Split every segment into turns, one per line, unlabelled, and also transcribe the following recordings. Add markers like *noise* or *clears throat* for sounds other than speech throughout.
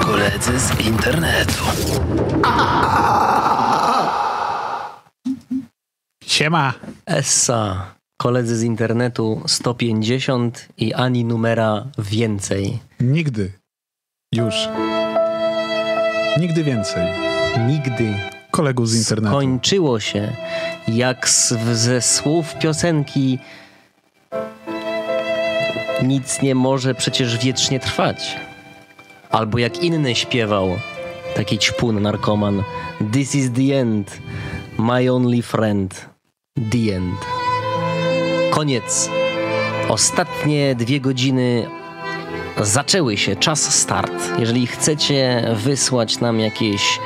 koledzy z internetu.
Siema.
Essa, koledzy z internetu 150 i ani numera więcej.
Nigdy. Już. Nigdy więcej.
Nigdy
Kolegów z internetu.
kończyło się, jak z, w- ze słów piosenki nic nie może przecież wiecznie trwać. Albo jak inny śpiewał, taki ćpun narkoman, This is the end, my only friend, the end. Koniec. Ostatnie dwie godziny zaczęły się, czas start. Jeżeli chcecie wysłać nam jakieś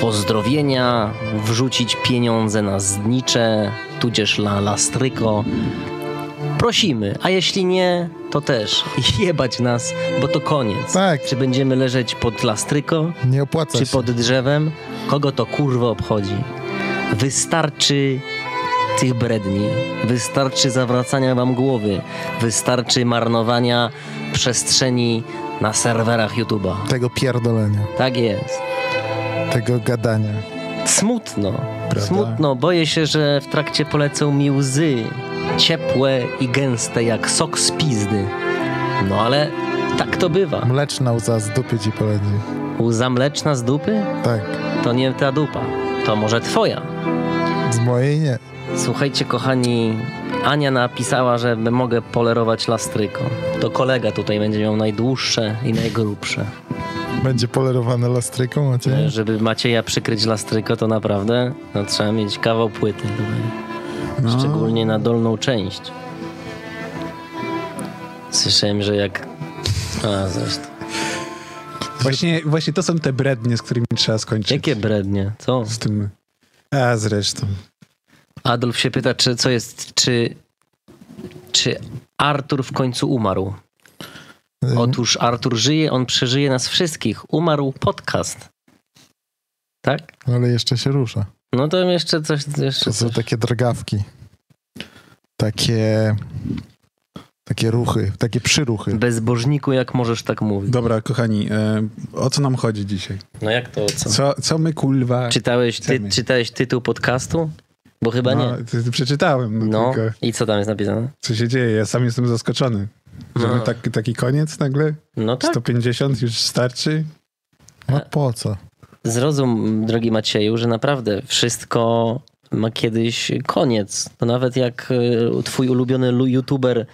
pozdrowienia, wrzucić pieniądze na znicze, tudzież na lastryko. Prosimy, a jeśli nie, to też jebać nas, bo to koniec.
Tak.
Czy będziemy leżeć pod lastryko,
Nie opłaca
czy
się.
pod drzewem? Kogo to kurwa obchodzi? Wystarczy tych bredni, wystarczy zawracania wam głowy, wystarczy marnowania przestrzeni na serwerach YouTube'a.
Tego pierdolenia,
Tak jest.
tego gadania.
Smutno.
Prawda?
Smutno. Boję się, że w trakcie polecą mi łzy. Ciepłe i gęste jak sok z pizdy. No ale tak to bywa.
Mleczna łza z dupy ci poleci.
Łza mleczna z dupy?
Tak,
To nie ta dupa. To może twoja.
z mojej nie.
Słuchajcie, kochani, Ania napisała, że mogę polerować lastryko. To kolega tutaj będzie miał najdłuższe i najgrubsze.
Będzie polerowane lastryką, macie?
Żeby Macieja przykryć lastryko, to naprawdę no, trzeba mieć kawał płyty. Tutaj.
No.
Szczególnie na dolną część. Słyszałem, że jak... A, zresztą.
Właśnie, właśnie to są te brednie, z którymi trzeba skończyć.
Jakie brednie, co?
Z tym... A zresztą.
Adolf się pyta, czy co jest, czy... Czy Artur w końcu umarł? Otóż Artur żyje, on przeżyje nas wszystkich. Umarł podcast. Tak?
Ale jeszcze się rusza.
No to jeszcze coś. Jeszcze
To są
coś.
takie drgawki. Takie... Takie ruchy, takie przyruchy.
Bezbożniku, jak możesz tak mówić?
Dobra, kochani, e, o co nam chodzi dzisiaj?
No jak to co?
Co, co my kulwa...
Tak. Czytałeś, ty,
Chcemy.
czytałeś tytuł podcastu? Bo chyba
no,
nie.
ty- ty Przeczytałem, no,
No
tylko
i co tam jest napisane?
co się dzieje. Ja sam jestem zaskoczony. Że
No.
my taki, taki koniec nagle?
No tak.
150 już starczy?
No po co?
Zrozum, drogi Macieju, że naprawdę wszystko ma kiedyś koniec. To nawet jak y, twój ulubiony lu- youtuber, y,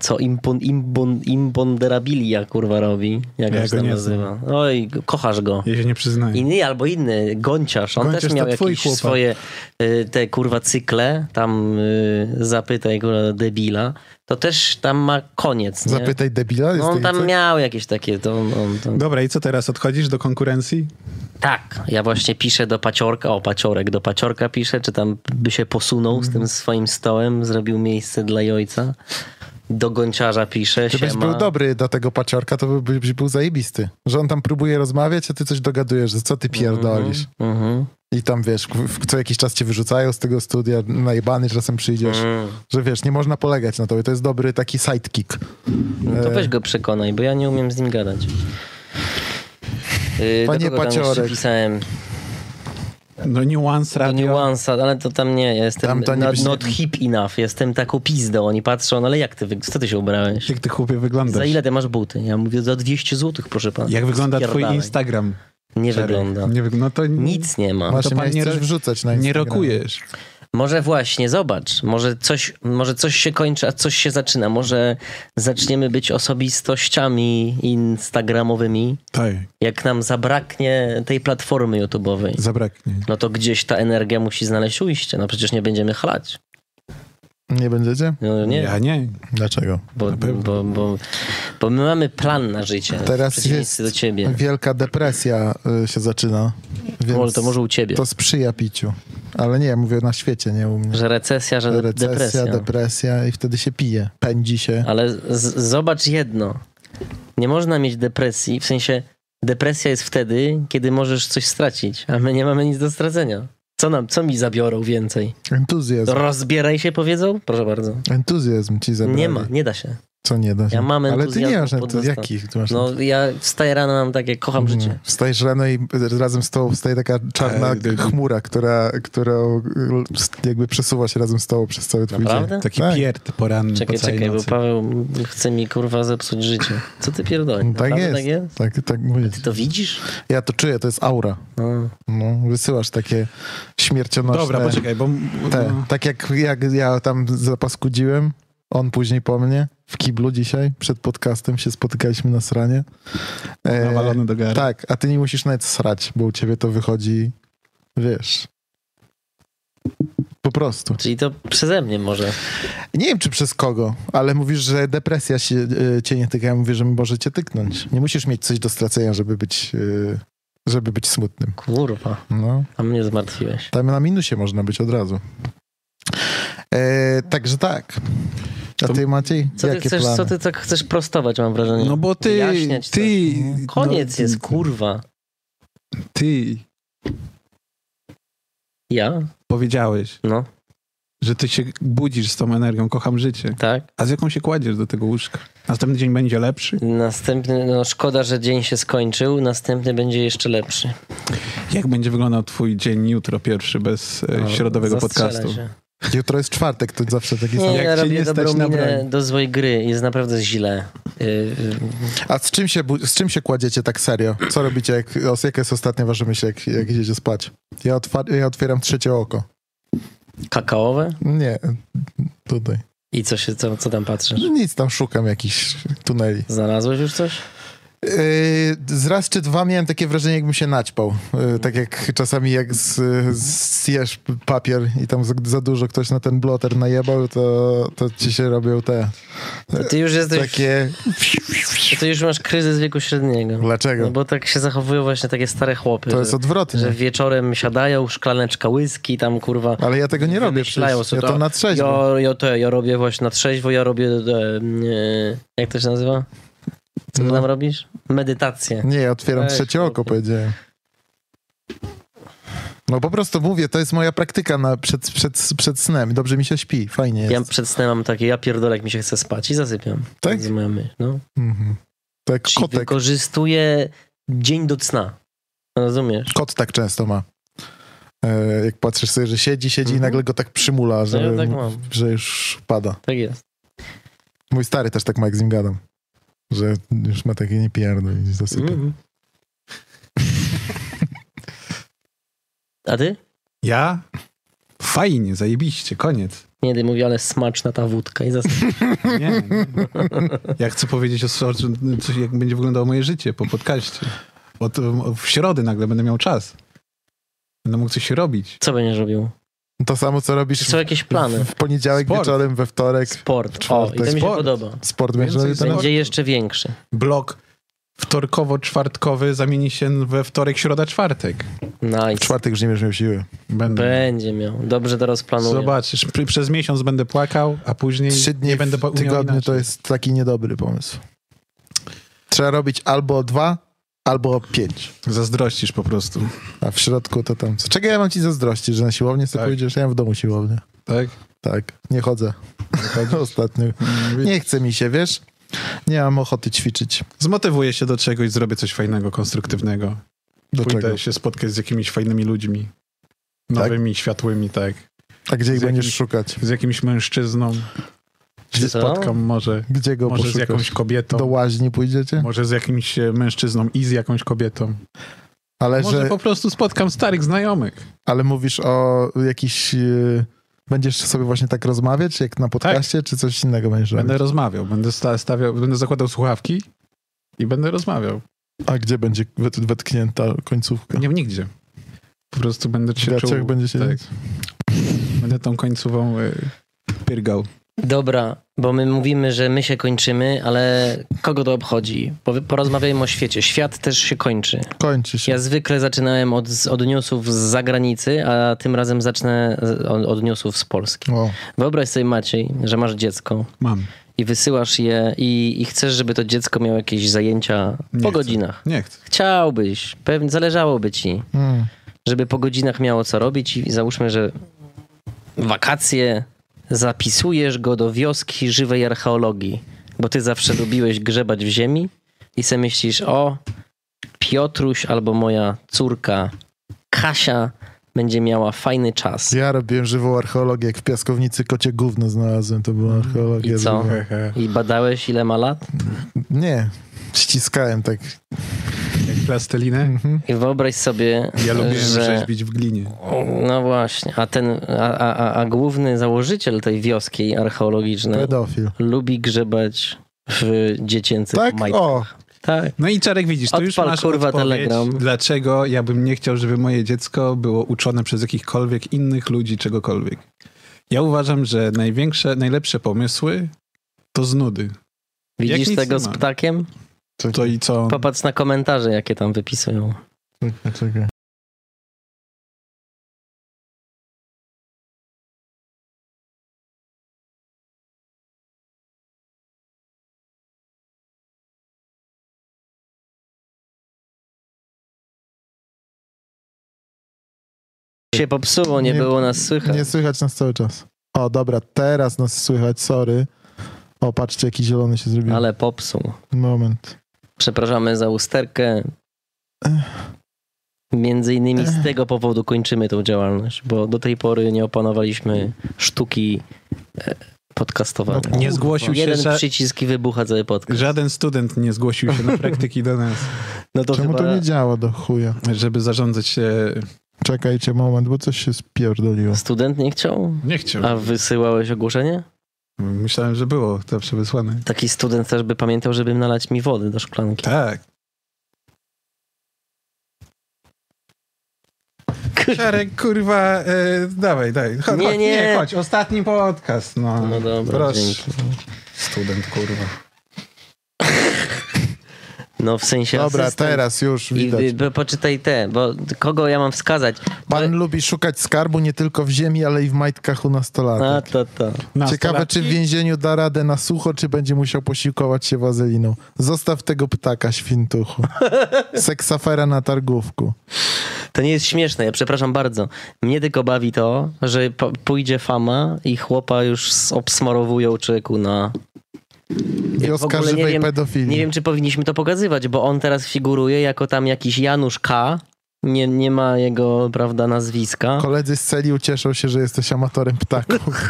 co impon, impon, imponderabilia kurwa robi, jak
Ja
on się
go
tam
nie
nazywa. Oj, kochasz go.
Ja się nie przyznaję.
Mhm. Inny albo inny, Gonciarz. On
Gonciarz
też
to
miał
twój
jakieś
chłopak.
swoje y, te kurwa cykle, tam y, zapytaj kurwa debila, to też tam ma koniec. Nie?
Zapytaj debila? jest No.
no, on
taki
tam
coś?
miał jakieś takie, to, on, to,
Dobra, i co teraz? Odchodzisz do konkurencji?
tak, ja właśnie piszę do paciorka, o paciorek, do paciorka piszę, czy tam by się posunął z
Mhm.
tym swoim stołem, zrobił miejsce dla ojca. Do gąciarza piszę,
Gdybyś
siema.
był dobry do tego paciorka, to by- byś był zajebisty. Że on tam próbuje rozmawiać, a ty coś dogadujesz, że co ty pierdolisz.
Mhm.
I tam wiesz, w- w- co jakiś czas cię wyrzucają z tego studia, najebany czasem przyjdziesz.
Mm.
Że wiesz, nie można polegać na tobie. To jest dobry taki sidekick.
No to
E.
weź go przekonaj, bo ja nie umiem z nim gadać. Yy, do
Panie
kogo tam jeszcze
Paciorek.
pisałem?
No Nuance
Do
Radio.
Nuansa, ale to tam nie, ja jestem
Tam to nie
not,
byś-
not hip enough, jestem taką pizdą. Oni patrzą, no ale jak ty, wy- co ty się ubrałeś?
Jak ty chłopie wyglądasz?
Za ile ty masz buty? Ja mówię, za 200 zł, proszę pana.
Jak wygląda
Spierdalaj.
twój Instagram?
Nie
Czary?
wygląda.
Nie, wyg- no to n-
Nic nie ma.
Masz
to pan
miałeś
nie
coś
ro-
wrzucać na
nie
Instagram.
rokujesz.
Może właśnie, zobacz, może coś, może coś się kończy, a coś się zaczyna. Może zaczniemy być osobistościami instagramowymi.
Tak,
Jak nam zabraknie tej platformy YouTube'owej.
zabraknie.
no to gdzieś ta energia musi znaleźć ujście. No przecież nie będziemy chlać.
Nie będziecie?
No nie,
Ja nie.
Dlaczego?
bo, bo, bo, bo my mamy plan na życie.
Teraz
w przeciwieństwie
jest-
do ciebie.
Wielka depresja y, się zaczyna. Więc
Mol, to może u ciebie.
to sprzyja piciu. Ale nie, mówię na świecie, nie u mnie.
Że recesja, że
Recesja,
depresja.
depresja, i wtedy się pije. Pędzi się.
Ale z- zobacz jedno. Nie można mieć depresji, w sensie depresja jest wtedy, kiedy możesz coś stracić, a my nie mamy nic do stracenia. Co nam, co mi zabiorą więcej?
Entuzjazm.
Rozbieraj się, powiedzą? Proszę bardzo.
Entuzjazm ci zabrali.
Nie ma, nie da się.
Co nie da się.
Ja mam
Ale ty nie masz
entuzjazmu
na to,
pod dostęp.
jakich ty masz na
No ja wstaję rano, mam takie, kocham
Mhm.
życie.
Mm. Wstajesz rano i razem z tobą wstaje taka czarna
E, d- d-
chmura, która, która jakby przesuwa się razem z tobą przez cały twój
Naprawdę?
dzień.
Taki
tak.
pierd poranny
Czekaj,
po całej
czekaj, bo
nocy.
Paweł chce mi kurwa zepsuć życie. Co ty pierdolisz?
Tak
Naprawdę
jest.
Tak jest?
Tak, tak mówię.
Ty to widzisz?
Ja to czuję, to jest aura.
No.
No, wysyłasz takie śmiercionośne...
Dobra, poczekaj, bo...
Te, tak jak, jak ja tam zapaskudziłem, on później po mnie, w kiblu dzisiaj, przed podcastem się spotykaliśmy na sranie. E,
no, Nawalony do gara.
Tak, a ty nie musisz nawet srać, bo u ciebie to wychodzi, wiesz... Po prostu.
Czyli to przeze mnie może.
Nie wiem, czy przez kogo, ale mówisz, że depresja się, y, cię nie tyka. Ja mówię, że może cię tyknąć. Nie musisz mieć coś do stracenia, żeby być, y, żeby być smutnym.
Kurwa,
No.
a mnie zmartwiłeś.
Tam na minusie można być od razu. E, także tak. A
To-
ty, Maciej,
Co ty,
jakie
chcesz,
plany?
co ty tak chcesz prostować, mam wrażenie.
No bo ty...
Wyjaśniać
ty
coś.
Koniec
no,
jest, kurwa.
Ty
Ja?
powiedziałeś,
No,
że ty się budzisz z tą energią, kocham życie.
tak.
A z jaką się kładziesz do tego łóżka? Następny dzień będzie lepszy?
Następny, no szkoda, że dzień się skończył, następny będzie jeszcze lepszy.
Jak będzie wyglądał twój dzień jutro pierwszy bez e,
No,
środowego
zastrzelę
podcastu?
się.
Jutro jest czwartek, to zawsze taki
Nie,
sam.
Jak
ja
cię
robię
nie stać
dobrą
na
minę
broń.
do złej gry, jest naprawdę źle. Y, y,
A z czym, się, bu- z czym się kładziecie tak serio? Co robicie? Jak, os- jakie jest ostatnie wasze myśli, jak, jak idziecie spać? Ja, otwa- ja otwieram trzecie oko.
y, kakaowe?
Nie, tutaj. No
I co się, co, co tam patrzysz?
Nic, tam szukam jakichś tuneli.
Znalazłeś już coś?
Yy, z raz czy dwa miałem takie wrażenie, jakbym się naćpał. Yy, tak jak czasami jak z, zjesz papier i tam za, za dużo ktoś na ten bloter najebał, to, to ci się robią te
To ty już jesteś,
takie...
ty już masz kryzys wieku średniego. No
Dlaczego?
bo tak się zachowują właśnie takie stare chłopy.
To
że-
jest
że
odwrotnie.
wieczorem siadają, szklaneczka whisky, tam kurwa.
Ale ja tego nie robię
wymyślają
przecież.
sobie
Ja to na trzeźwo.
Ja, ja, to, ja robię właśnie na trzeźwo, ja robię. E, e, jak to się nazywa? Co ty
No.
tam robisz? Medytację.
Nie, ja otwieram
Weź,
trzecie oko,
chłopie.
powiedziałem. No po prostu mówię, to jest moja praktyka na przed, przed, przed snem. Dobrze mi się śpi, fajnie jest.
Ja przed snem mam takie, ja pierdolę, jak mi się chce spać i zasypiam.
Tak?
To jest moja myśl, no.
Mhm. To jak
Czyli
kotek.
wykorzystuję dzień do cna. Rozumiesz?
Kot tak często ma. E, Jak patrzysz sobie, że siedzi, siedzi i
Mhm.
nagle go tak przymula,
No
że,
ja tak mam.
że już pada.
Tak jest.
Mój stary też tak ma, jak z nim gadam. Że już ma takie niepijarne i zasypia.
Mhm. A ty?
Ja? Fajnie, zajebiście, koniec.
Nie, ty mówię, ale smaczna ta wódka i zasypiam.
Nie, nie. Ja chcę powiedzieć o sobie, coś, jak będzie wyglądało moje życie po podcaście. Od, w środę nagle będę miał czas. Będę mógł coś robić.
Co będziesz robił?
To samo, co
Czy
robisz
są jakieś plany?
w poniedziałek
Sport.
wieczorem, we wtorek.
Sport. O, i
czwartek.
to mi się
Tak. Sport.
podoba.
Sport będzie
Więcej
robił-
Będzie jeszcze większy.
Blok wtorkowo-czwartkowy zamieni się we wtorek, środa, czwartek.
W
Nice.
czwartek już nie będziesz miał siły.
Będę.
Będzie miał. Dobrze to rozplanuję.
Zobaczysz, pr- przez miesiąc będę płakał, a później
Trzy dni
nie będę po-
w
umiał
tygodniu to
inaczej.
jest taki niedobry pomysł. Trzeba robić albo dwa, albo pięć.
Zazdrościsz po prostu,
A w środku to tam... co? Czego ja mam ci zazdrościć, że na siłownię sobie
Tak.
pójdziesz? Ja mam w domu siłownię.
tak?
Tak, nie chodzę. Ostatnio. Nie chce mi się, wiesz? Nie mam ochoty ćwiczyć.
Zmotywuję się do czegoś, zrobię coś fajnego, konstruktywnego.
Do
Pójdę
czego?
się spotkać z jakimiś fajnymi ludźmi.
Tak?
Nowymi, światłymi, tak.
A gdzie ich
z jakimś-
będziesz szukać?
Z jakimś mężczyzną. Się
Co?
spotkam może.
Gdzie go
Może z
poszukasz?
jakąś kobietą.
Do łaźni pójdziecie?
Może z jakimś e, mężczyzną i z jakąś kobietą.
Ale,
Może
że,
po prostu spotkam starych znajomych.
ale mówisz o jakiś... Yy... Będziesz sobie właśnie tak rozmawiać, jak na podcaście, czy coś innego będziesz
Tak. Będę
robić?
rozmawiał, będę sta- stawiał, będę zakładał słuchawki i będę rozmawiał.
A gdzie będzie wet- wetknięta końcówka?
Nie nigdzie. Po prostu będę
W
się
gaciach
czuł,
będzie się...
tak. będę tą końcową e, pyrgał.
Dobra, bo my mówimy, że my się kończymy, ale kogo to obchodzi? Po- Porozmawiajmy o świecie. Świat też się kończy.
Kończy się.
Ja zwykle zaczynałem od, od newsów z zagranicy, a tym razem zacznę z- od, od newsów z Polski.
O,
Wyobraź sobie, Maciej, że masz dziecko
Mam.
i wysyłasz je i, i chcesz, żeby to dziecko miało jakieś zajęcia
Nie
po
chcę.
godzinach.
Nie chcę.
Chciałbyś, pewnie zależałoby ci,
mm.
żeby po godzinach miało co robić i załóżmy, że wakacje zapisujesz go do wioski żywej archeologii. Bo ty zawsze lubiłeś grzebać w ziemi i se myślisz, o, Piotruś albo moja córka Kasia będzie miała fajny czas.
Ja robiłem żywą archeologię, jak w piaskownicy kocie gówno znalazłem, to była
Mhm.
archeologia.
I co?
żywa.
I badałeś, ile ma lat?
Nie, ściskałem tak.
Jak plastelinę.
I wyobraź sobie,
Ja lubiłem
że...
rzeźbić w glinie.
No właśnie, a ten, a, a, a- a główny założyciel tej wioski archeologicznej
Pedofil.
lubi grzebać w dziecięcych
Tak?
majtkach.
O,
Tak.
No i Czarek, widzisz, to już
Odpal,
masz
kurwa,
odpowiedź,
Telegram.
dlaczego ja bym nie chciał, żeby moje dziecko było uczone przez jakichkolwiek innych ludzi czegokolwiek. Ja uważam, że największe, najlepsze pomysły to z nudy.
Widzisz
nic
tego
nie
z
ma.
ptakiem?
To i co?
Popatrz na komentarze, jakie tam wypisują.
Czekaj, czekaj.
Się popsuło, nie,
Nie-
było nas słychać.
Nie słychać nas cały czas. O, dobra, teraz nas słychać, sorry. O, patrzcie, jaki zielony się zrobił.
Ale popsuł.
Moment.
Przepraszamy za usterkę. Między innymi z tego powodu kończymy tą działalność, bo do tej pory nie opanowaliśmy sztuki e, podcastowania.
No,
Nie zgłosił się,
Jeden
że
przycisk i wybucha cały podcast.
żaden student nie zgłosił się na praktyki do nas,
No to
Czemu
chyba
to nie działa do chuja?
żeby zarządzać się...
Czekajcie moment, bo coś się spierdoliło.
student nie chciał?
Nie chciał.
A wysyłałeś ogłoszenie?
Myślałem, że było zawsze wysłane.
Taki student też by pamiętał, żeby nalać mi wody do szklanki.
Tak. Czarek, kurwa, e, dawaj, daj. Chodź,
Nie, nie.
chodź, nie, chodź, ostatni podcast. No,
No dobra,
Proszę.
dzięki.
Student, kurwa.
No w sensie
Dobra,
asystent.
teraz już
I,
widać.
y, bo poczytaj te, bo kogo ja mam wskazać?
Pan lubi szukać skarbu nie tylko w ziemi, ale i w majtkach u
A,
nastolatek.
to, to.
Ciekawe, czy w więzieniu da radę na sucho, czy będzie musiał posiłkować się wazeliną. Zostaw tego
*laughs*
ptaka, świntuchu. Seksafera na targówku.
To nie jest śmieszne, ja przepraszam bardzo. Mnie tylko bawi to, że po- pójdzie fama i chłopa już s- obsmarowują człowieku na...
Wioska
ogóle nie
żywej
wiem-
pedofilii.
Nie wiem, czy powinniśmy to pokazywać, bo on teraz figuruje jako tam jakiś Janusz K., nie, nie ma jego, prawda, nazwiska.
Koledzy z celi ucieszą się, że jesteś amatorem ptaków.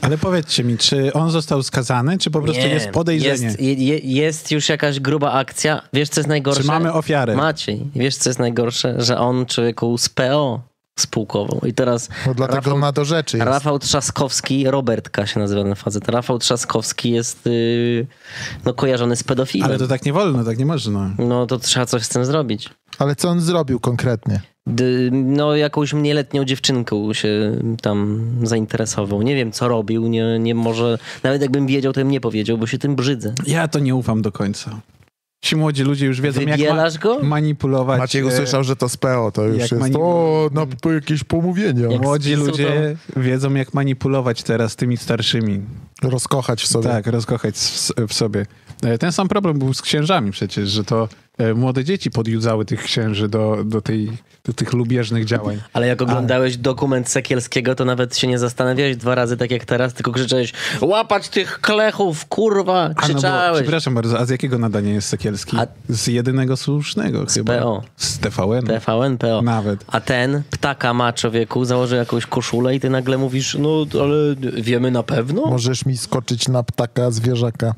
Ale powiedzcie mi, czy on został skazany, czy po prostu
Nie,
jest podejrzenie?
Jest, je- je- jest już jakaś gruba akcja. Wiesz, co jest najgorsze?
czy mamy ofiarę?
Maciej, wiesz, co jest najgorsze? Że on człowieku z PO spółkową. I teraz *laughs*
No dlatego
Rafał-
ma do rzeczy. Jest.
Rafał Trzaskowski, Robertka się nazywa ten facet. Rafał Trzaskowski jest yy, no, kojarzony z pedofilem.
Ale to tak nie wolno, tak nie można.
No to trzeba coś z tym zrobić.
Ale co on zrobił konkretnie?
D- no jakąś nieletnią dziewczynką się tam zainteresował. Nie wiem, co robił, nie, nie może... Nawet jakbym wiedział, to bym nie powiedział, bo się tym brzydzę.
Ja to nie ufam do końca. Ci młodzi ludzie już wiedzą, jak
Wybielasz go?
ma manipulować.
Maciej
e,
usłyszał, że to z PO, to już
jak
jest.
mani-
O, na po jakieś pomówienia.
Jak
e, Młodzi
spisu,
ludzie wiedzą, jak manipulować teraz tymi starszymi.
Rozkochać w sobie.
Tak, rozkochać w, w sobie. E, Ten sam problem był z księżami przecież, że to e, młode dzieci podjudzały tych księży do, do, tej, do tych lubieżnych działań.
Ale jak oglądałeś dokument Sekielskiego, to nawet się nie zastanawiałeś dwa razy tak jak teraz, tylko krzyczałeś łapać tych klechów, kurwa,
A no bo,
krzyczałeś.
przepraszam bardzo, a z jakiego nadania jest Sekielski?
A-
Z jedynego słusznego chyba.
PO.
Z TVN.
TVN, PO.
Nawet.
A ten ptaka ma człowieku, założył jakąś koszulę i ty nagle mówisz, no ale wiemy na pewno?
Możesz mi skoczyć na ptaka, zwierzaka.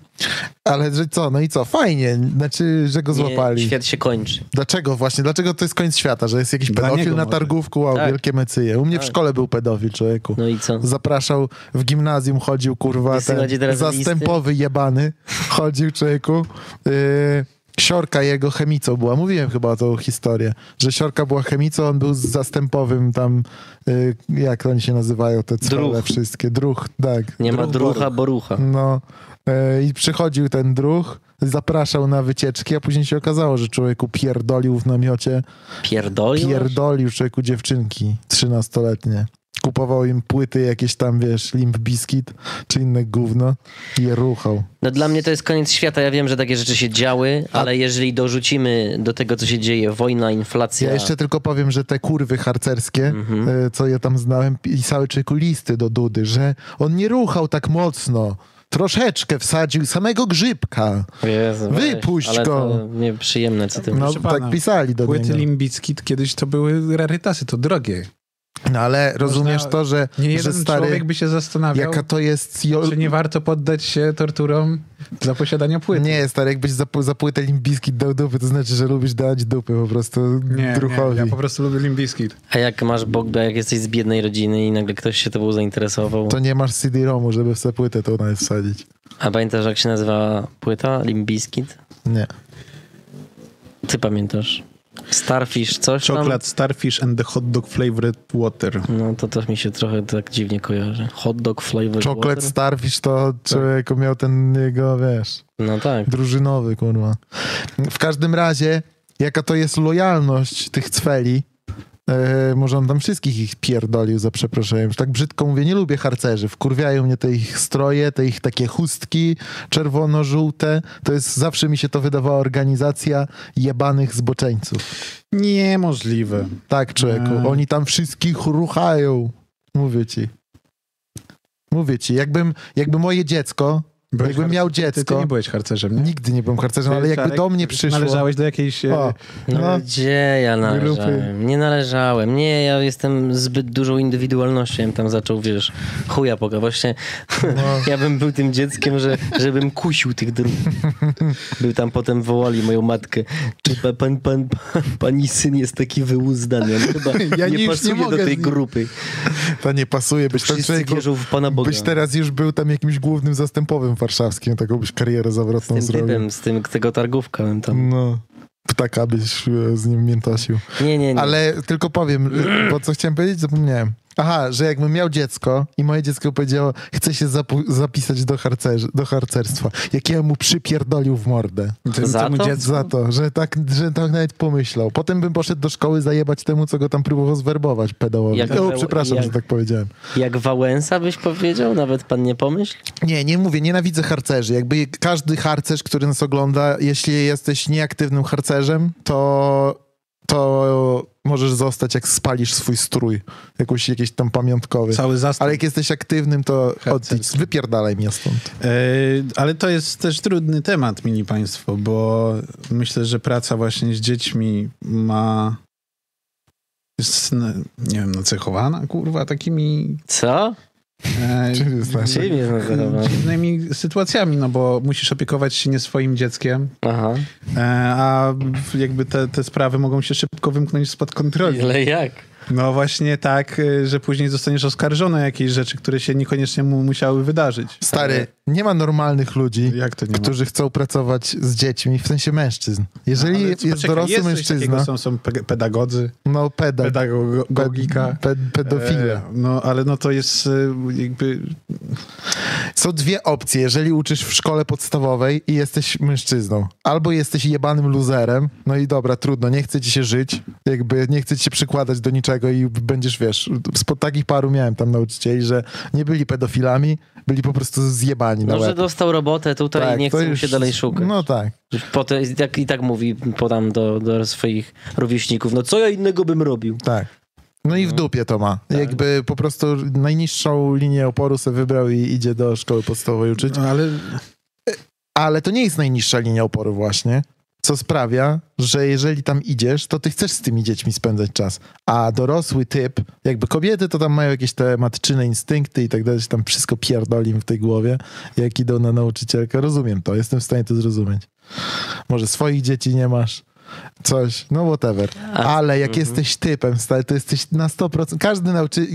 Ale że co, no i co? Fajnie, znaczy, że go
Nie,
złapali.
świat się kończy.
Dlaczego właśnie? Dlaczego to jest koniec świata, że jest jakiś
Dla
pedofil
niego
na
może.
targówku? Wow,
Tak.
wielkie mecyje. U mnie w szkole był pedofil, człowieku.
No i co?
Zapraszał, w gimnazjum chodził, kurwa,
Wysyłacie
ten
teraz
zastępowy jebany chodził, człowieku. Yy, siorka jego chemicą była. Mówiłem chyba o tą historię, że siorka była chemicą, on był z zastępowym tam, yy, jak oni się nazywają, te całe
Druh.
wszystkie. Druch, tak.
Nie ma
Druh
drucha,
boruch.
borucha.
No e, i przychodził ten druh, zapraszał na wycieczki, a później się okazało, że człowieku pierdolił w namiocie,
Pierdolił?
pierdolił człowieku dziewczynki trzynastoletnie. Kupował im płyty jakieś tam, wiesz, Limp Bizkit czy inne gówno i je ruchał.
No dla mnie to jest koniec świata. Ja wiem, że takie rzeczy się działy, ale jeżeli dorzucimy do tego, co się dzieje, wojna, inflacja...
Ja jeszcze tylko powiem, że te kurwy harcerskie, e, co ja tam znałem, pisały człowieku listy do Dudy, że on nie ruchał tak mocno. troszeczkę wsadził samego grzybka.
Jezu, weź,
Wypuść
ale
go.
To nieprzyjemne, co ty
No,
Proszę pana,
tak pisali do
Płyty
niego.
Limbickit kiedyś to były rarytasy, to drogie.
No ale rozumiesz to, że,
Nie
że
jeden
stary,
człowiek by się zastanawiał,
jaka to jest... jol-
czy nie warto poddać się torturom za posiadania płyty.
Nie, stary, jakbyś za, za płytę limbiski dał dupy, to znaczy, że lubisz dać dupy po prostu druchowi.
ja po prostu lubię Limbiskit.
A jak masz Bogda, jak jesteś z biednej rodziny i nagle ktoś się tobą zainteresował?
To nie masz CD-ROMu, żeby w tę płytę tą nawet wsadzić.
A pamiętasz, jak się nazywa płyta? Limbiskit?
Nie.
Ty pamiętasz? Starfish, coś
Chocolate, Starfish and the Hot Dog Flavored Water.
tam? No to też mi się trochę tak dziwnie kojarzy. Hot dog flavor
Chocolate Starfish to człowieku miał ten jego, wiesz,
No tak.
drużynowy, kurwa. W każdym razie, jaka to jest lojalność tych cweli, e, może on tam wszystkich ich pierdolił, za przeproszeniem. że Tak brzydko mówię, nie lubię harcerzy. Wkurwiają mnie te ich stroje, te ich takie chustki czerwono-żółte. To jest, zawsze mi się to wydawała organizacja jebanych zboczeńców.
Niemożliwe.
Tak, człowieku.
Nie.
Oni tam wszystkich ruchają. Mówię ci. Mówię ci. Jakbym, jakby moje dziecko,
Byłeś
jakbym
har-
miał
Ty, ty
dziecko,
nie byłeś harcerzem, nie?
nigdy nie byłem harcerzem, ale jakby do mnie przyszło.
Należałeś do jakiejś... e,
O,
No,
no,
gdzie ja
grupy.
należałem? Nie należałem. Nie, ja jestem zbyt dużą indywidualnością. Ja bym tam zaczął, wiesz, chuja poga. Właśnie
no,
*laughs* ja bym był tym dzieckiem, że, żebym kusił tych drugich. Był tam potem, wołali moją matkę. Czy pa, pan, pan, pan, pani syn jest taki wyłuzdany? On chyba
*laughs* Ja nic
nie
nie
pasuje
mogę
do
z
tej
nim.
grupy.
to nie pasuje. Byś, tam,
Wszyscy
człowieku,
wierzą w Pana Boga.
byś teraz już był tam jakimś głównym zastępowym warszawskim, taką byś karierę
z
zawrotną
tym
zrobił.
typem, z tym, tego targówka bym tam.
No. Ptaka byś e, z nim miętosił.
Nie, nie, nie.
Ale tylko powiem, y, bo co chciałem powiedzieć, zapomniałem. Aha, że jakbym miał dziecko i moje dziecko powiedziało, chce się zapu- zapisać do, harcerzy, do harcerstwa, jak ja mu przypierdolił w mordę.
Tym,
Za
temu
to?
dziecku.
Za to, że tak, że tak nawet pomyślał. Potem bym poszedł do szkoły zajebać temu, co go tam próbował zwerbować pedałowi.
Jak
o,
zwe-
przepraszam,
jak-
że tak powiedziałem.
Jak Wałęsa byś powiedział? Nawet pan nie pomyśl?
Nie, nie mówię, nienawidzę harcerzy. Jakby każdy harcerz, który nas ogląda, jeśli jesteś nieaktywnym harcerzem, to, to możesz zostać, jak spalisz swój strój. Jakoś, jakiś tam pamiątkowy.
Cały zastęp.
Ale jak jesteś aktywnym, to
Harcerz.
odjdź, wypierdalaj mnie stąd.
E, Ale to jest też trudny temat, mini państwo, bo myślę, że praca właśnie z dziećmi ma. Jest, na- nie wiem, nacechowana, kurwa, takimi
Co?
*laughs*
e,
Czym jest
dzi-
nasze-
Czym jest nacechowana?
dziwnymi sytuacjami, no bo musisz opiekować się nie swoim dzieckiem,
Aha.
e, a jakby te, te sprawy mogą się szybko wymknąć spod kontroli.
Ale jak?
No właśnie tak, e, że później zostaniesz oskarżony o jakieś rzeczy, które się niekoniecznie mu musiały wydarzyć.
Stary, nie ma normalnych ludzi,
Jak to nie ma?
którzy chcą pracować z dziećmi, w sensie mężczyzn. Jeżeli
Ale
jest
poczekaj,
dorosły
jest coś
mężczyzna,
takiego, Są, są pe- pedagodzy,
no peda,
pedagogika.
ped, pedofilia.
E, no ale no to jest e, jakby...
Są dwie opcje, jeżeli uczysz w szkole podstawowej i jesteś mężczyzną. Albo jesteś jebanym luzerem, no i dobra, trudno, nie chce ci się żyć, jakby nie chce ci się przykładać do niczego i będziesz, wiesz, spod takich paru miałem tam nauczycieli, że nie byli pedofilami, byli po prostu zjebani na
No, że
łeb. Tak,
dostał robotę tutaj i nie
to
chce mu
już-
się dalej szukać.
No tak.
Potem, jak, I tak mówi podam do, do swoich rówieśników. No co ja innego bym robił?
Tak. No i w dupie to ma.
Tak.
Jakby po prostu najniższą linię oporu sobie wybrał i idzie do szkoły podstawowej uczyć.
No, ale
Ale to nie jest najniższa linia oporu właśnie, co sprawia, że jeżeli tam idziesz, to ty chcesz z tymi dziećmi spędzać czas. A dorosły typ, jakby kobiety to tam mają jakieś te matczyne instynkty i tak dalej, że tam wszystko pierdoli im w tej głowie, jak idą na nauczycielkę. Rozumiem to, jestem w stanie to zrozumieć. Może swoich dzieci nie masz, coś, no whatever. Ale jak jesteś typem, stary, to jesteś na 100%. Każdy nauczy...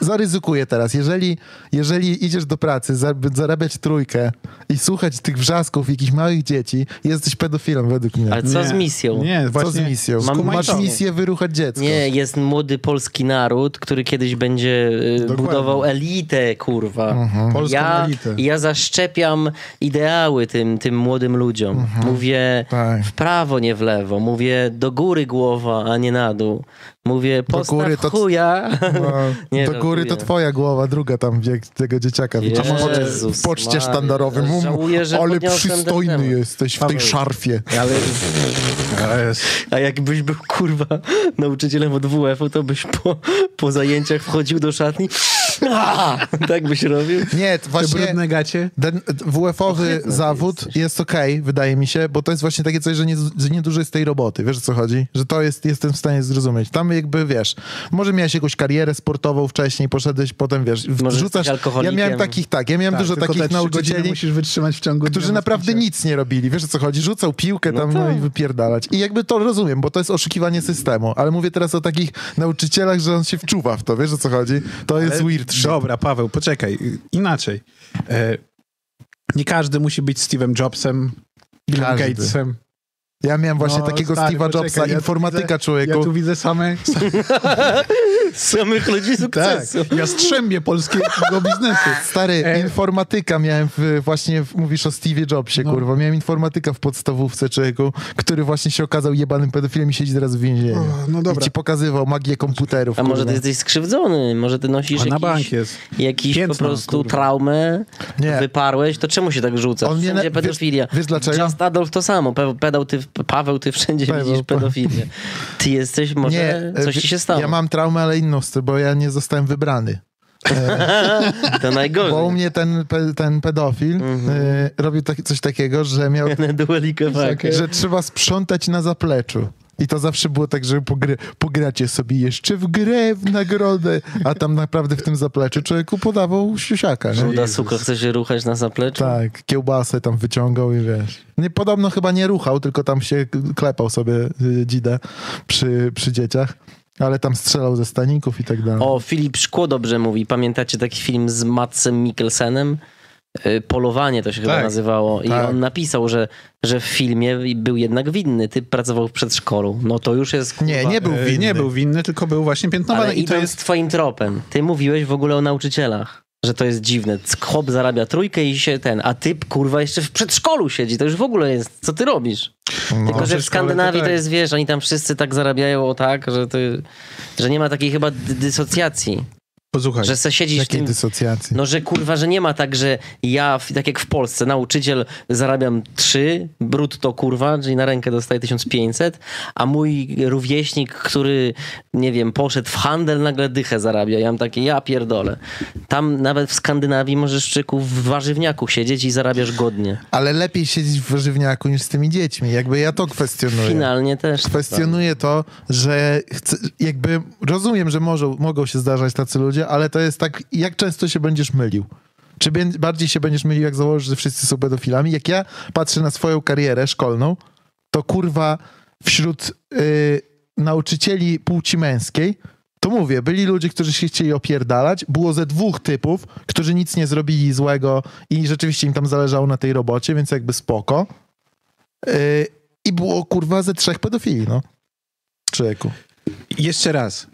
Zaryzykuję teraz. Jeżeli, jeżeli idziesz do pracy, za- zarabiać trójkę i słuchać tych wrzasków jakichś małych dzieci, jesteś pedofilem według mnie.
Ale co
nie.
z misją?
Nie,
Co
właśnie.
z misją?
Mam-
Skumaj
Masz
to.
misję wyruchać dziecko.
Nie, jest młody polski naród, który kiedyś będzie y,
Dokładnie.
budował elitę, kurwa.
Mhm.
Polską
ja,
elitę.
ja zaszczepiam ideały tym, tym młodym ludziom. Mówię
Tak.
w prawo, nie w lewo. Mówię do góry głowa, a nie na dół. Mówię postaw
góry to-
chuja.
No,
*laughs* Nie,
do góry to
żartuję.
twoja głowa, druga tam wiek tego dzieciaka. wiecie, w poczcie-
Jezus
w poczcie
Maria.
sztandarowym. Um,
Żałuję, że
ale
podniosłem ten temat.
przystojny jesteś w tej szarfie.
Ale... ale jest-
A jakbyś był kurwa nauczycielem od WF-u, to byś po, po zajęciach wchodził do szatni. A, tak byś robił?
Nie, to
Te
właśnie
brudne gacie?
ten WF-owy
Ohydne
zawód
jest
jest, okej, wydaje mi się, bo to jest właśnie takie coś, że, nie, że niedużo jest tej roboty, wiesz o co chodzi? Że to jest, jestem w stanie zrozumieć. Tam jakby, wiesz, może miałeś jakąś karierę sportową wcześniej, poszedłeś, potem, wiesz,
Może
wrzucasz...
jesteś
Ja
alkoholikiem.
miałem takich, tak, ja miałem
Tak,
dużo
tylko te
takich
trzy godziny
nauczycieli.
musisz wytrzymać w ciągu
którzy
dnia na
naprawdę
spisie.
nic nie robili. Wiesz o co chodzi? Rzucał piłkę tam
No
no
tak.
i wypierdalać. I jakby to rozumiem, bo to jest oszukiwanie systemu. Ale mówię teraz o takich nauczycielach, że on się wczuwa w to. Wiesz o co chodzi? To jest weird shit.
E, Dobra, Paweł, poczekaj. y, Inaczej. E, nie każdy musi być Steve'em Jobsem, Billem
Każdy.
Gatesem.
Ja miałem właśnie
No,
takiego
stary,
Steve'a
poczekaj,
Jobsa,
ja tu
informatyka
widzę-
człowieku. Tak.
Ja tu widzę
*laughs*
same...
Samych ludzi
Tak,
sukcesu.
ja strzębie polskiego biznesu.
Stary,
E.
informatyka miałem w, właśnie, w, mówisz o Steve'ie Jobsie,
No.
kurwa. Miałem informatyka w podstawówce, człowieku, który właśnie się okazał jebanym pedofilem i siedzi teraz w więzieniu.
O, no
I
dobra.
ci pokazywał magię komputerów,
A może
Tak, kurwa.
ty jesteś skrzywdzony, może ty nosisz
A na
jakiś,
bank jest.
jakiś po
Piętno,
prostu
kurwa.
traumę,
Nie.
wyparłeś, to czemu się tak rzucasz?
On mnie
Wszędzie
na-
pedofilia.
wiesz- wiesz dlaczego?
Just Adolf to samo, Pe- pedał ty, Paweł, ty wszędzie
Paweł,
widzisz
pa-
pedofilię. Ty jesteś, może coś
e,
ci się stało.
Ja mam traumę, ale inną, z tym, bo ja nie zostałem wybrany.
To
Bo u
najgorzej.
mnie ten, pe, ten pedofil
Mhm.
e, robił tak, coś takiego, że miał,
Na duelikę walkę.
że trzeba sprzątać na zapleczu. I to zawsze było tak, że pogry, pogracie sobie jeszcze w grę w nagrodę, a tam naprawdę w tym zapleczu człowieku podawał siusiaka. Nie?
Żółta
Jezus.
suka chce się ruchać na zapleczu.
Tak, kiełbasę tam wyciągał i wiesz. Nie, podobno chyba nie ruchał, tylko tam się klepał sobie y, dzidę przy, przy dzieciach, ale tam strzelał ze staników i tak dalej.
O, Filip Szkło dobrze mówi. Pamiętacie taki film z Madsem Mikkelsenem? Y, Polowanie to się chyba
Tak.
nazywało. I
Tak.
on napisał, że, że w filmie był jednak winny. Ty pracował w przedszkolu. No to już jest. Kurwa,
Nie, nie był
E,
winny.
Nie był winny, tylko był właśnie piętnowany.
Ale
I to
idąc
jest...
twoim tropem, ty mówiłeś w ogóle o nauczycielach, że to jest dziwne. Chłop zarabia trójkę i się ten, a ty kurwa jeszcze w przedszkolu siedzi. To już w ogóle jest. Co ty robisz? Tylko, że w
przedszkole
Skandynawii
No, to
to,
tak.
jest, wiesz, oni tam wszyscy tak zarabiają o tak, że, ty, że nie ma takiej chyba dy- dysocjacji.
Posłuchaj,
Że se siedzisz w
Jakiej
tym
dysocjacji?
no, że kurwa, że nie ma tak, że ja, w- tak jak w Polsce, nauczyciel zarabiam 3, brutto kurwa, czyli na rękę dostaję 1500, a mój rówieśnik, który, nie wiem, poszedł w handel, nagle dychę zarabia. Ja mam takie, ja pierdolę. Tam nawet w Skandynawii możesz czyku w warzywniaku siedzieć i zarabiasz godnie.
Ale lepiej siedzieć w żywniaku niż z tymi dziećmi. Jakby ja to kwestionuję.
Finalnie też. tak.
Kwestionuję to, że chcę, jakby rozumiem, że może, mogą się zdarzać tacy ludzie, ale to jest tak, jak często się będziesz mylił? Czy bę- bardziej się będziesz mylił, jak założysz, że wszyscy są pedofilami? Jak ja patrzę na swoją karierę szkolną, to kurwa wśród y, nauczycieli płci męskiej, to mówię, byli ludzie, którzy się chcieli opierdalać, było ze dwóch typów, którzy nic nie zrobili złego i rzeczywiście im tam zależało na tej robocie, więc jakby spoko. Y, I było kurwa ze trzech pedofili, no. Człowieku.
jeszcze raz,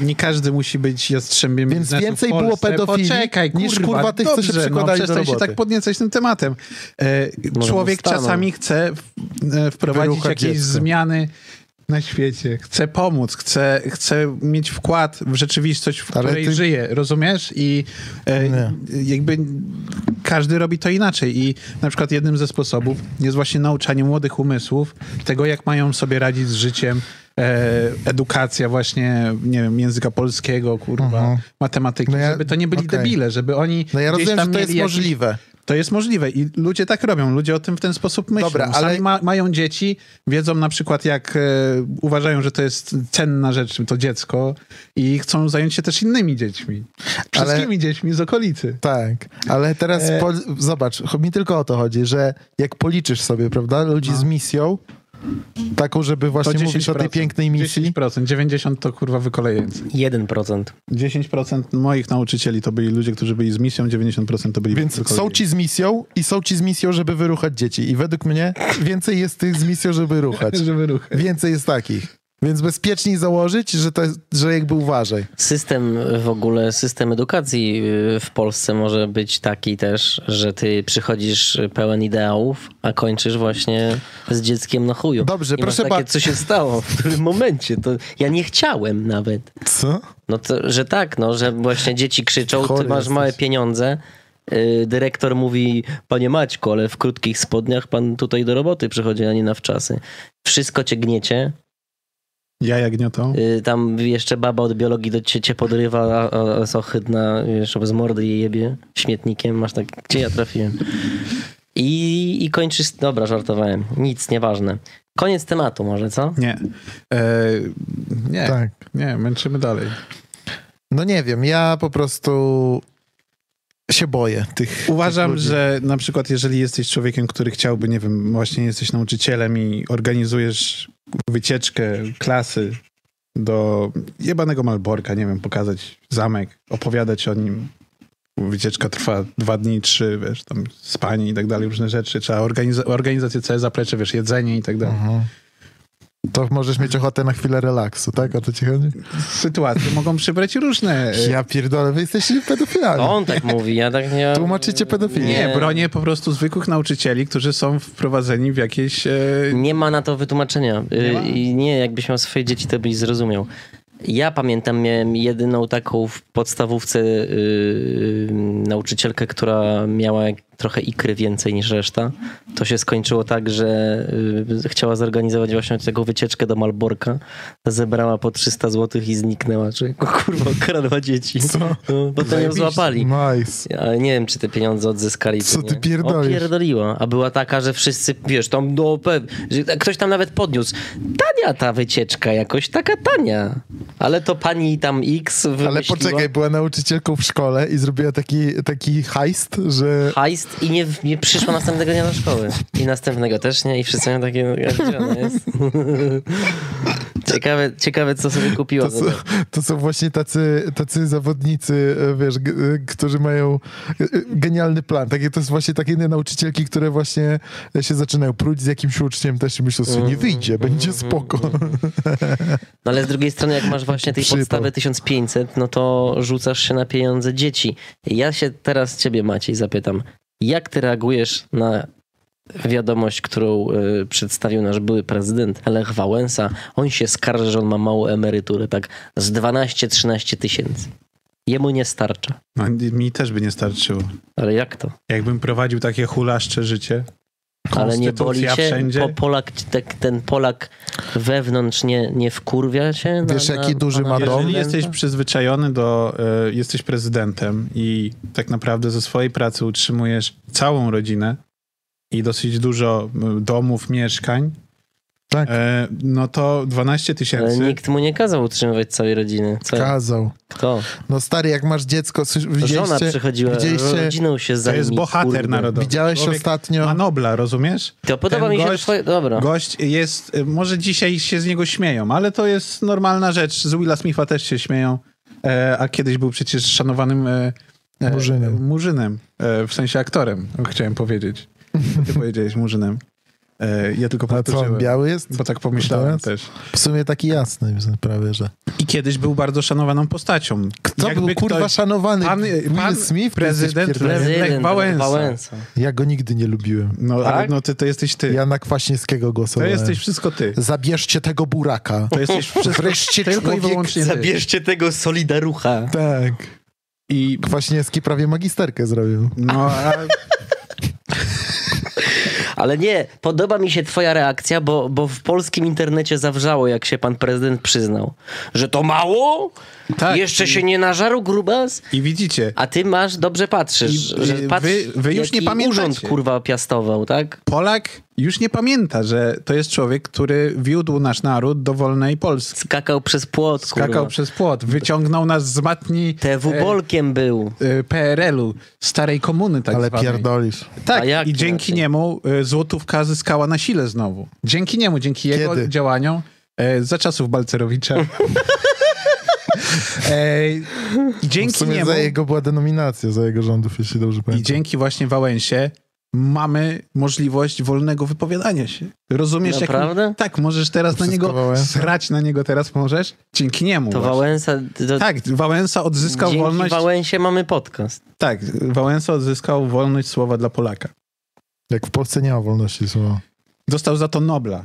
e, nie każdy musi być jastrzębiem
Więc
biznesu
więcej
w
było
Polsce.
pedofili
Poczekaj,
niż,
kurwa,
kurwa, tych, co się
dobrze,
przykładali
no,
do
przestań się
roboty.
tak podniecać tym tematem. E,
Może
człowiek
powstaną.
czasami chce w, e, wprowadzić
Wyruchać
jakieś
dziecko.
zmiany na świecie. Chce pomóc, chce, chce mieć wkład w rzeczywistość, w
Ale
której
ty-
żyje, rozumiesz? I e,
Nie.
jakby każdy robi to inaczej. I na przykład jednym ze sposobów jest właśnie nauczanie młodych umysłów tego, jak mają sobie radzić z życiem. E, edukacja właśnie, nie wiem, języka polskiego, kurwa,
Mhm.
matematyki,
No ja-
żeby to nie byli
okej.
debile, żeby oni
No ja
gdzieś
rozumiem,
tam
że to
mieli
jest
jakieś-
możliwe.
to jest możliwe i ludzie tak robią, ludzie o tym w ten sposób myślą.
Dobra,
Sami
ale-
ma, mają dzieci, wiedzą na przykład jak e, uważają, że to jest cenna rzecz, to dziecko i chcą zająć się też innymi dziećmi.
Ale-
Wszystkimi dziećmi z okolicy.
Tak, ale teraz
E.
po, zobacz, cho- mi tylko o to chodzi, że jak policzysz sobie, prawda, ludzi z misją, taką, żeby
No. To
właśnie mówić o tej pięknej misji,
10%, 90% to kurwa wykolejęcy.
1%.
10% moich nauczycieli to byli ludzie, którzy byli z misją, 90% to byli
więc są
wykolejęcy.
ci z misją i są ci z misją, żeby wyruchać dzieci. I według mnie więcej jest tych z misją, żeby ruchać.
Żeby ruchy.
Więcej jest takich. Więc bezpieczniej założyć, że, to, jest- że jakby uważaj.
System w ogóle, system edukacji yy, w Polsce może być taki też, że ty przychodzisz pełen ideałów, a kończysz właśnie z dzieckiem na chuju.
Dobrze,
I masz
proszę
takie,
ba-
co się stało, w którym momencie, to ja nie chciałem nawet.
Co?
No to, że tak, no, że właśnie dzieci krzyczą,
Chory
ty masz
jesteś.
małe pieniądze, yy, dyrektor mówi, panie Maćku, ale w krótkich spodniach pan tutaj do roboty przychodzi, a nie na wczasy. Wszystko cię gniecie,
Ja jagniotą?
Y, Tam jeszcze baba od biologii do cię, cię podrywa, a, a jest ohydna, wiesz, z mordy jej jebie śmietnikiem, masz tak, gdzie ja trafiłem? I, I kończysz, dobra, żartowałem, nic, nieważne. Koniec tematu może, co?
Nie. E, nie,
Tak.
nie, męczymy dalej.
No nie wiem, ja po prostu się boję tych.
Uważam,
tych ludzi.
że na przykład jeżeli jesteś człowiekiem, który chciałby, nie wiem, właśnie jesteś nauczycielem i organizujesz wycieczkę klasy do jebanego Malborka, nie wiem, pokazać zamek, opowiadać o nim. Wycieczka trwa dwa dni, trzy, wiesz, tam spanie i tak dalej, różne rzeczy. Trzeba organiza- organizację całe zaplecze, wiesz, jedzenie i tak dalej.
Mhm. To możesz mieć ochotę na chwilę relaksu, tak? O to ci chodzi?
Sytuacje mogą przybrać różne... e,
Ja pierdolę, wy jesteście pedofilami.
To on tak mówi, ja tak nie...
Tłumaczycie pedofilię.
Nie,
Nie.
bronię po prostu zwykłych nauczycieli, którzy są wprowadzeni w jakieś... E,
Nie ma na to wytłumaczenia.
Nie
Nie,
ma?
I nie jakbyś miał swoje dzieci, to byś zrozumiał. Ja pamiętam, miałem jedyną taką w podstawówce yy, nauczycielkę, która miała jak- trochę ikry więcej niż reszta. To się skończyło tak, że yy, chciała zorganizować właśnie taką wycieczkę do Malborka. Zebrała po 300 zł i zniknęła. Czy kurwa, *laughs* okradła dzieci.
Co?
No, bo to ją
Zajebiście.
złapali.
Nice.
Ale nie wiem, czy te pieniądze odzyskali. czy
Co ty
nie.
pierdolisz?
Opierdoliła. A była taka, że wszyscy, wiesz, tam do, pe- że ta- ktoś tam nawet podniósł. Tania ta wycieczka jakoś, taka tania. Ale to pani tam X wymyśliła.
Ale poczekaj, była nauczycielką w szkole i zrobiła taki, taki heist, że.
Hajst i nie, nie przyszła następnego dnia do szkoły. I następnego też nie. I wszyscy mają takie, no, jak gdzie ona
*laughs*
jest? ciekawe, ciekawe, co sobie kupiła.
To są, to są właśnie tacy, tacy zawodnicy, e, wiesz, g- e, którzy mają e, e, genialny plan. Takie, to jest właśnie takie inne nauczycielki, które właśnie się zaczynają pruć z jakimś uczniem też i myślą
Mm,
sobie, nie wyjdzie, będzie spoko.
No ale z drugiej strony, jak masz właśnie tej
Przypał.
podstawy 1500, no to rzucasz się na pieniądze dzieci. Ja się teraz ciebie, Maciej, zapytam. Jak ty reagujesz na wiadomość, którą y, przedstawił nasz były prezydent Lech Wałęsa? On się skarży, że on ma małą emeryturę, tak z 12-13 tysięcy. Jemu nie starcza.
no, mi też by nie starczyło.
Ale jak to?
Jakbym prowadził takie hulaszcze życie.
Ale nie boli
konstytucja
cię?
wszędzie.
Po Polak, tak, ten Polak wewnątrz nie, nie wkurwia się?
Wiesz, jaki duży
pana
ma dom?
Jeżeli
prezydenta?
jesteś przyzwyczajony do, e, jesteś prezydentem i tak naprawdę ze swojej pracy utrzymujesz całą rodzinę i dosyć dużo m, domów, mieszkań,
Tak.
e, no to 12
Ale
tysięcy.
nikt mu nie kazał utrzymywać całej rodziny. Co?
*laughs* Kazał.
Kto?
No stary, jak masz dziecko, słysz-
Żona
widzieliście,
przychodziła,
widzieliście-
rodziną się
To
zajmie.
jest bohater
kurde.
narodowy.
widziałeś
Człowiek
ostatnio...
Manobla, rozumiesz?
To podoba
Ten
mi się
gość-
twoje... Dobra.
Gość jest, y, może dzisiaj się z niego śmieją, ale to jest normalna rzecz. Z Willa Smitha też się śmieją, e, a kiedyś był przecież szanowanym e, e,
Murzynem.
murzynem e, w sensie aktorem, chciałem
*laughs*
powiedzieć. Ty powiedziałeś murzynem. E, ja tylko
A co, on
powtórzyłem,
biały jest?
bo tak pomyślałem
Teraz?
też.
W sumie taki jasny prawie, że...
I kiedyś był bardzo szanowaną postacią.
Kto
Jakby
był kurwa
ktoś-
szanowany?
Pan-
Will
pan
Smith? Ty jesteś
prezydent
pierdolony.
Lech
Prezydent
Wałęsa.
Wałęsa.
Ja go nigdy nie lubiłem.
No, ale
Tak?
no ty to jesteś ty.
Ja na Kwaśniewskiego
To
głosowałem.
jesteś wszystko ty.
Zabierzcie tego buraka.
To jesteś wszystko
Wreszcie
tylko i
człowiek...
wyłącznie ty.
tego solidarucha.
Tak.
I
Kwaśniewski prawie magisterkę zrobił.
no, a
Ale nie, podoba mi się twoja reakcja, bo, bo w polskim internecie zawrzało, jak się pan prezydent przyznał. Że to mało?
Tak.
Jeszcze się nie nażarł grubas?
I widzicie,
A ty masz, dobrze patrzysz.
I-
że
i
patrz,
wy- wy już
jaki
nie pamiętacie.
urząd kurwa piastował, tak?
Polak już nie pamięta, że to jest człowiek, który wiódł nasz naród do wolnej Polski.
Skakał przez płot,
Skakał
kurwa.
przez płot, wyciągnął nas z matni
TW
e,
Bolkiem był.
e, PRL-u, starej komuny tak
Ale
zwanej.
pierdolisz.
A
Tak,
jak
i dzięki
inaczej?
niemu e, złotówka zyskała na sile znowu. Dzięki niemu, dzięki jego
Kiedy?
działaniom, e, za czasów
*laughs*
Balcerowicza. e, i
W
dzięki
sumie
niemu
za jego była denominacja, za jego rządów, jeśli dobrze
i
pamiętam.
dzięki właśnie Wałęsie mamy możliwość wolnego wypowiadania się. Rozumiesz, jak
Naprawdę?
Tak, możesz teraz na
Wszystko
niego,
Wałęsa.
srać na niego teraz możesz, dzięki niemu.
To
właśnie.
Wałęsa... To,
Tak, Wałęsa odzyskał
Dzięki
wolność.
Wałęsie mamy podcast.
Tak, Wałęsa odzyskał wolność słowa dla Polaka.
Jak w Polsce nie ma wolności słowa.
Dostał za to Nobla.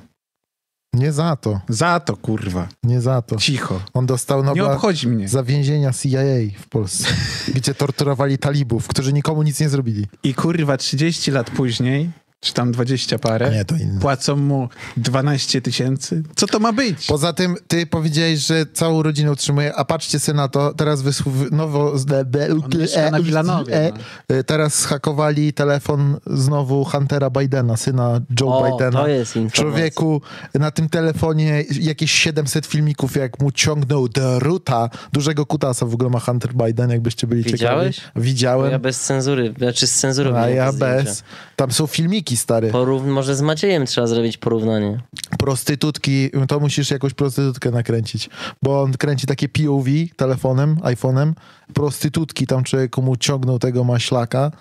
Nie za to,
Za to, kurwa.
nie za to.
Cicho.
On dostał
Nie
Nobla
obchodzi mnie.
za więzienia CIA w
*laughs*
Polsce, gdzie torturowali talibów, którzy nikomu nic nie zrobili.
I kurwa, 30 lat później czy tam 20 parę,
Nie, to inne.
płacą mu 12 tysięcy? Co to ma być?
Poza tym, ty powiedziałeś, że całą rodzinę utrzymuje, a patrzcie se na to, teraz wysłów nowo... z- de- de-
mieszka na Wilanowie,
no.
e, Teraz schakowali telefon znowu Huntera Bidena, syna Joe
O,
Bidena.
to jest informacja.
Człowieku, na tym telefonie jakieś 700 filmików, jak mu ciągnął The Ruta, dużego kutasa w ogóle ma Hunter Biden, jakbyście byli
Widziałeś?
ciekawi. Widziałem,
Ja bez cenzury, znaczy z cenzurą.
a
miałem
ja
te zdjęcia.
bez. Tam są filmiki, stary.
Porówny, może z Maciejem trzeba zrobić porównanie.
prostytutki, to musisz jakąś prostytutkę nakręcić, bo on kręci takie POV telefonem, iPhone'em, prostytutki, tam człowieku mu ciągnął tego maślaka,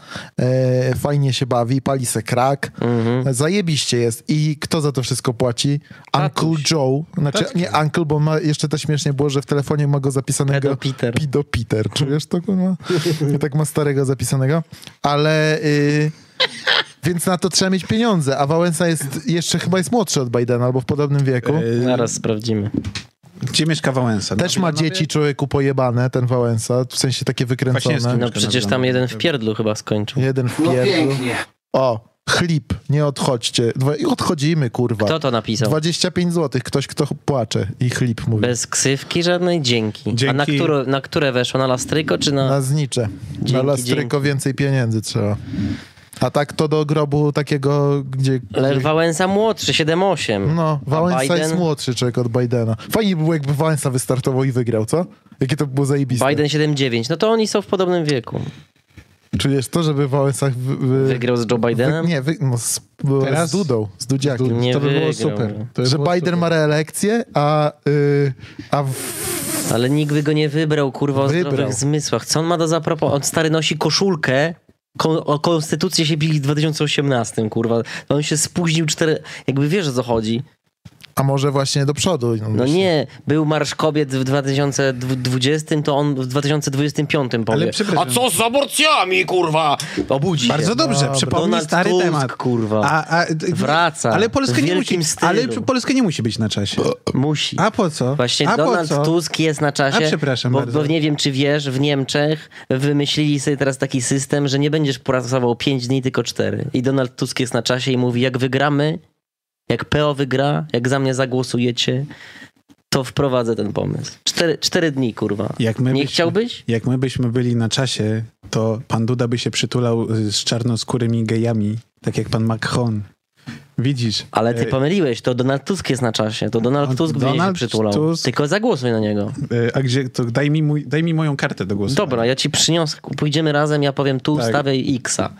e, fajnie się bawi, pali se krak,
Mhm.
zajebiście jest i kto za to wszystko płaci?
Tatuś.
Uncle Joe, znaczy nie Uncle, bo ma, jeszcze to śmiesznie było, że w telefonie ma go zapisanego
Pedo Peter.
Pido Peter, czujesz to kurwa? *laughs* tak ma starego zapisanego, ale... Y, więc na to trzeba mieć pieniądze, a Wałęsa jest jeszcze chyba jest młodszy od Bidena, albo w podobnym wieku.
Zaraz sprawdzimy.
E,
No
Gdzie mieszka Wałęsa?
Też
Na
ma
Wilanowie?
dzieci człowieku pojebane, ten Wałęsa, w sensie takie wykręcone.
Kwaśniewski.
No przecież tam jeden w pierdlu chyba skończył.
Jeden w pierdlu. O, chlip, nie odchodźcie. Dwa- i Odchodzimy, kurwa.
Kto to napisał?
25 zł, ktoś kto płacze i chlip mówi.
Bez ksywki żadnej? Dzięki. A na
Dzięki.
które, na które weszło? Na lastryko czy na...
Na znicze. Na
Dzięki,
lastryko więcej pieniędzy trzeba. A tak to do grobu takiego, gdzie...
Ale Wałęsa młodszy, 7-8.
No, Wałęsa
Biden?
jest młodszy człowiek od Bidena. Fajnie by było, jakby Wałęsa wystartował i wygrał, co? Jakie to by było zajebiste.
Biden 7-9. No to oni są w podobnym wieku.
Czujesz to, żeby Wałęsa w, w,
Wygrał z Joe Bidenem?
Wy, nie, wy, no, z, bo-
Teraz?
z Dudą, z Dudziakiem.
Nie
to by było
wygrał.
super. To by
Że
było
Biden
super.
ma reelekcję, a, y, a w,
Ale nikt by go nie wybrał, kurwa, o
Wybrał.
zdrowych zmysłach. Co on ma do zaproponowania? On stary nosi koszulkę. Ko- o konstytucję się bili w 2018, kurwa. No On się spóźnił cztery... Jakby wiesz o co chodzi.
a może właśnie do przodu.
No nie, był Marsz Kobiet w 2020, to on w 2025 powie.
Ale przepraszam.
A co z aborcjami, kurwa?
Obudzi
Bardzo
się.
dobrze,
Dobra.
przypomnij
Donald
stary
Tusk,
temat.
kurwa.
A, a,
Wraca.
Ale Polska
W
nie
wielkim
musi,
stylu.
ale Polska nie musi być na czasie.
Musi.
A po co?
Właśnie
a
Donald
po co?
Tusk jest na czasie,
A, przepraszam
bo,
bardzo.
bo nie wiem czy wiesz, w Niemczech wymyślili sobie teraz taki system, że nie będziesz pracował 5 dni, tylko 4. I Donald Tusk jest na czasie i mówi, jak wygramy, jak PO wygra, jak za mnie zagłosujecie, to wprowadzę ten pomysł. 4, cztery dni, kurwa.
Jak my
nie
byśmy-
chciałbyś?
Jak my byśmy byli na czasie, to pan Duda by się przytulał y, z czarnoskórymi gejami, tak jak pan Macron. Widzisz?
Ale ty
Y,
pomyliłeś, to Donald Tusk jest na czasie, to Donald
On-
Tusk Donald będzie się
Donald
przytulał.
Tusk-
Tylko zagłosuj na niego.
y, A gdzie, to daj mi, mój, daj mi moją kartę do głosu.
Dobra, ja ci przyniosę, pójdziemy razem, ja powiem tu,
Tak.
stawiaj X-a.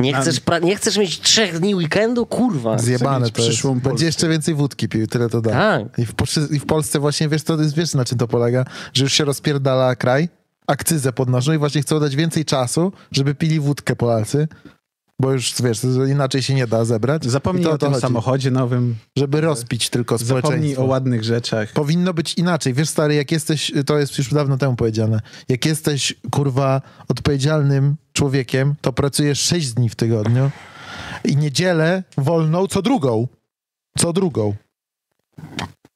Nie
A-
chcesz, pra- nie chcesz mieć trzech dni weekendu? Kurwa.
Zjebane
Zamiast
to jest.
Tak, przyszłą Polskę.
Będzie jeszcze więcej wódki pił, tyle to da.
Tak.
I, w, Polsce- I w Polsce właśnie, wiesz, to jest, wiesz na czym to polega, że już się rozpierdala kraj, akcyzę podnoszą i właśnie chcą dać więcej czasu, żeby pili wódkę Polacy, bo już, wiesz, inaczej się nie da zebrać.
Zapomnij
I to
o tym
chodzi.
samochodzie nowym,
Żeby rozpić tylko
zapomnij
społeczeństwo.
o ładnych rzeczach.
Powinno być inaczej. Wiesz, stary, jak jesteś, to jest już dawno temu powiedziane, jak jesteś, kurwa, odpowiedzialnym człowiekiem, to pracujesz 6 dni w tygodniu i niedzielę wolną co drugą. Co drugą.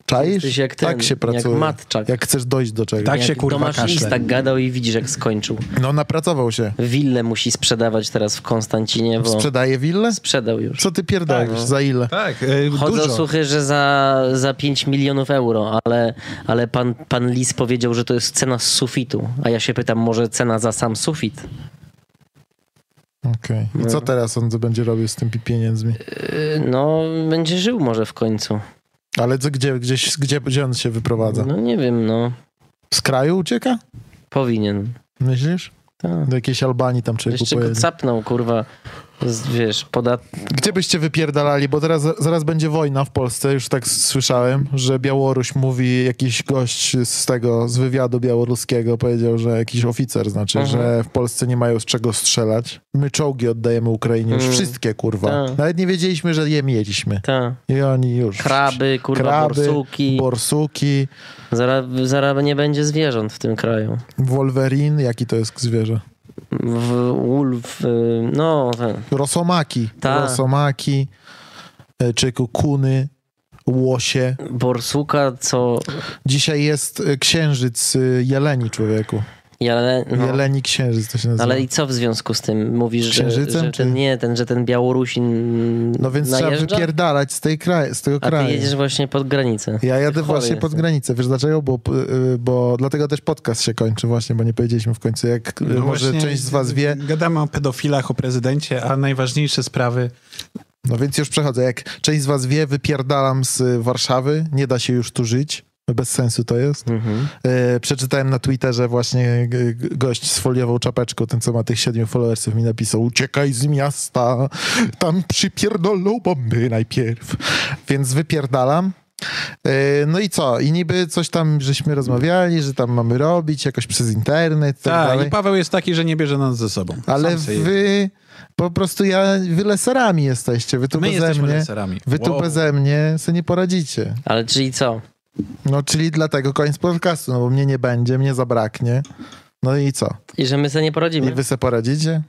Czaisz?
Jesteś jak ten,
tak się pracuje.
jak Matczak.
Jak chcesz dojść do czegoś.
Tak się,
Jak
kurwa,
Tomasz
kaszle.
Lis tak gadał i widzisz jak skończył.
No, napracował się.
Willę musi sprzedawać teraz w Konstancinie, bo
Sprzedaje willę?
sprzedał już.
Co ty pierdolisz?
no.
Za ile?
Tak, y,
Chodzą
dużo.
słuchy, że za, za 5 milionów euro, ale, ale pan, pan Lis powiedział, że to jest cena z sufitu. A ja się pytam, może cena za sam sufit?
Okej. I
No.
co teraz on będzie robił z tymi pieniędzmi?
Yy, No, będzie żył może w końcu.
Ale co, gdzie, gdzieś, gdzie, gdzie on się wyprowadza?
No nie wiem, no.
Z kraju ucieka?
Powinien.
Myślisz?
Tak.
Do jakiejś Albanii tam czy
Jeszcze go capnął, kurwa. Z, wiesz, podat...
Gdzie byście wypierdalali? Bo teraz zaraz będzie wojna w Polsce, już tak słyszałem, że Białoruś mówi, jakiś gość z tego, z wywiadu białoruskiego powiedział, że jakiś oficer, znaczy,
Mhm.
że w Polsce nie mają z czego strzelać. My czołgi oddajemy Ukrainie, już
Mm.
wszystkie, kurwa.
Tak.
Nawet nie wiedzieliśmy, że je mieliśmy.
Ta.
I oni już.
Kraby, kurwa,
Kraby,
borsuki.
borsuki,
Zaraz, zaraz nie będzie zwierząt w tym kraju.
Wolverine, jaki to jest zwierzę?
W, wolf, y, no, ten.
Rosomaki.
Tak.
Rosomaki, e, czy kukuny, łosie.
borsuka, co...
Dzisiaj jest y, księżyc y, jeleni, człowieku.
Jele, no.
Jeleni księżyc to się nazywa.
Ale i co w związku z tym? Mówisz, że,
Księżycem,
że ten,
czy-
nie, ten, że ten Białorusin
No więc
najeżdża?
trzeba wypierdalać z, tej kraj, z tego
A
kraju.
ty jedziesz właśnie pod granicę.
Ja jadę
Chory
właśnie
jesteś.
pod granicę. Wiesz dlaczego? Bo, y, bo dlatego też podcast się kończy właśnie, bo nie powiedzieliśmy w końcu, jak y,
No
może
właśnie
część z was wie.
Gadamy o pedofilach, o prezydencie, a najważniejsze sprawy.
No więc już przechodzę. Jak część z was wie, wypierdalam z y, Warszawy. Nie da się już tu żyć. Bez sensu to jest.
Mhm.
E, przeczytałem na Twitterze właśnie e, g- g- gość z foliową czapeczką, ten co ma tych siedmiu followersów, mi napisał uciekaj z miasta, tam przypierdolą bomby najpierw. Więc wypierdalam. E, No i co? I niby coś tam żeśmy rozmawiali, że tam mamy robić jakoś przez internet, tak,
Tak,
dalej.
i Paweł jest taki, że nie bierze nas ze sobą.
Ale
Sam sobie-
wy po prostu ja, wy leserami jesteście, wy tu
My
beze
jesteśmy
mnie,
leserami.
wy tu
Wow.
beze mnie sobie nie poradzicie.
Ale czyli co?
No czyli dlatego koniec podcastu, no bo mnie nie będzie, mnie zabraknie. No i co?
I że my sobie nie poradzimy?
I wy se poradzicie?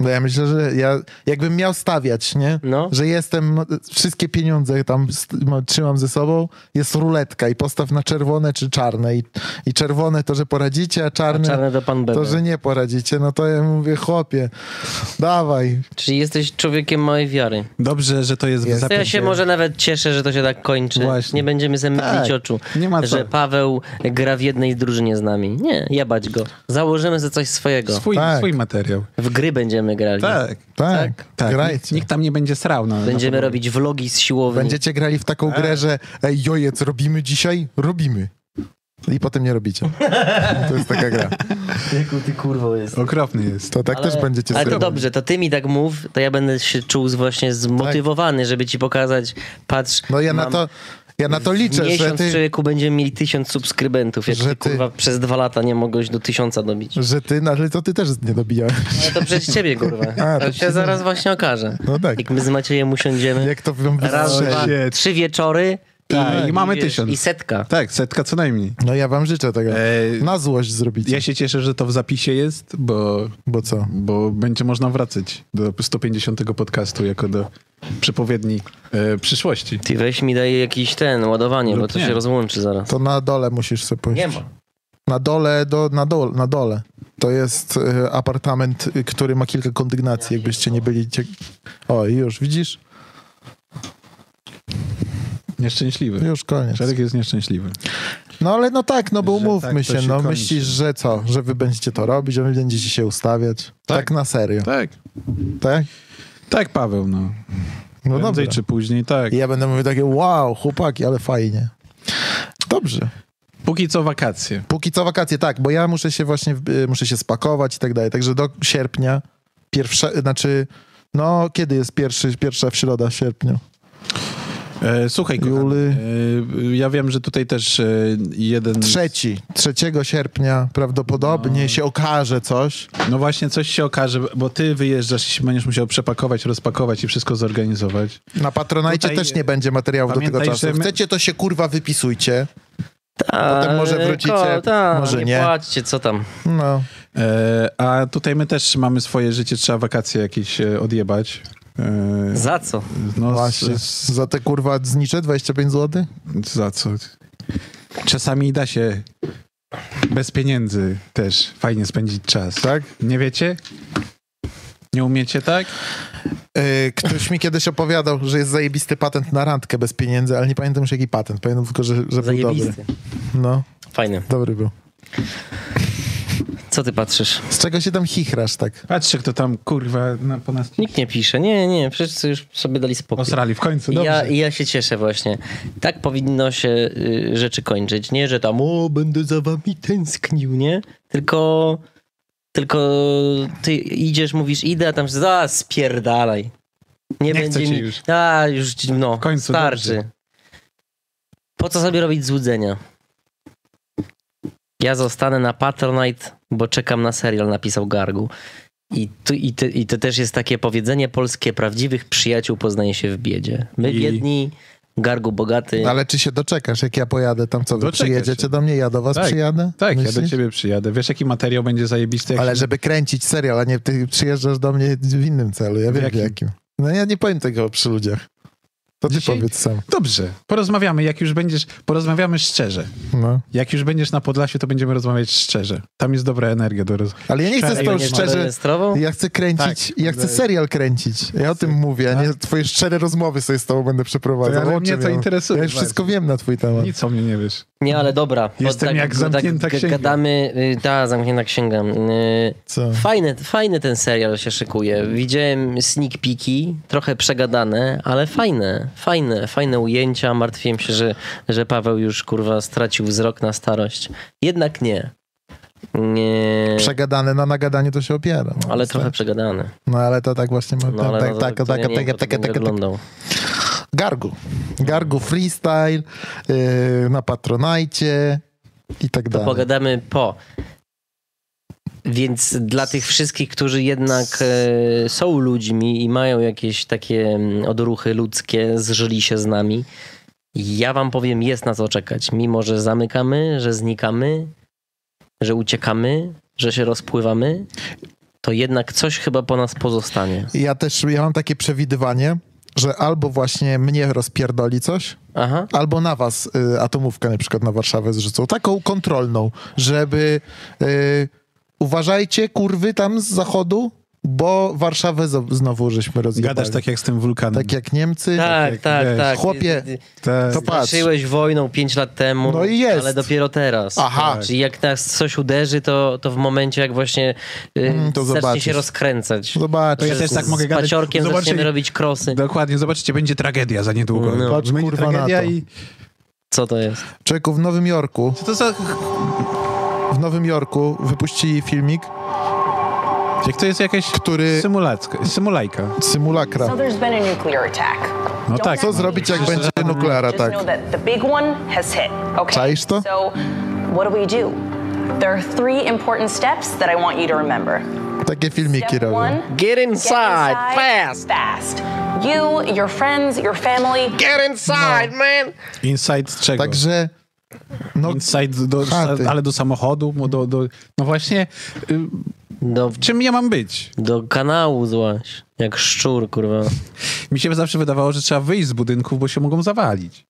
No ja myślę, że ja jakbym miał stawiać, nie?
No.
Że jestem, wszystkie pieniądze tam st- ma- trzymam ze sobą, jest ruletka i postaw na czerwone czy czarne. I, i czerwone to, że poradzicie, a
A
czarne,
czarne do pan Bebe.
to, że nie poradzicie. No to ja mówię, chłopie, dawaj.
Czyli jesteś człowiekiem małej wiary.
Dobrze, że to jest,
Jest.
jest.
To ja się może nawet cieszę, że to się tak kończy.
Właśnie.
Nie będziemy sobie mydlić
Tak.
oczu,
Nie ma co.
że Paweł gra w jednej drużynie z nami. Nie, jebać go. Założymy sobie coś swojego.
swój,
Tak.
swój materiał.
W gry będziemy grali.
Tak,
Tak,
tak. Nikt,
grajcie.
nikt tam nie będzie srał. Na,
Będziemy
na
robić vlogi z
Mhm.
siłowni.
Będziecie grali w taką
Tak.
grę, że ej, jojec, robimy dzisiaj? Robimy. I potem nie
*laughs*
robicie. To jest taka gra.
Jaku ty kurwo jest.
Okropny jest.
To tak
Ale-
też będziecie
Ale to
zrobić.
dobrze, to ty mi tak mów, to ja będę się czuł z- właśnie zmotywowany, żeby ci pokazać, patrz,
No ja na
mam
to, ja na to
w
liczę, że
miesiąc
ty,
człowieku będziemy mieli tysiąc subskrybentów, jak
Że
ty,
ty-
kurwa przez dwa lata nie mogłeś do tysiąca dobić.
że ty, no ale to ty też nie dobijałeś.
*laughs* Ale No to przez ciebie, kurwa.
A, to
to się
przez
zaraz właśnie okaże.
No tak.
Jak my z Maciejem usiądziemy,
Jak to wam
raz,
Sześć.
dwa,
Shit.
trzy wieczory i,
Tak, i mamy tysiąc.
i setka.
Tak, setka co najmniej.
No ja wam życzę tego.
Eee,
Na złość zrobicie.
Ja się cieszę, że to w zapisie jest, bo,
Bo co?
bo będzie można wracać do 150 podcastu jako do przepowiedni e, przyszłości.
Ty weź mi daj jakiś ten, ładowanie,
Lub
bo to
nie.
się rozłączy zaraz.
To na dole musisz sobie pójść.
Nie ma.
Na dole, do, na, dole, na dole. To jest e, apartament, y, który ma kilka kondygnacji, jakbyście nie byli... Cie... O, i już, widzisz?
Nieszczęśliwy.
Już koniec.
Szereg jest nieszczęśliwy.
No ale no tak, no bo
Że
umówmy
tak to
się,
się
no
kończy.
myślisz, że co? Że wy będziecie to robić, że wy będziecie się ustawiać? Tak, na serio, tak?
Tak. Tak, Paweł, no.
No
Prędzej
dobra.
czy później, tak.
I ja będę mówił takie, wow, chłopaki, ale fajnie. Dobrze.
Póki co wakacje.
Póki co wakacje, tak, bo ja muszę się właśnie, y, muszę się spakować i tak dalej. Także do sierpnia, pierwsze, znaczy, no kiedy jest pierwszy, pierwsza w środa w sierpniu?
E, słuchaj, kochany,
Juli.
e, ja wiem, że tutaj też e, jeden...
Trzeci, 3 sierpnia prawdopodobnie się okaże coś.
No właśnie, coś się okaże, bo ty wyjeżdżasz i się będziesz musiał przepakować, rozpakować i wszystko zorganizować.
Na Patronajcie
Tutaj,
też nie będzie materiału do tego
pamiętaj,
czasu.
że my-
Chcecie, to się kurwa wypisujcie.
Ta,
Potem może wrócicie,
ta,
może
nie,
nie.
płaczcie, co tam.
No.
E, a tutaj my też mamy swoje życie, trzeba wakacje jakieś e, odjebać. E,
Za co?
no,
Właśnie.
Z,
Za te kurwa znicze 25 zł?
z, za co? Czasami da się bez pieniędzy też fajnie spędzić czas.
Tak?
Nie wiecie? Nie umiecie, tak?
Yy, ktoś mi kiedyś opowiadał, że jest zajebisty patent na randkę bez pieniędzy, ale nie pamiętam już jaki patent. Pamiętam tylko, że, że był dobry.
Zajebisty.
No,
Fajny.
dobry był.
Co ty patrzysz?
Z czego się tam chichrasz tak?
Patrzcie, kto tam kurwa na, po nas
Nikt nie pisze. Nie, nie, wszyscy już sobie dali spokój.
osrali w końcu.
I
Dobrze.
Ja, i ja się cieszę właśnie. Tak powinno się y, rzeczy kończyć. Nie, że tam o, będę za wami tęsknił, nie? Tylko tylko ty idziesz, mówisz idę, a tam się za spierdalaj.
Nie chcę cię
mi...
już.
A, już ci- no,
W końcu,
starczy.
dobrze.
Po co sobie robić złudzenia? Ja zostanę na Patronite, bo czekam na serial, napisał Gargu. I, tu, i, te, I to też jest takie powiedzenie polskie: prawdziwych przyjaciół poznaje się w biedzie. My
I-
biedni, Gargu bogaty.
Ale czy się doczekasz, jak ja pojadę tam, co wy
Doczekasz
przyjedziecie
się.
do mnie, ja do was
Tak,
przyjadę?
Tak, ja do
Myślisz?
ciebie przyjadę. Wiesz, jaki materiał będzie zajebisty? Jak
Ale
się-
żeby kręcić serial, a nie ty przyjeżdżasz do mnie w innym celu, ja wiem w
jakim?
jakim. No ja nie powiem tego przy ludziach. To ty
Dzisiaj-
powiedz sam.
Dobrze, porozmawiamy, jak już będziesz, porozmawiamy szczerze.
No.
Jak już będziesz na Podlasiu, to będziemy rozmawiać szczerze. Tam jest dobra energia do roz...
Ale ja nie chcę z
Szczerze,
tą
ja nie
szczerze...
Zarejestrował?
Ja chcę kręcić,
Tak.
ja chcę serial kręcić. Ja o tym mówię, a nie twoje szczere rozmowy sobie z tobą będę przeprowadzał.
To ja- ale
Łączę
mnie to
ją.
interesuje
Ja już
bardzo.
wszystko wiem na twój temat.
Nic o mnie nie wiesz.
Nie, ale dobra. bo
Jestem jak zamknięta
g-
księga.
tak Gadamy, y, ta zamknięta księga. Y,
Co?
Fajny, fajny ten serial się szykuje. Widziałem sneak peeki, trochę przegadane, ale fajne, fajne, fajne ujęcia. Martwiłem się, że, że Paweł już kurwa stracił wzrok na starość. Jednak nie. nie
Przegadane na nagadanie to się opiera. No,
ale
więc
trochę
tak.
przegadane.
No ale to tak właśnie.
No ale
tak,
no,
tak,
to,
tak, tak,
ja nie wiem,
tak,
jak to
tak,
będzie
tak, tak.
wyglądał.
Gargu. Gargu freestyle, yy, na Patronajcie i tak
To
dalej.
pogadamy po. Więc dla tych wszystkich, którzy jednak e, są ludźmi i mają jakieś takie mm, odruchy ludzkie, zżyli się z nami, ja wam powiem, jest na co czekać. Mimo, że zamykamy, że znikamy, że uciekamy, że się rozpływamy, to jednak coś chyba po nas pozostanie.
Ja też, ja mam takie przewidywanie, że albo właśnie mnie rozpierdoli coś,
Aha.
Albo na was y, atomówkę na przykład na Warszawę zrzucą. Taką kontrolną, żeby y, uważajcie kurwy tam z zachodu, bo Warszawę zo- znowu żeśmy rozjebali.
Gadasz tak jak z tym wulkanem.
Tak jak Niemcy.
Tak,
tak,
tak,
wiesz,
tak.
chłopie,
Tak.
to patrz.
Straszyłeś wojną 5 lat temu,
No i jest.
ale dopiero teraz.
Aha.
Czyli jak nas coś uderzy, to, to w momencie, jak właśnie y,
Mm, to
zacznie
zobaczysz.
się rozkręcać.
Zobacz.
To ja też tak mogę
z
gadać.
paciorkiem
Zobaczcie-
zaczniemy robić krosy.
Dokładnie, zobaczycie, będzie tragedia za niedługo.
No.
Patrz,
będzie
kurwa, na
tragedia
to.
i...
Co to jest?
Człowieku, w Nowym Jorku,
To za...
w Nowym Jorku wypuścili filmik,
Jak to jest jakaś
który...
symulacka, symulajka.
So
Symulakra.
there's been a nuclear attack.
No tak.
Co zrobić, jak będzie tak. nuklear
Just
atak?
know that the big one has hit. Okay.
Czaisz to?
So what do we do? There are three important steps that I want you to remember.
Takie filmiki
Step
robią.
one.
Get
Get
inside,
inside
fast.
Fast. You, your friends, your family.
Get inside, man.
Inside czego?
Także... No,
Inside do,
Chaty.
ale do samochodu, mu do, do... No właśnie, y,
Do,
czym ja mam być?
do kanału złaś. Jak szczur, kurwa.
Mi się zawsze wydawało, że trzeba wyjść z budynków, bo się mogą zawalić.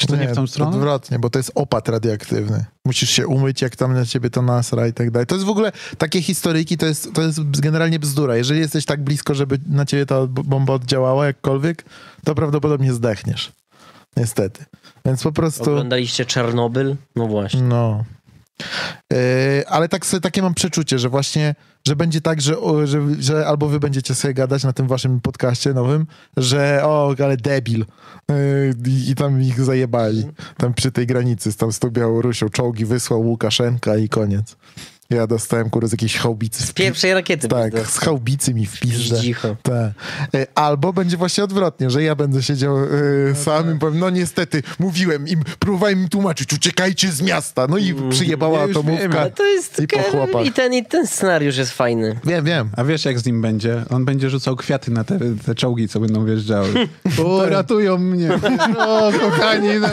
Czy to nie, w tą stronę?
Odwrotnie, bo to jest opad radioaktywny. Musisz się umyć, jak tam na ciebie to nasra i tak dalej. To jest w ogóle, takie historyjki to jest, to jest generalnie bzdura. Jeżeli jesteś tak blisko, żeby na ciebie ta b- bomba oddziałała jakkolwiek, to prawdopodobnie zdechniesz. Niestety. Więc po prostu...
Oglądaliście Czarnobyl? No właśnie.
No. Yy, ale tak sobie, takie mam przeczucie, że właśnie, że będzie tak, że, o, że, że albo wy będziecie sobie gadać na tym waszym podcaście nowym, że o, ale debil. Yy, i- I tam ich zajebali. Tam przy tej granicy, z tam z tą Białorusią. Czołgi wysłał Łukaszenka i koniec. Ja dostałem kurde z jakiejś chałbicy.
Z pierwszej rakiety. byś
Tak, z
dostał.
chałbicy mi w pizdę.
Cicho.
Tak. Y, Albo będzie właśnie odwrotnie, że ja będę siedział y, sam
tak.
i powiem, no niestety, mówiłem im, próbowałem im tłumaczyć, uciekajcie z miasta. No i przyjebała
Mm, Ja już wiem,
atomówka.
ale
To jest...
I po chłopach.
I ten, I ten scenariusz jest fajny.
Wiem, wiem.
A wiesz, jak z nim będzie? On będzie rzucał kwiaty na te, te czołgi, co będą wjeżdżały. O, ratują mnie. O, kochani. No.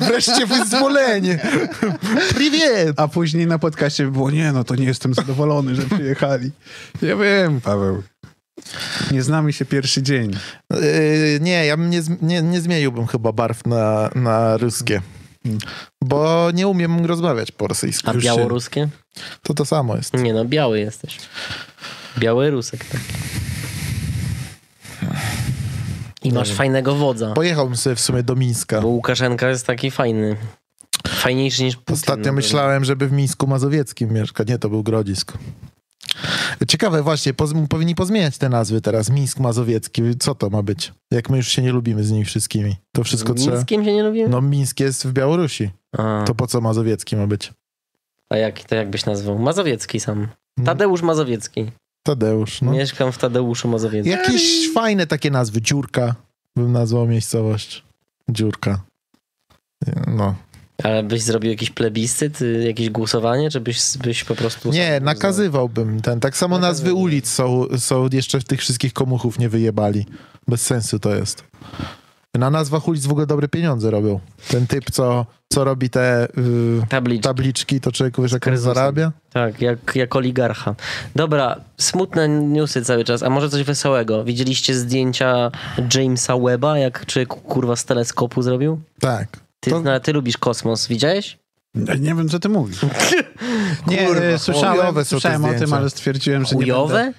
Wreszcie wyzwolenie. Privet.
A później na podcaście było, nie, no to nie jestem zadowolony, że przyjechali. Ja wiem, Paweł. Nie znamy się pierwszy dzień.
Y, nie, ja bym nie, zm- nie, nie zmieniłbym chyba barw na, na ruskie. Bo nie umiem rozmawiać po rosyjsku.
A
Już się-
białoruskie?
To to samo jest.
Mm.
Nie no, biały jesteś. Biały rusek. Tak. I masz fajnego wodza.
Pojechałbym sobie w sumie do Mińska.
Bo Łukaszenka jest taki fajny. Fajniejszy niż Putin.
Ostatnio
no,
myślałem, żeby w Mińsku Mazowieckim mieszkać. Nie, to był Grodzisk. Ciekawe właśnie, poz, powinni pozmieniać te nazwy teraz. Mińsk Mazowiecki, co to ma być? Jak my już się nie lubimy z nimi wszystkimi. To wszystko
Nic
trzeba...
z kim się nie lubię?
No Mińsk jest w Białorusi.
A,
To po co Mazowiecki ma być?
a jak, to jakbyś nazwał? Mazowiecki sam.
No.
Tadeusz Mazowiecki.
Tadeusz, no.
Mieszkam w Tadeuszu Mazowieckim.
Jakieś fajne takie nazwy. Dziurka bym nazwał miejscowość. Dziurka. No.
Ale byś zrobił jakiś plebiscyt, y, jakieś głosowanie, czy byś, byś po prostu...
Nie,
sam
nakazywałbym ten. Tak samo nazwy
Nakazywałbym.
ulic są, są jeszcze w tych wszystkich komuchów nie wyjebali. Bez sensu to jest. Na nazwach ulic w ogóle dobre pieniądze robią. Ten typ, co, co robi te y,
Tabliczki.
tabliczki, to człowiek wiesz, jak on
Kryzysem.
zarabia?
Tak, jak, jak oligarcha. Dobra, smutne newsy cały czas, a może coś wesołego. Widzieliście zdjęcia Jamesa Webba, jak człowiek kurwa z teleskopu zrobił?
Tak.
Ty,
To-
no, ty lubisz kosmos, widziałeś?
Ja Nie wiem, co ty mówisz. *laughs* Nie, e,
chujowe
słyszałem,
są te
słyszałem o tym,
zdjęcia.
ale stwierdziłem, że nie będę,
Chujowe?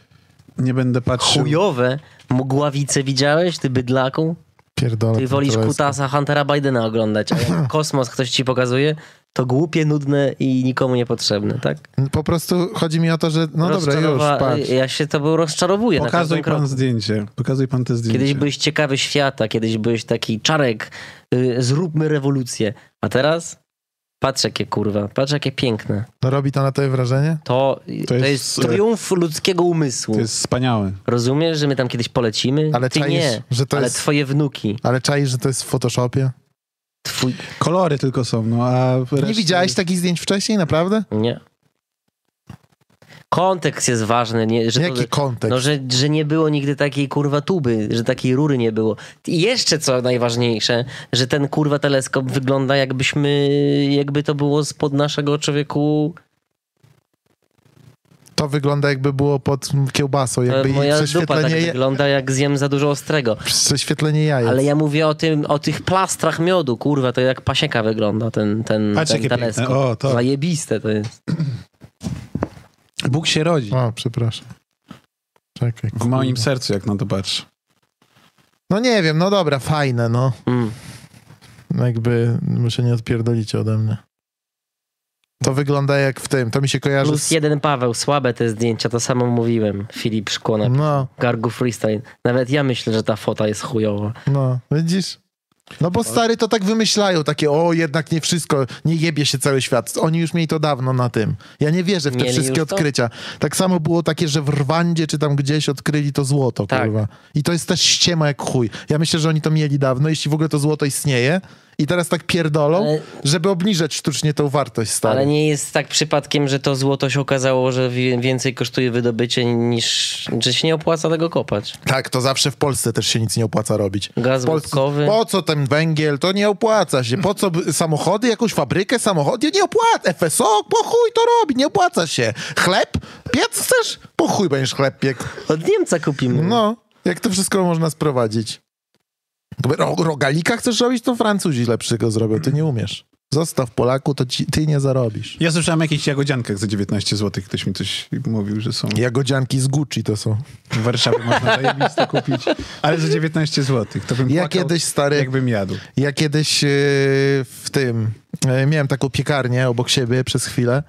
nie będę patrzył.
Chujowe? Mgławice widziałeś, ty bydlaku?
Pierdolę.
Ty
ten
wolisz
teleskop.
kutasa Huntera Bidena oglądać, a
*laughs*
jak kosmos ktoś ci pokazuje, to głupie, nudne i nikomu niepotrzebne, tak?
No, Po prostu chodzi mi o to, że no dobra, już,
Rozczarowa- y,
patrz.
Ja się to rozczarowuję na każdym
Pokazuj
kroku.
pan zdjęcie. Pokazuj pan te zdjęcie.
Kiedyś byłeś ciekawy świata, kiedyś byłeś taki czarek, y, zróbmy rewolucję. A teraz? Patrz jakie kurwa, patrz jakie piękne.
No robi to na tobie wrażenie?
To, to, jest,
jest, e,
triumf ludzkiego umysłu.
To jest wspaniałe.
Rozumiesz, że my tam kiedyś polecimy?
Ale
Ty
czaisz,
nie,
że to
ale
jest-
twoje wnuki.
Ale czaisz, że to jest w Photoshopie?
Twój...
Kolory tylko są, no a
Nie widziałeś takich zdjęć wcześniej, naprawdę?
Nie. Kontekst jest ważny. Nie, że
Jaki
to,
kontekst?
Tak.
No, że, że nie było nigdy takiej kurwa tuby, że takiej rury nie było. I jeszcze co najważniejsze, że ten kurwa teleskop wygląda jakbyśmy, jakby to było spod naszego człowieku.
To wygląda jakby było pod kiełbasą,
To
jakby i
e, moja dupa tak
prześwietlenie, je...
wygląda, jak zjem za dużo ostrego.
prześwietlenie jajec.
Ale ja mówię o tym, o tych plastrach miodu, kurwa, to jak pasieka wygląda ten, ten,
Patrz,
ten
jakie piękne.
teleskop.
O, to-
Zajebiste to jest.
Bóg się rodzi.
O, przepraszam. Czekaj.
W moim sercu, jak na to patrzę.
No nie wiem, no dobra, fajne, no.
Mm.
No Jakby, muszę nie odpierdolić ode mnie. To wygląda jak w tym, to mi się kojarzy
Plus
z...
jeden Paweł, słabe te zdjęcia, to samo mówiłem. Filip Szkłona,
No,
Gargu Freestyle. Nawet ja myślę, że ta fota jest chujowa.
no, widzisz? No bo stary to tak wymyślają, takie o, jednak nie wszystko, nie jebie się cały świat. Oni już mieli to dawno na tym. Ja nie wierzę w te
Mieli
wszystkie
już to?
odkrycia. Tak samo było takie, że w Rwandzie czy tam gdzieś odkryli to złoto,
Tak.
kurwa. I to jest też ściema jak chuj. Ja myślę, że oni to mieli dawno, jeśli w ogóle to złoto istnieje i teraz tak pierdolą,
Ale-
żeby obniżać sztucznie tą wartość, stary.
Ale nie jest tak przypadkiem, że to złoto się okazało, że wi- więcej kosztuje wydobycie niż... że się nie opłaca tego kopać.
Tak, to zawsze w Polsce też się nic nie opłaca robić.
Gaz
W Polsce,
łupkowy.
po co ten węgiel? To nie opłaca się. Po co by- samochody, jakąś fabrykę samochody? Nie opłaca. FSO? Po chuj to robi, nie opłaca się. Chleb? Piec chcesz? Po chuj będziesz chleb piekł.
Od Niemca kupimy.
No, jak to wszystko można sprowadzić? Ro, rogalika chcesz robić? To Francuzi lepszego zrobią, ty nie umiesz. Zostaw Polaku, to ci, ty nie zarobisz.
Ja słyszałem o jakichś jagodziankach za 19 zł. Ktoś mi coś mówił, że są.
Jagodzianki z Gucci to są.
W Warszawie można
*laughs*
zajebiste kupić. Ale za 19 zł. To bym
Ja
płakał,
kiedyś, stary-
Jakbym jadł.
Ja kiedyś e, w tym e, miałem taką piekarnię obok siebie przez chwilę,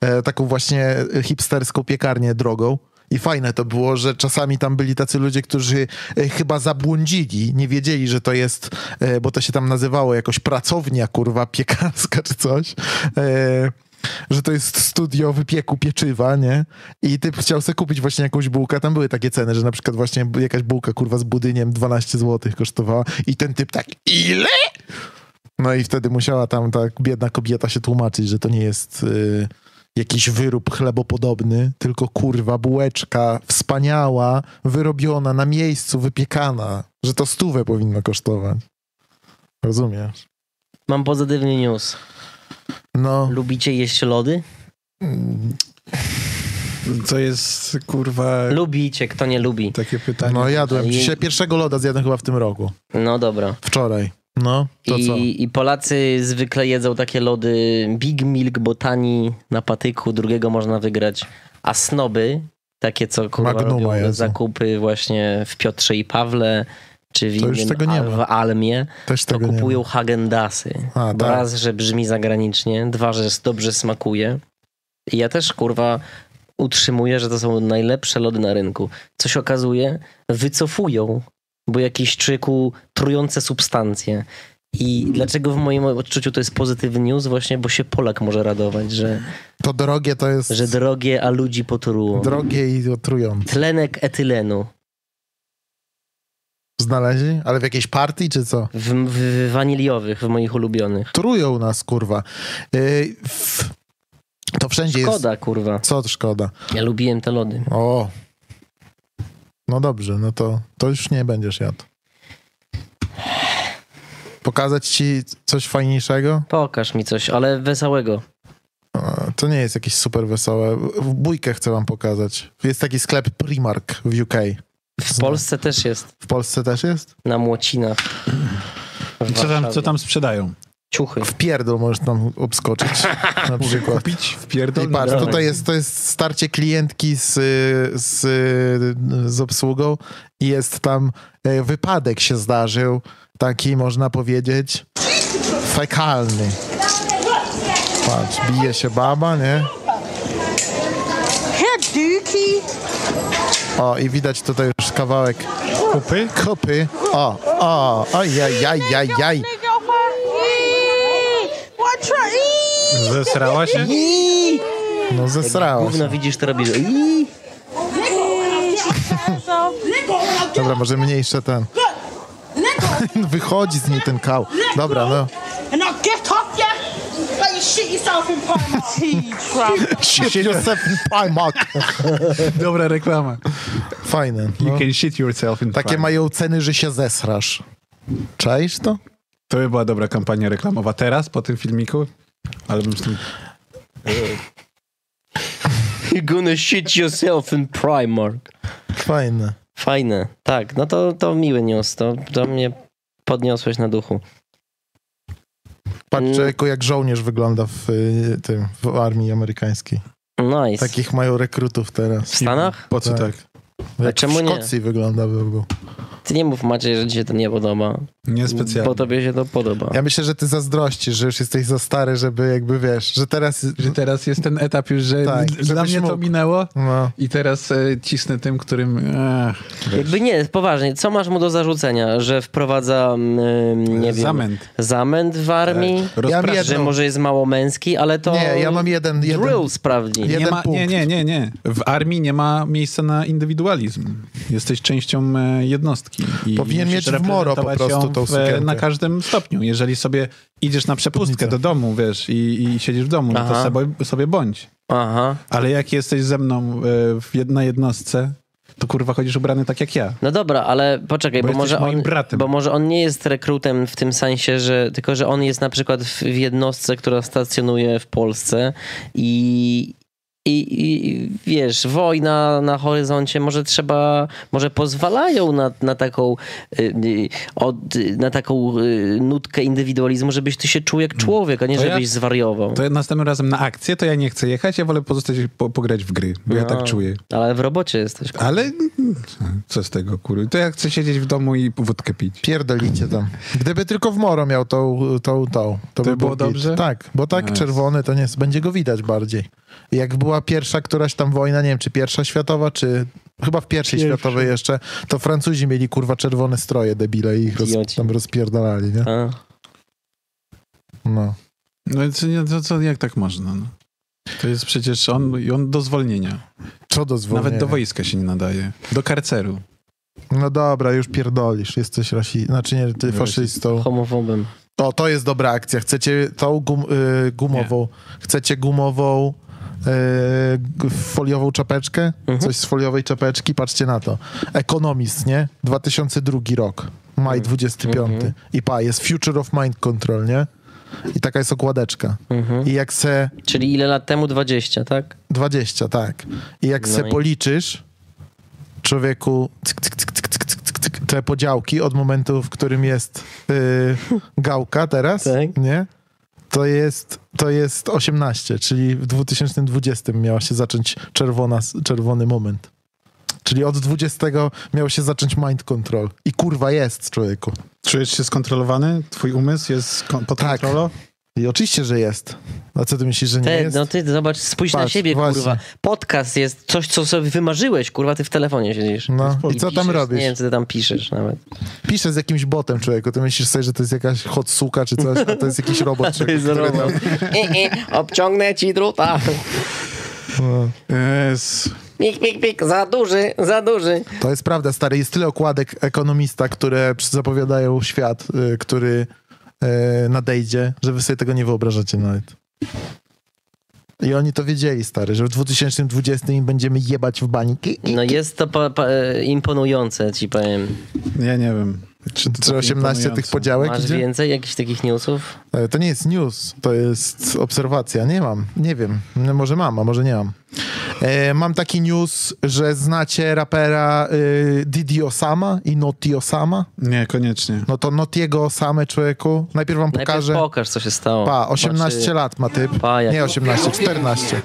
e, taką właśnie hipsterską piekarnię drogą. I fajne to było, że czasami tam byli tacy ludzie, którzy e, chyba zabłądzili, nie wiedzieli, że to jest, e, bo to się tam nazywało jakoś pracownia, kurwa, piekarska czy coś. E, że to jest studio wypieku pieczywa, nie? I typ chciał sobie kupić właśnie jakąś bułkę, tam były takie ceny, że na przykład właśnie jakaś bułka, kurwa, z budyniem 12 zł kosztowała i ten typ tak, ile? No i wtedy musiała tam ta biedna kobieta się tłumaczyć, że to nie jest y, jakiś wyrób chlebopodobny, tylko kurwa bułeczka wspaniała, wyrobiona na miejscu, wypiekana, że to stówę powinno kosztować. Rozumiesz?
Mam pozytywny news.
No,
Lubicie jeść lody?
Co jest kurwa
Tak.
Lubicie, kto nie lubi.
takie pytanie?
no jadłem
Ale jej-
dzisiaj pierwszego loda zjadłem chyba w tym roku.
No dobra.
Wczoraj. No, to co?
I, I Polacy zwykle jedzą takie lody Big Milk, bo tani na patyku, drugiego można wygrać. A snoby, takie co kurwa
Magnuma
robią
jedzą.
zakupy właśnie w Piotrze i Pawle, czy w,
To już
innym,
tego nie
a-
ma.
w Almie,
Też
to
tego nie
kupują Hagendasy.
A,
Bo
tak.
Raz, że brzmi zagranicznie, dwa, że dobrze smakuje. I ja też kurwa utrzymuję, że to są najlepsze lody na rynku. Co się okazuje, wycofują, bo jakiś czyku trujące substancje. I dlaczego w moim odczuciu to jest pozytywny news? Właśnie, bo się Polak może radować, że,
To drogie to jest
że drogie, a ludzi potruło.
drogie i otrujące.
Tlenek etylenu.
Znaleźli? Ale w jakiejś partii czy co?
W, w waniliowych, w moich ulubionych.
Trują nas, kurwa. Yy, w... To wszędzie
Szkoda, kurwa.
jest... Co to szkoda?
Ja lubiłem te lody.
O. No dobrze, no to, to już nie będziesz jadł. Pokazać ci coś fajniejszego?
Pokaż mi coś, ale wesołego.
E, To nie jest jakieś super wesołe. W bójkę chcę wam pokazać. Jest taki sklep Primark w UK.
W Polsce też jest,
W Polsce też jest?
na Młocinach. w
Co tam, co
Warszawie.
tam sprzedają?
Ciuchy.
W pierdol możesz tam
*laughs*
obskoczyć na przykład.
Kupić w
I
pierdol?
patrz,
Dobra.
tutaj jest, to jest starcie klientki z, z, z obsługą i jest tam e, wypadek się zdarzył, taki można powiedzieć fekalny. Patrz, bije się baba, nie?
Herr Dookie.
O, i widać tutaj już kawałek
Kupy?
kopy. O, o, ojej, jaj, jaj, jaj.
Nigga, what? Yee. What you eat?
Zesrała
*laughs*
się?
No zesrało się.
Gówno widzisz, to robisz. Iii.
So,
Dobra, może mniejsze ten. Wychodzi z niej ten kał. Dobra, no.
and I'll get off ya. Like you shit yourself in Palma.
Shit yourself in Primark.
Dobra reklama.
Fajne.
You
No.
can shit yourself in
Takie
fun.
mają ceny, że się zesrasz. Czaisz to?
To by była dobra kampania reklamowa. Teraz, po tym filmiku? Ale bym z tym...
You're gonna shit yourself in Primark.
Fajne.
Fajne, tak. No to, to miły news, to, to mnie podniosłeś na duchu.
Patrz
Mm.
człowieku, jak żołnierz wygląda w y, tym, w armii amerykańskiej.
Nice.
Takich mają rekrutów
W
teraz.
Stanach?
Po co
Tak.
tak?
Jak
czemu
w
nie?
Szkocji wygląda w ogóle.
Ty nie mów Maciej, że ci się to nie podoba,
Niespecjalnie.
bo tobie się to podoba.
Ja myślę, że ty zazdrościsz, że już jesteś za stary, żeby jakby wiesz, że teraz...
Że teraz jest ten etap już, że
Tak,
dla
żebyś
mnie to
mógł.
minęło
No.
i teraz e, cisnę tym, którym... Ach,
Jakby nie, poważnie, co masz mu do zarzucenia? Że wprowadza, ym, nie wiem...
zamęt.
Zamęt w armii?
Ja mam
Rozpra-
Że
jedną,
może jest mało męski, ale to...
Nie, ja mam jeden- jeden-
Drill sprawdzi.
Jed-
nie,
jeden
ma,
punkt.
nie, nie, nie, nie. W armii nie ma miejsca na indywidualizm. Jesteś częścią e, jednostki. I
Powinien
musisz
mieć w moro po
reprezentować
prostu
ją
tą
w, e,
sukienkę.
Na każdym stopniu. Jeżeli sobie idziesz na przepustkę do domu, wiesz, i, i siedzisz w domu, no to
Aha.
sobie, sobie bądź.
Aha.
Ale jak jesteś ze mną e, w jedna jednostce, to kurwa chodzisz ubrany tak jak ja.
No dobra, ale poczekaj, bo,
Bo jesteś
może
moim
on,
bratem.
bo może on nie jest rekrutem w tym sensie, że tylko że on jest na przykład w, w jednostce, która stacjonuje w Polsce i, i, i wiesz, wojna na horyzoncie, może trzeba, może pozwalają na, na taką y, y, od, y, na taką y, nutkę indywidualizmu, żebyś ty się czuł jak człowiek, a nie
Mm. To ja-
żebyś zwariował.
To ja następnym razem na akcję, to ja nie chcę jechać, ja wolę pozostać po, pograć w gry, bo ja tak
No,
czuję.
Ale w robocie jesteś.
Ale mm, co z tego, kurwa? To ja chcę siedzieć w domu i wódkę pić.
Pierdolicie tam. Gdyby tylko w moro miał tą, tą, tą to, by
było
git.
dobrze?
Tak, bo tak
Nice.
czerwony to nie jest, będzie go widać bardziej. Jak była pierwsza któraś tam wojna, nie wiem, czy pierwsza światowa, czy chyba w pierwszej
Pierwsza.
światowej jeszcze, to Francuzi mieli kurwa czerwone stroje debile i ich roz,
Idioci. Tak.
tam rozpierdalali, nie?
A.
No.
No i co, nie- to co, jak tak można? No? To jest przecież on, i on do zwolnienia.
Co do zwolnienia.
Nawet do wojska się nie nadaje. Do karceru.
No dobra, już pierdolisz, jesteś rasi... Znaczy nie, ty faszystą.
Homofobem.
O, No, to jest dobra akcja. Chcecie tą gum, y, gumową. Chcecie gumową, y, g- foliową czapeczkę? Coś z foliowej czapeczki? Patrzcie na to. Ekonomist, nie? 2002 rok, maj 25. I pa, jest Future of Mind Control, nie? I taka jest okładeczka. I jak se
Czyli ile lat temu? 20, tak?
20, tak. I jak
No
se
i-
policzysz, człowieku, cyk, cyk, cyk, cyk, cyk, cyk, cyk, te podziałki od momentu, w którym jest y, gałka teraz,
Tak.
nie? To jest, to jest 18, czyli w 2020 miała się zacząć czerwona, czerwony moment. Czyli od 20 miał się zacząć mind control. I kurwa jest, człowieku.
Czujesz się skontrolowany? Twój umysł jest kon- pod
Tak.
kontrolą?
I oczywiście, że jest. A co ty myślisz, że nie
Te,
jest?
no ty zobacz, spójrz na
Patrz,
siebie,
właśnie.
kurwa. Podcast jest coś, co sobie wymarzyłeś, kurwa, ty w telefonie siedzisz.
No, i co tam
piszesz,
robisz?
Nie wiem, co ty tam piszesz nawet.
Pisze z jakimś botem człowieku, ty myślisz sobie, że to jest jakaś hot suka czy coś, a to jest jakiś
*laughs*
robot.
To jest
człowieku, który
robot. *laughs* I, i, obciągnę ci druta.
Yes.
Pik, pik, pik, za duży, za duży.
tam- To jest prawda, stary, jest tyle okładek ekonomista, które przy- zapowiadają świat, y, który y, nadejdzie, że wy sobie tego nie wyobrażacie nawet. I oni to wiedzieli, stary, że w 2020 im będziemy jebać w bańki.
No jest to pa, pa, e, imponujące, ci powiem.
Ja nie wiem.
Czy, czy
tak
18 tych
imponujące.
podziałek
Masz
idzie?
więcej jakichś takich newsów?
E, To nie jest news, to jest obserwacja. Nie mam, nie wiem. No, Może mam, a może nie mam. E, mam taki news, że znacie rapera y, Didi Osama i Noti Osama.
Nie, koniecznie.
No to Notiego Osamy, człowieku. Najpierw wam
Najpierw
pokażę.
pokaż, co się stało.
Pa, 18
Znaczy,
lat ma typ.
No, Pa, jak-
nie 18, 14.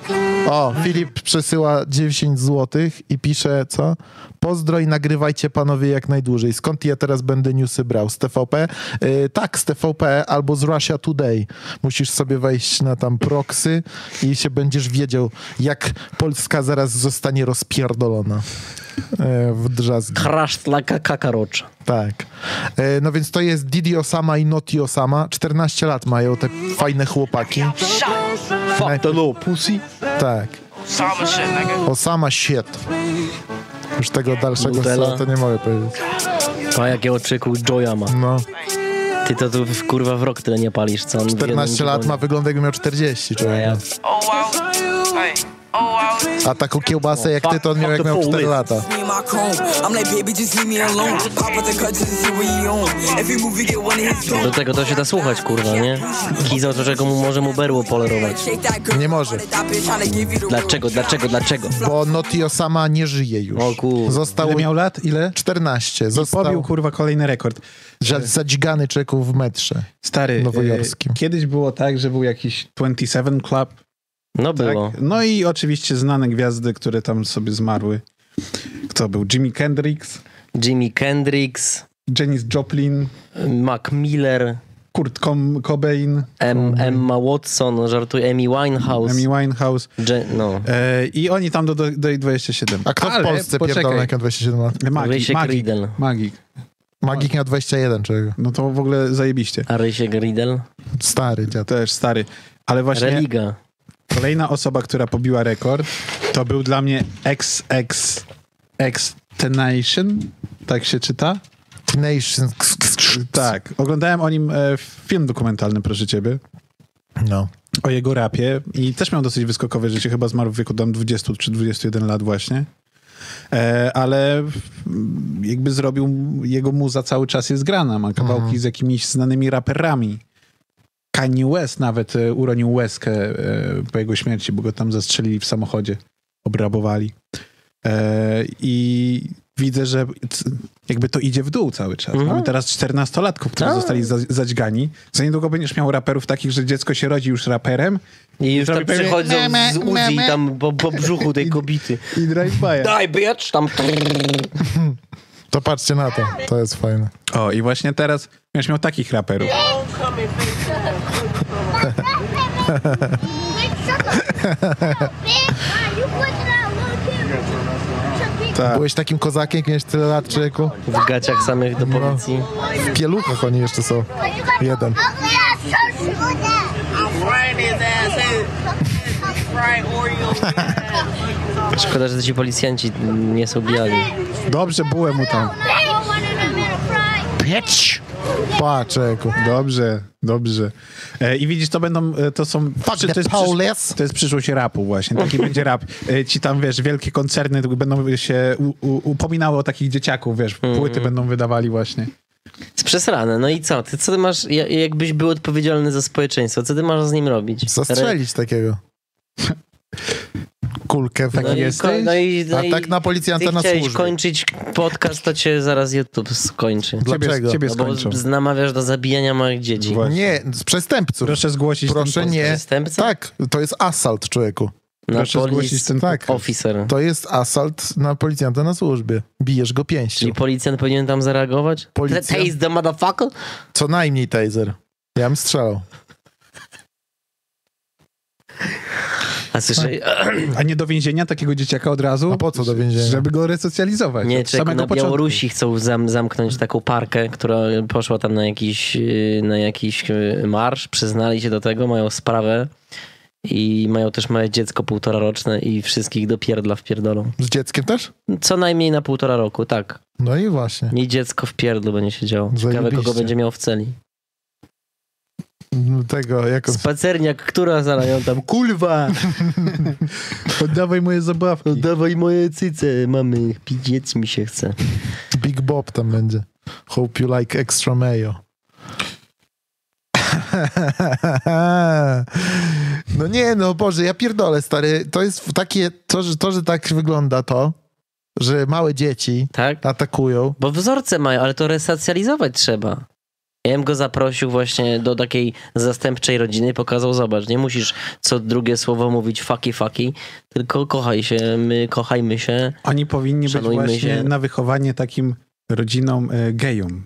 O, Filip przesyła 10 złotych i pisze, co? Pozdro i nagrywajcie panowie jak najdłużej. Skąd ja teraz będę newsy brał? Z TVP? Yy, tak, z TVP albo z Russia Today. Musisz sobie wejść na tam proxy i się będziesz wiedział, jak Polska zaraz zostanie rozpierdolona. Yy, w drzazgi.
Crash dla kakarocza.
Tak. E, No więc to jest Didi Osama i Noti Osama. 14 lat mają te fajne chłopaki.
Fuck the law, pussy.
Tak.
Same shit, nigga.
Osama shit. Już tego dalszego
Nutella.
słowa to nie mogę powiedzieć.
Pa, jakie oczy ku Joya ma.
No,
Ty to tu w- kurwa w rok tyle nie palisz, co on w jednym
14 lat ma
tygodniu.
wygląd jakby miał 40,
A no, ja
człowiek.
Oh wow. Hey. Oh wow.
A taką kiełbasę
No,
jak ty to on miał jak miał 4 lata.
Me and my comb. I'm like, baby, just leave me alone. Pop out the cut just to see what he on. Every move we get one of his
Do tego to się da słuchać, kurwa, nie? Kizo, to czego mu może mu berło polerować.
Nie może.
Dlaczego, dlaczego, dlaczego?
Bo Noti Osama nie żyje już.
O kur-
Został
Ile miał lat? Ile?
14.
Pobił
Został
kurwa kolejny rekord.
za- zadźgany czeku w metrze.
Stary,
Nowojorskim.
e, kiedyś było tak, że był jakiś 27 Club,
No
tak?
było.
No i oczywiście znane gwiazdy, które tam sobie zmarły. Kto był? Jimmy Kendricks,
Jimi Kendricks,
Janis Joplin,
Mac Miller,
Kurt Com- Cobain,
em, Emma Watson, no żartuję, Amy Winehouse.
Amy Winehouse.
Je, no.
E, I oni tam do, do, do 27.
A kto w
Ale
Polsce
poczekaj. No.
pierdolony jak miał 27 lat?
Magik,
Rysiek
magik,
Riedel.
magik.
Magik miał 21, człowiek.
No to w ogóle zajebiście.
A Rysiek Riedel?
Stary dziad.
Też stary. Ale właśnie
Religa.
kolejna osoba, która pobiła rekord, to był dla mnie XX Extenation, tak się czyta?
Nation.
Tak. Oglądałem o nim e, film dokumentalny, proszę ciebie,
No.
o jego rapie i też miał dosyć wyskokowe życie, chyba zmarł w wieku tam 20 czy 21 lat właśnie. E, ale mm, jakby zrobił, jego muza cały czas jest grana, ma kawałki z jakimiś znanymi raperami. Kanye West nawet e, uronił łezkę e, po jego śmierci, bo go tam zastrzelili w samochodzie, obrabowali. E, I widzę, że c- jakby to idzie w dół cały czas.
Mhm.
Mamy teraz 14-latków, którzy
Tak.
zostali za, zadźgani. Za niedługo będziesz miał raperów takich, że dziecko się rodzi już raperem
I już tam
Zrobi pewnie-
przychodzą
Meme,
z Uzi
meme.
tam po, po brzuchu tej kobity.
i drive by.
Tak.
Daj, bitch!
Tam
To patrzcie na to. To jest fajne.
O, i właśnie teraz będziesz miał takich raperów. *laughs* Tak.
Byłeś takim kozakiem, jak miałeś tyle lat, człowieku?
w gaciach samych
No.
do policji.
W pieluchach oni jeszcze są. Jeden. *laughs*
Szkoda, że ci policjanci nie są biali.
Dobrze, byłem mu tam.
Pieć! Pa, człowieku.
Dobrze, dobrze. E, I widzisz, to będą, e, to są... Patrz,
the
to, jest przysz-
police.
to jest przyszłość rapu właśnie,
Mhm.
taki będzie rap. E, Ci tam, wiesz, wielkie koncerny będą e, się u, u, upominały o takich dzieciaków, wiesz,
Mhm.
płyty będą wydawali właśnie.
Jest przesrane, no i co? Ty co ty masz, ja- jakbyś był odpowiedzialny za społeczeństwo, co ty masz z nim robić?
Zastrzelić takiego. Kulkę w
no i,
jest.
ko- no i, no
A
i
tak na policjanta
ty
na
chciałeś
służbie.
kończyć podcast, to cię zaraz YouTube skończy.
Dlaczego?
Ciebie, ciebie
No bo
skończą.
z- namawiasz do zabijania małych dzieci.
Właśnie.
Nie, z przestępców. Proszę,
Proszę zgłosić ten,
nie.
Przestępca?
Tak, to jest asalt, człowieku.
Na
proszę zgłosić
polic
ten
Tak.
officer.
To jest asalt na policjanta na służbie. Bijesz go pięścią.
Czyli policjant powinien tam zareagować?
Policja?
Taste the motherfucker?
Co najmniej taser. Ja bym strzelał.
A słyszę,
Tak. A nie do więzienia takiego dzieciaka od razu?
A po co do więzienia?
Żeby go resocjalizować.
nie,
od
czy jak
samego
na
początku.
Białorusi chcą zam, zamknąć taką parkę, która poszła tam na jakiś, y, na jakiś y, marsz, przyznali się do tego, mają sprawę i mają też małe dziecko półtora roczne i wszystkich do pierdla wpierdolą.
Z dzieckiem też?
Co najmniej na półtora roku, tak.
No i właśnie.
I dziecko w pierdlu będzie się działo. Ciekawe, kogo
Zajebiście.
będzie miał w celi.
No Tego, jako...
Spacerniak, która zalają tam, kulwa!
Oddawaj moje
No,
zabawki.
Dawaj moje cyce, mamy, pić mi się chce.
Big Bob tam będzie. Hope you like extra mayo. *laughs* No nie, no Boże, ja pierdolę, stary. To jest takie, to że, to, że tak wygląda to, że małe dzieci
tak?
atakują.
Bo wzorce mają, ale to resocjalizować trzeba. Ja bym go zaprosił właśnie do takiej zastępczej rodziny, pokazał, zobacz, nie musisz co drugie słowo mówić faki faki, tylko kochaj się, my kochajmy się.
Oni powinni
Szanujmy
być właśnie
się.
na wychowanie takim rodzinom e, gejom,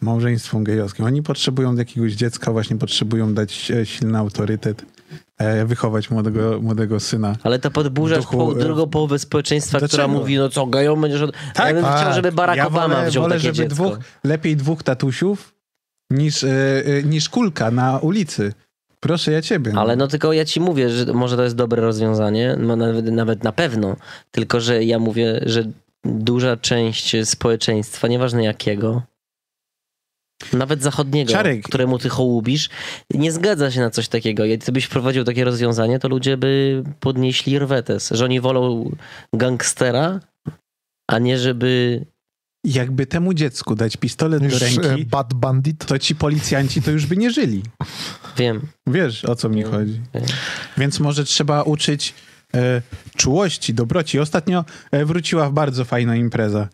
małżeństwom gejowskim. Oni potrzebują jakiegoś dziecka, właśnie potrzebują dać e, silny autorytet, e, wychować młodego, młodego syna.
Ale to podburzasz
Duchu,
po,
e,
drugą połowę społeczeństwa, która
dlaczego?
mówi, no co, geją będziesz... Od...
Tak,
ja bym chciał,
tak.
żeby Barack
ja
Obama
wolę,
wziął
wolę
takie
żeby
dziecko.
dwóch, lepiej dwóch tatusiów niż, e, e, niż kulka na ulicy. Proszę ja ciebie. no.
Ale no tylko ja ci mówię, że może to jest dobre rozwiązanie, no nawet, nawet na pewno, tylko że ja mówię, że duża część społeczeństwa, nieważne jakiego, nawet zachodniego,
Czarek.
któremu ty hołubisz, nie zgadza się na coś takiego. Jak ty byś wprowadził takie rozwiązanie, to ludzie by podnieśli rwetes, że oni wolą gangstera, a nie żeby...
Jakby temu dziecku dać pistolet do
Już e,
ręki,
Bad Bandit.
to ci policjanci to już by nie żyli.
Wiem.
Wiesz, o co mi chodzi.
E.
Więc może trzeba uczyć e, czułości, dobroci. Ostatnio e, wróciła bardzo fajna impreza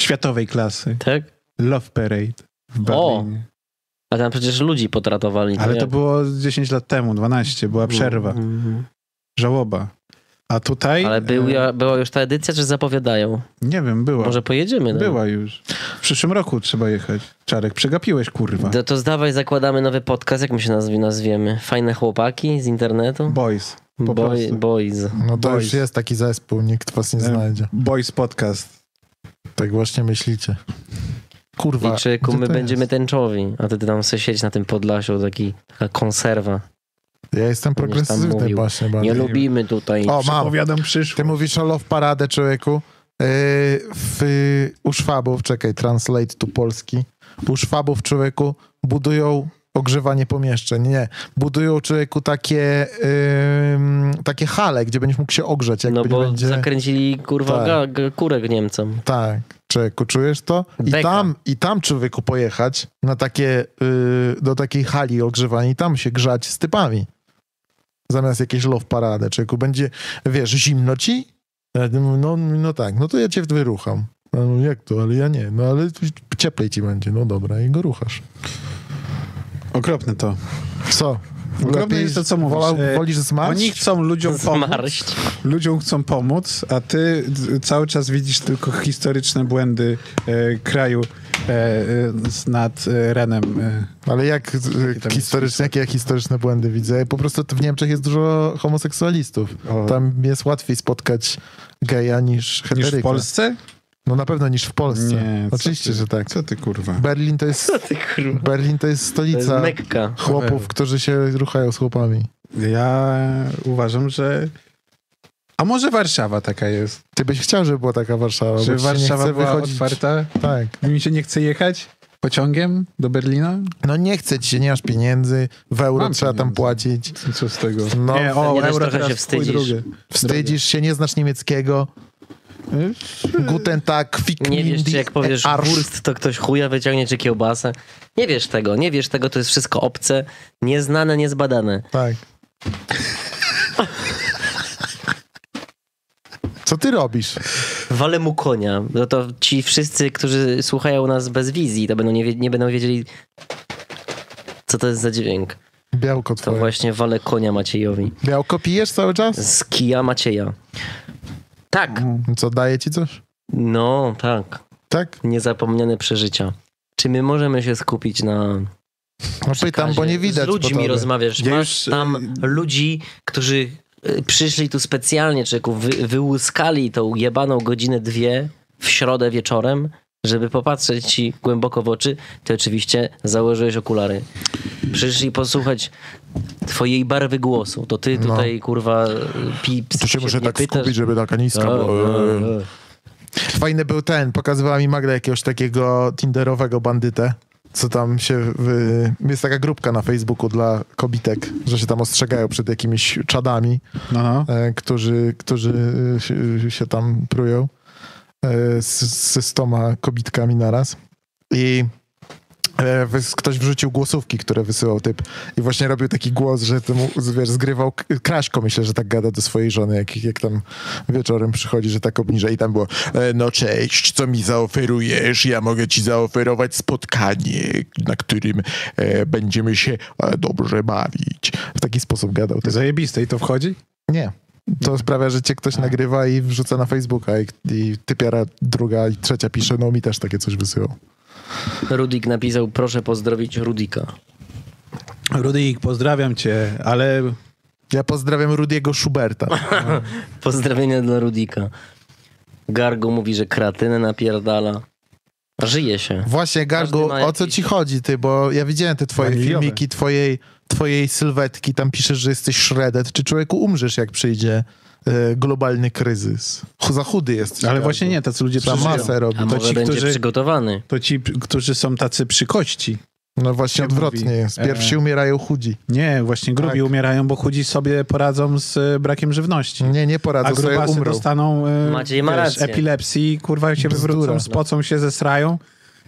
światowej klasy.
Tak?
Love Parade w
O!
Berlinie.
A tam przecież ludzi potratowali.
Ale to
jak?
było z 10 lat temu, 12. Była przerwa,
Mhm.
żałoba. A tutaj...
Ale był,
e,
ja, była już ta edycja, czy zapowiadają?
Nie wiem, była.
Może pojedziemy. No.
Była już. W przyszłym roku trzeba jechać. Czarek, przegapiłeś, kurwa.
To, to zdawaj, zakładamy nowy podcast, jak my się nazwi, nazwiemy? Fajne chłopaki z internetu?
Boys. Po
Boy,
prostu.
boys.
No to
Boys.
już jest taki zespół, nikt was nie
E,
znajdzie.
Boys Podcast.
Tak właśnie myślicie. Kurwa.
Liczyku,
gdzie
my
to
będziemy
jest?
tęczowi, a ty tam sobie siedzieć na tym Podlasiu, taki, taka konserwa.
Ja jestem
Będziesz tam
progresywny
mówił.
właśnie.
Nie
bardziej.
lubimy tutaj.
O, mam.
Opowiadam przyszłość.
Ty mówisz o Love Paradę, człowieku. Yy, w, u Szwabów, czekaj, translate to polski. U Szwabów, człowieku, budują ogrzewanie pomieszczeń. Nie, budują, człowieku, takie, yy, takie hale, gdzie będziesz mógł się ogrzeć, jakby
no bo
nie będzie...
zakręcili kurwa
Tak.
ga, ga, kurek Niemcom.
Tak, człowieku, czujesz to? I
Beka.
tam, I tam, człowieku, pojechać na takie, yy, do takiej hali ogrzewanej i tam się grzać z typami. Zamiast jakiejś love parady, człowieku, będzie, wiesz, zimno ci? Ja mówię, No, no tak, no to ja cię wyrucham. Ja mówię, jak to, ale ja nie, no ale tu cieplej ci będzie, no dobra, i go ruchasz.
Okropne to.
Co?
Ogromne
Lepiej
jest to, co mówisz.
Wolał,
E,
wolisz zmarć?
Oni chcą ludziom pomóc,
Zmarść.
ludziom chcą pomóc, a ty d- cały czas widzisz tylko historyczne błędy e, kraju e, e, z- nad e, Renem. E.
Ale jak
jest
historycznie, jakie ja historyczne błędy widzę? Po prostu w Niemczech jest dużo homoseksualistów.
O.
Tam jest łatwiej spotkać geja niż
Niż
heteryka.
w Polsce?
No na pewno niż w Polsce.
Nie. co
Oczywiście,
ty,
że tak.
Co ty kurwa?
Berlin
*laughs*
to jest,
Ty kurwa.
Berlin to jest
To jest
stolica
Mekka.
chłopów, którzy się ruchają z chłopami.
Ja uważam, że... A może Warszawa taka jest?
Ty byś chciał, żeby była taka Warszawa,
Że
bo ci się nie
Warszawa
chce
była
wychodzić.
otwarta?
Tak.
Mi się nie chce jechać pociągiem do Berlina?
No nie chce ci się, nie masz pieniędzy, w euro
Mam
trzeba tam
pieniądze.
płacić.
Co z tego?
No,
nie, o,
Nie, też
euro
trochę
teraz
się
w chuj
wstydzisz.
drugie.
Wstydzisz się, nie znasz niemieckiego. Guten Tag, Fick
Nie wiesz,
Mindy,
czy jak powiesz
Arsch.
wurst, to ktoś chuja wyciągnie, czy kiełbasę. Nie wiesz tego, nie wiesz tego, to jest wszystko obce, nieznane, niezbadane.
Tak. Co ty robisz?
Walę mu konia. No to ci wszyscy, którzy słuchają nas bez wizji, to będą nie, wie- nie będą wiedzieli, co to jest za dźwięk.
Białko
To
twoje.
właśnie walę konia Maciejowi.
Białko pijesz cały czas?
Z kija Macieja. Tak.
Co, daje ci coś?
No, tak.
Tak?
Niezapomniane przeżycia. Czy my możemy się skupić na.
No pytam, bo nie widać
Z
po
ludźmi
tobie.
rozmawiasz.
Ja
Masz
już, e,
tam ludzi, którzy y, przyszli tu specjalnie, czy wy, wyłuskali tą jebaną godzinę, dwie w środę wieczorem, żeby popatrzeć ci głęboko w oczy. Ty oczywiście założyłeś okulary. Przyszli posłuchać twojej barwy głosu. To ty tutaj, kurwa, pips.
Tu No. się muszę
nie
tak
pytasz. No,
skupić, żeby taka niska
O,
była.
o, o.
Fajny był ten, pokazywała mi Magda jakiegoś takiego tinderowego bandytę, co tam się... Wy... Jest taka grupka na Facebooku dla kobitek, że się tam ostrzegają przed jakimiś czadami.
No, no.
e, którzy, którzy e, się- się tam prują. e, z, ze stoma kobitkami naraz. I e, wys- ktoś wrzucił głosówki, które wysyłał typ. I właśnie robił taki głos, że temu, wiesz, zgrywał K- Kraśko, myślę, że tak gada do swojej żony, jak, jak tam wieczorem przychodzi, że tak obniża. I tam było, e, no cześć, co mi zaoferujesz? Ja mogę ci zaoferować spotkanie, na którym e, będziemy się e, dobrze bawić. W taki sposób gadał. Typ.
Zajebiste i to wchodzi?
Nie. To sprawia, że cię ktoś nagrywa i wrzuca na Facebooka i, i typiara druga i trzecia pisze, no mi też takie coś wysyłał.
Rudik napisał, proszę pozdrowić Rudika.
Rudyk, pozdrawiam cię, ale
Ja pozdrawiam Rudiego Schuberta.
Pozdrowienia dla Rudika. Gargo mówi, że kratynę napierdala. Żyje się.
*laughs* Właśnie, Gargo,
Każdy ma
o co
jakiś-
ci chodzi ty? Bo ja widziałem te twoje
Waniliowe.
filmiki, twojej, twojej sylwetki, tam piszesz, że jesteś shredded. Czy człowieku umrzesz, jak przyjdzie e, globalny kryzys? Chu- Za chudy jesteś.
Ale
Gargo.
właśnie nie, tacy ludzie
Za
przeżyją.
masę robi.
to
A może
ci,
będzie
którzy-
przygotowany.
To ci, p- którzy są tacy przy kości.
No właśnie
się
odwrotnie
mówi.
jest. Pierwsi
E.
umierają chudzi.
Nie, właśnie grubi
Tak.
umierają, bo chudzi sobie poradzą z e, brakiem żywności.
Nie, nie
A
poradzą sobie,
grubasy
umrą.
dostaną e,
Maciej ma rację.
epilepsji, kurwa się
Bzdura.
wywrócą, spocą się, zesrają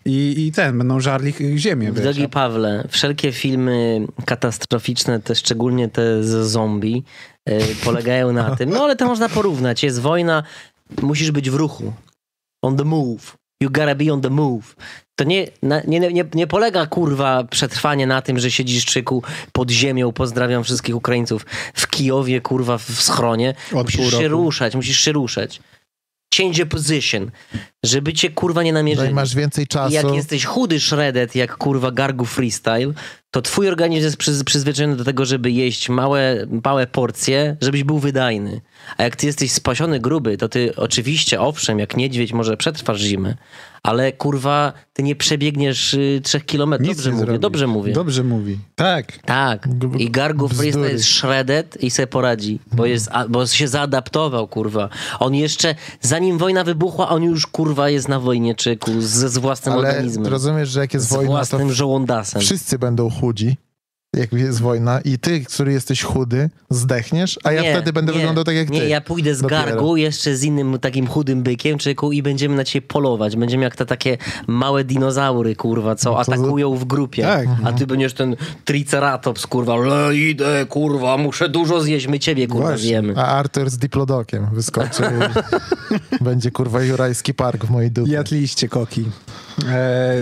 i, i ten, będą żarli ch- ziemię. Wiesz,
Drogi Pawle, wszelkie filmy katastroficzne, te szczególnie te z zombie, e, polegają na tym. No ale to można porównać. Jest wojna, musisz być w ruchu. On the move. You gotta be on the move. To nie, na, nie, nie, nie polega kurwa przetrwanie na tym, że siedzisz czyku pod ziemią. Pozdrawiam wszystkich Ukraińców w Kijowie, kurwa w schronie.
Od
musisz
pół
się
roku.
ruszać, musisz się ruszać. Change your position, żeby cię kurwa nie
No i
namierzyli.
masz więcej
I
czasu.
jak jesteś chudy shredded, jak kurwa gargu freestyle, to twój organizm jest przyz- przyzwyczajony do tego, żeby jeść małe, małe porcje, żebyś był wydajny. A jak ty jesteś spasiony gruby, to ty oczywiście, owszem, jak niedźwiedź może przetrwasz zimę, ale kurwa, ty nie przebiegniesz y, trzech kilometrów.
Nic
Dobrze
nie
mówię,
zrobisz.
dobrze mówię.
Dobrze mówi. Tak.
tak. I gargu
Bzdury.
freestyle jest shredded i sobie poradzi, bo,
Mhm.
jest, a, bo się zaadaptował, kurwa. On jeszcze, zanim wojna wybuchła, on już kurwa jest na wojnie, czyku, z, z własnym
Ale
organizmem
rozumiesz, że jak jest
z
wojna, to
własnym żołądasem.
wszyscy będą chudzi. Jak jest wojna i ty, który jesteś chudy, zdechniesz, a ja
Nie,
wtedy będę
nie,
wyglądał tak jak
Nie,
ty.
ja pójdę z
Dopiero.
gargu jeszcze z innym takim chudym bykiem, czyku, i będziemy na ciebie polować. Będziemy jak te takie małe dinozaury, kurwa, co
No za- Mhm.
atakują w grupie.
Tak.
A ty będziesz ten triceratops, kurwa, le, idę, kurwa, muszę dużo zjeść, my ciebie, kurwa,
Właśnie.
zjemy.
A Arthur z diplodokiem wyskoczy.
*laughs*
Będzie kurwa Jurajski Park w mojej dupie.
Jadliście koki. E,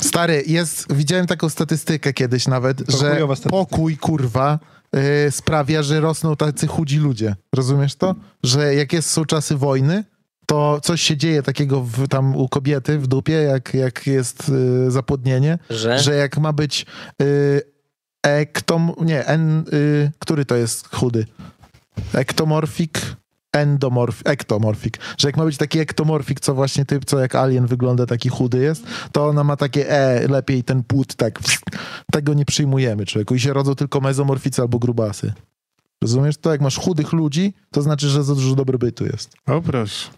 Stary, jest, widziałem taką statystykę kiedyś nawet, że
Pokojowa statystyka.
pokój kurwa y, sprawia, że rosną tacy chudzi ludzie. Rozumiesz to? Że jak jest, są czasy wojny, to coś się dzieje takiego w, tam u kobiety w dupie, jak, jak jest y, zapłodnienie,
Że?
że jak ma być y, ektom... Nie, en, y, który to jest chudy? Ektomorfik? Endomorf, ektomorfik. Że jak ma być taki ektomorfik, co właśnie typ, co jak alien wygląda, taki chudy jest, to ona ma takie e, lepiej ten płód, tak, tego nie przyjmujemy, człowieku. I się rodzą tylko mezomorficy albo grubasy. Rozumiesz? To jak masz chudych ludzi, to znaczy, że za dużo dobrobytu jest.
o proszę.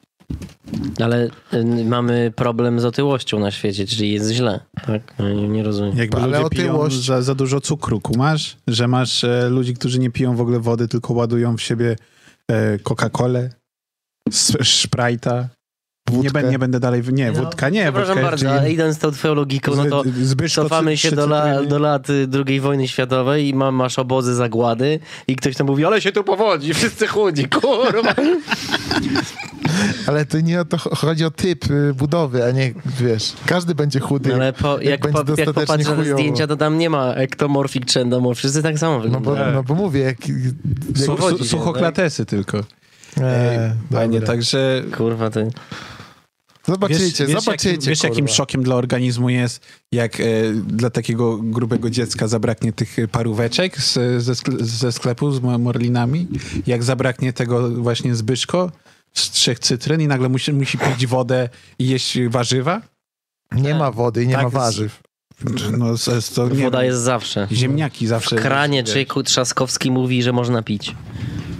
Ale y, mamy problem z otyłością na świecie, czyli jest źle. Tak, No, nie, nie rozumiem.
Jakby
Ale
Ale ludzie
otyłość-
piją za, za dużo cukru, kumasz? Że masz e, ludzi, którzy nie piją w ogóle wody, tylko ładują w siebie e, Coca-Colę, s- Sprite'a. Nie,
Wódkę.
bę- nie będę dalej... w- Nie, wódka nie.
No, Przepraszam
wódka
bardzo,
jest-
ale idąc tą twoją logiką, no to
Z- Zbyszko
Cofamy
cy-
się do, la,
przycytryli.
do lat y, II wojny światowej i mam, masz obozy zagłady i ktoś tam mówi, ale się tu
*laughs*
powodzi, wszyscy chudzi, kurwa.
Ale to nie o to chodzi o typ y, budowy, a nie wiesz. Każdy będzie chudy.
No ale po, jak, po, jak popatrzę na te
chujowo.
zdjęcia, to tam nie ma ektomorfik czy endomorfik, wszyscy tak samo
No bo,
wyglądają.
no bo mówię, jak. jak
Su-
powodzi
su-
się,
Suchoklatesy tylko.
e,
Panie,
dobra.
także...
Kurwa, ty.
Zobaczycie,
wiesz,
zobaczycie.
Jakim, wiesz, jakim
kurwa.
szokiem dla organizmu jest, jak e, dla takiego grubego dziecka zabraknie tych e, paróweczek z, ze, skle- ze sklepu z mo- morlinami? Jak zabraknie tego właśnie Zbyszko z trzech cytryn i nagle musi, musi pić wodę i jeść warzywa?
Nie ma wody i nie
Tak,
ma
z-
warzyw.
No, z, z, to, nie
Woda
wiem,
jest zawsze.
Ziemniaki zawsze.
W kranie
wiesz.
Czyku Trzaskowski mówi, że można pić.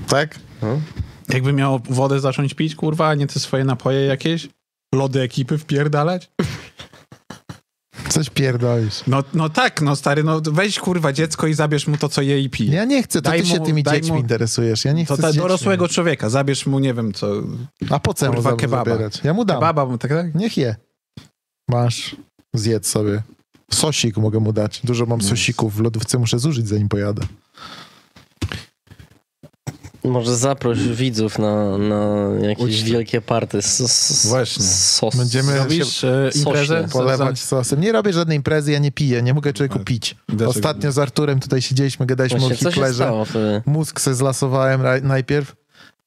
Tak?
e, Jakby miał wodę zacząć pić, kurwa, a nie te swoje napoje jakieś? Lody ekipy wpierdalać?
Coś pierdolisz.
No, no tak, no stary, no weź kurwa dziecko i zabierz mu to, co je i pije.
Ja nie chcę, to
Daj
ty się
mu-
tymi
daj
dziećmi
mu-
interesujesz. Ja nie chcę
To
z
ta
dziećmi.
dorosłego człowieka, zabierz mu, nie wiem co,
A po co mu
kurwa
za-
kebaba.
zabierać? Ja mu dam.
Baba mu tak, tak?
Niech je. Masz, zjedz sobie. Sosik mogę mu dać. Dużo mam sosików w lodówce, muszę zużyć zanim pojadę.
Może zaproś widzów na, na jakieś
Uczty.
wielkie party. S- s-
Właśnie.
Sos.
Będziemy-
Robisz e,
Sośnie.
imprezę?
Polewać sosem. Nie robię żadnej imprezy, ja nie piję, nie mogę człowieku pić.
Tak. Dlaczego?
Ostatnio z Arturem tutaj siedzieliśmy, gadaliśmy
Właśnie,
o
co się
Hitlerze.
stało wtedy?
Mózg se zlasowałem ra- najpierw.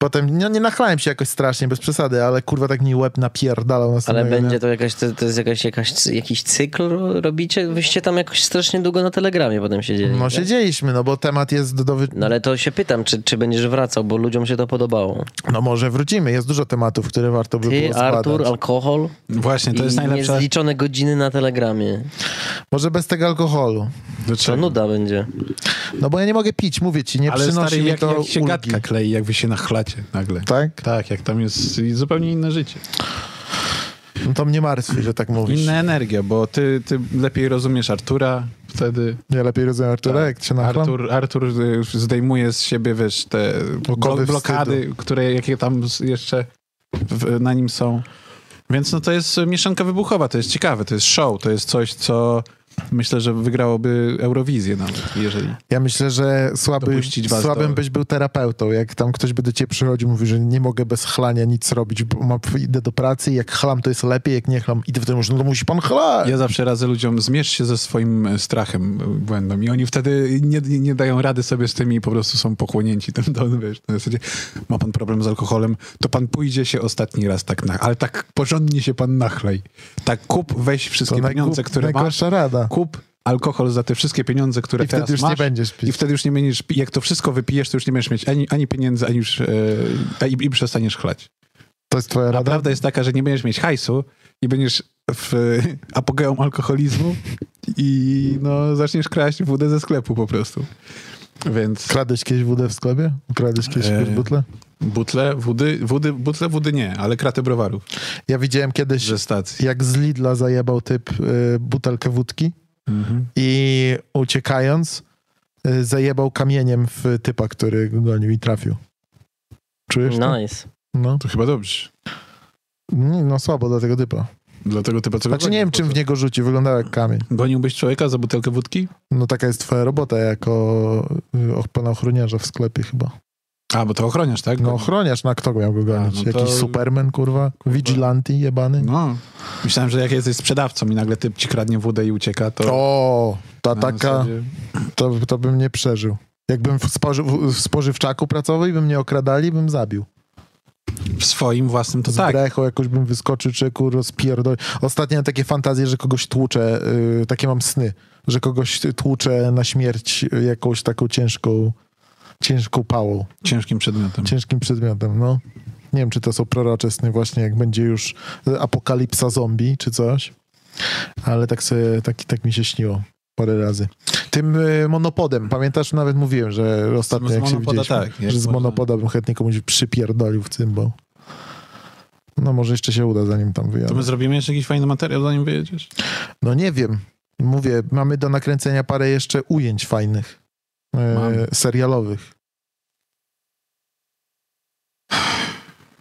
Potem no, nie nachlałem się jakoś strasznie, bez przesady, ale kurwa tak mi łeb napierdalał na
Ale
samego dnia.
będzie to jakaś, to, to jest jakaś, jakaś, jakiś cykl ro- robicie? Wyście tam jakoś strasznie długo na telegramie potem siedzieli.
No
tak?
siedzieliśmy, no bo temat jest do... do-
No ale to się pytam, czy, czy będziesz wracał, bo ludziom się to podobało.
No może wrócimy, jest dużo tematów, które warto by
Ty,
było zbadać.
Artur, alkohol
Właśnie, to jest
i
najlepsza...
niezliczone godziny na telegramie.
Może bez tego alkoholu.
To nuda będzie.
No bo ja nie mogę pić, mówię ci, nie
Ale
przynosi
stary,
mi
jak,
to
jak się
ulgi.
gadka klei, jak wy się nachlacie nagle.
Tak?
Tak, jak tam jest zupełnie inne życie.
No to mnie martwi, że tak mówisz.
Inna energia, bo ty, ty lepiej rozumiesz Artura wtedy.
Ja lepiej rozumiem Artura, jak się nachlam.
Tak. Artur, Artur y, zdejmuje z siebie, wiesz, te blo
wstydu.
blokady, które jakie tam s- jeszcze w, na nim są. Więc no to jest y, mieszanka wybuchowa, to jest ciekawe, to jest show, to jest coś, co myślę, że wygrałoby Eurowizję nawet, jeżeli...
Ja myślę, że słaby,
Dopuścić was
słabym
do-
byś był terapeutą. Jak tam ktoś by do ciebie przychodził, mówi, że nie mogę bez chlania nic robić, bo mam, idę do pracy i jak chlam, to jest lepiej, jak nie chlam, idę w tym, no to musi pan chlać.
Ja zawsze radzę ludziom, zmierz się ze swoim e, strachem, e, błędem. I oni wtedy nie, nie, nie dają rady sobie z tymi i po prostu są pochłonięci tym don, wiesz. Na zasadzie, ma pan problem z alkoholem, to pan pójdzie się ostatni raz tak, na, ale tak porządnie się pan nachlej. Tak kup, weź wszystkie
najgłup-
pieniądze, które masz,
najgorsza rada.
kup alkohol za te wszystkie pieniądze, które
I wtedy
teraz
już nie
masz.
będziesz pić.
I wtedy już nie będziesz pi- Jak to wszystko wypijesz, to już nie będziesz mieć ani, ani pieniędzy, ani już, e, a i, i przestaniesz chlać.
To jest twoja
A
rada?
prawda jest taka, że nie będziesz mieć hajsu i będziesz w *laughs* y, apogeum alkoholizmu i no, zaczniesz kraść wódę ze sklepu po prostu. Więc
Kradłeś kiedyś wódę w sklepie? Ukradłeś kiedyś
Eee.
jakieś butle?
butle, wody, wody, butle wody nie, ale kraty browarów
Ja widziałem kiedyś,
ze stacji.
jak z Lidla zajebał typ y, butelkę wódki Mhm. i uciekając y, zajebał kamieniem w typa, który go gonił i trafił. Czujesz to?
Nice.
No.
To chyba dobrze.
Mm, no słabo dla tego typa.
Dlatego ty co
Znaczy nie wiem, czym w niego rzucił, wyglądał jak kamień.
Goniłbyś człowieka za butelkę wódki?
No taka jest twoja robota jako y, och- pana ochroniarza w sklepie chyba.
A, bo to ochroniasz, tak?
No ochroniarz, na kto miał go gonić?
A, no to-
Jakiś Superman, kurwa? Vigilanti jebany?
No. Myślałem, że jak jesteś sprzedawcą i nagle typ ci kradnie wódę i ucieka, to...
O, ta
No. na
taka...
zasadzie-
to, to bym nie przeżył. Jakbym w, spoży, w w spożywczaku pracował i by mnie okradali, bym zabił.
W swoim własnym to
Z
tak.
brechą jakoś bym wyskoczył, czy kur rozpierdol. Ostatnio miałem takie fantazje, że kogoś tłuczę, y, takie mam sny, że kogoś tłuczę na śmierć y, jakąś taką ciężką, ciężką pałą,
Ciężkim przedmiotem.
ciężkim przedmiotem, no. Nie wiem, czy to są prorocze sny właśnie, jak będzie już y, apokalipsa zombie, czy coś. Ale tak sobie, tak, tak mi się śniło parę razy. Tym y, monopodem, pamiętasz, nawet mówiłem, że ostatnio
Z
jak się
monopoda,
widzieliśmy,
tak, jak
że z
można.
monopoda bym chętnie komuś przypierdolił w cymbał. No może jeszcze się uda, zanim tam
To my
wyjadę.
zrobimy jeszcze jakiś fajny materiał, zanim wyjedziesz?
No nie wiem, mówię, mamy do nakręcenia parę jeszcze ujęć fajnych,
Mamy.
e, serialowych.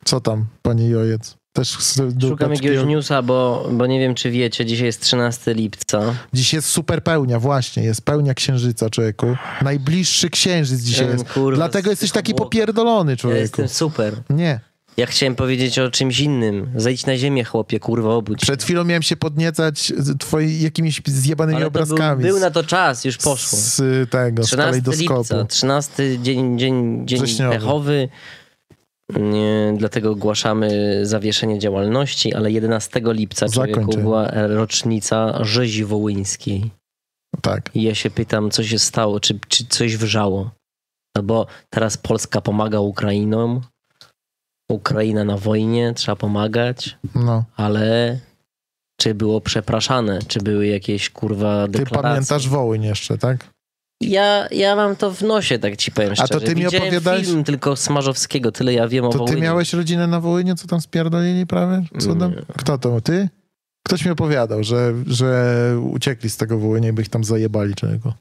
Co tam, panie Jojec? Też chcę do
Szukam
paczki-
jakiegoś newsa, bo, bo nie wiem, czy wiecie, dzisiaj jest 13 lipca.
Dziś jest super pełnia, właśnie, jest pełnia księżyca, człowieku. Najbliższy księżyc dzisiaj
Em,
jest.
kurwa,
Dlatego
z
jesteś
tych
taki
obłoków.
popierdolony,
Ja
człowieku.
jestem super.
Nie.
Ja chciałem powiedzieć o czymś innym. Zejdź na ziemię, chłopie, kurwa, obudź. się.
Przed chwilą miałem się podniecać z twoi, jakimiś zjebanymi
Ale to
obrazkami.
Był,
z-
był na to czas, już poszło.
Z tego, z
13
kalejdoskopu.
lipca, 13 dzień, dzień, dzień
Wrześniowy.
pechowy. Nie, dlatego ogłaszamy zawieszenie działalności, ale 11 lipca człowieku,
Zakończenie.
była rocznica rzezi wołyńskiej.
Tak.
I ja się pytam, co się stało, czy, czy coś wrzało. No bo teraz Polska pomaga Ukrainom, Ukraina na wojnie, trzeba pomagać,
No.
ale czy było przepraszane, czy były jakieś kurwa
Ty
deklaracje?
pamiętasz Wołyń jeszcze, tak?
Ja, ja mam to w nosie, tak ci powiem
A to
szczerze.
ty mi
Widziałem
opowiadałeś-
film tylko Smarzowskiego, tyle ja wiem o
To ty
Wołyniu.
miałeś rodzinę na Wołyniu, co tam spierdolili prawie? Cudem?
Nie.
Kto to? Ty? Ktoś mi opowiadał, że, że uciekli z tego Wołynia, by ich tam zajebali czego.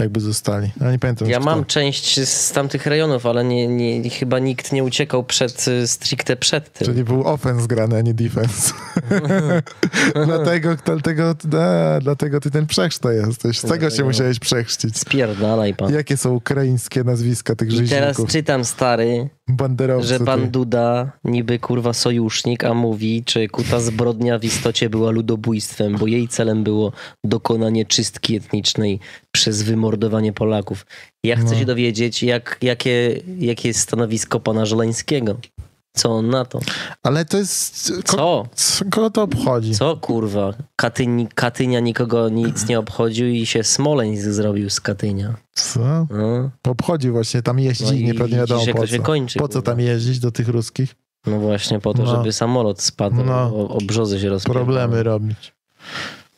Jakby zostali. Ale nie pamiętam.
Ja
kto.
mam część z tamtych rejonów, ale nie, nie, chyba nikt nie uciekał przed, y, stricte przed tym.
Czyli był offense grany, a
*laughs*
nie defense. dlatego, dlatego, da, dlatego ty ten przechrzta jesteś.
No,
Z tego się
Dlatego.
musiałeś przechrzcić.
Pierdalaj pan.
Jakie są ukraińskie nazwiska tych
I teraz
rzeźników?
czytam, stary,
Banderowcy.
że pan
ty.
Duda niby kurwa sojusznik, a mówi, czy kuta zbrodnia w istocie była ludobójstwem, bo jej celem było dokonanie czystki etnicznej przez wymordowanie Polaków. Ja chcę
No.
się dowiedzieć, jak, jakie, jakie jest stanowisko pana Żeleńskiego. Co on na to?
Ale to jest... Ko-
Co?
co? Kogo to obchodzi?
Co kurwa? Katyni, Katynia nikogo nic nie obchodził i się Smoleńsk zrobił z Katynia.
co?
No,
Obchodzi właśnie, tam jeździ,
No i
nie pewnie
widzisz,
wiadomo
jak
po
to się
co.
kończy,
po co
kurwa.
tam jeździć do tych ruskich?
no właśnie po to,
No.
żeby samolot spadł,
No.
o, o brzozę się rozpierdolił.
Problemy robić.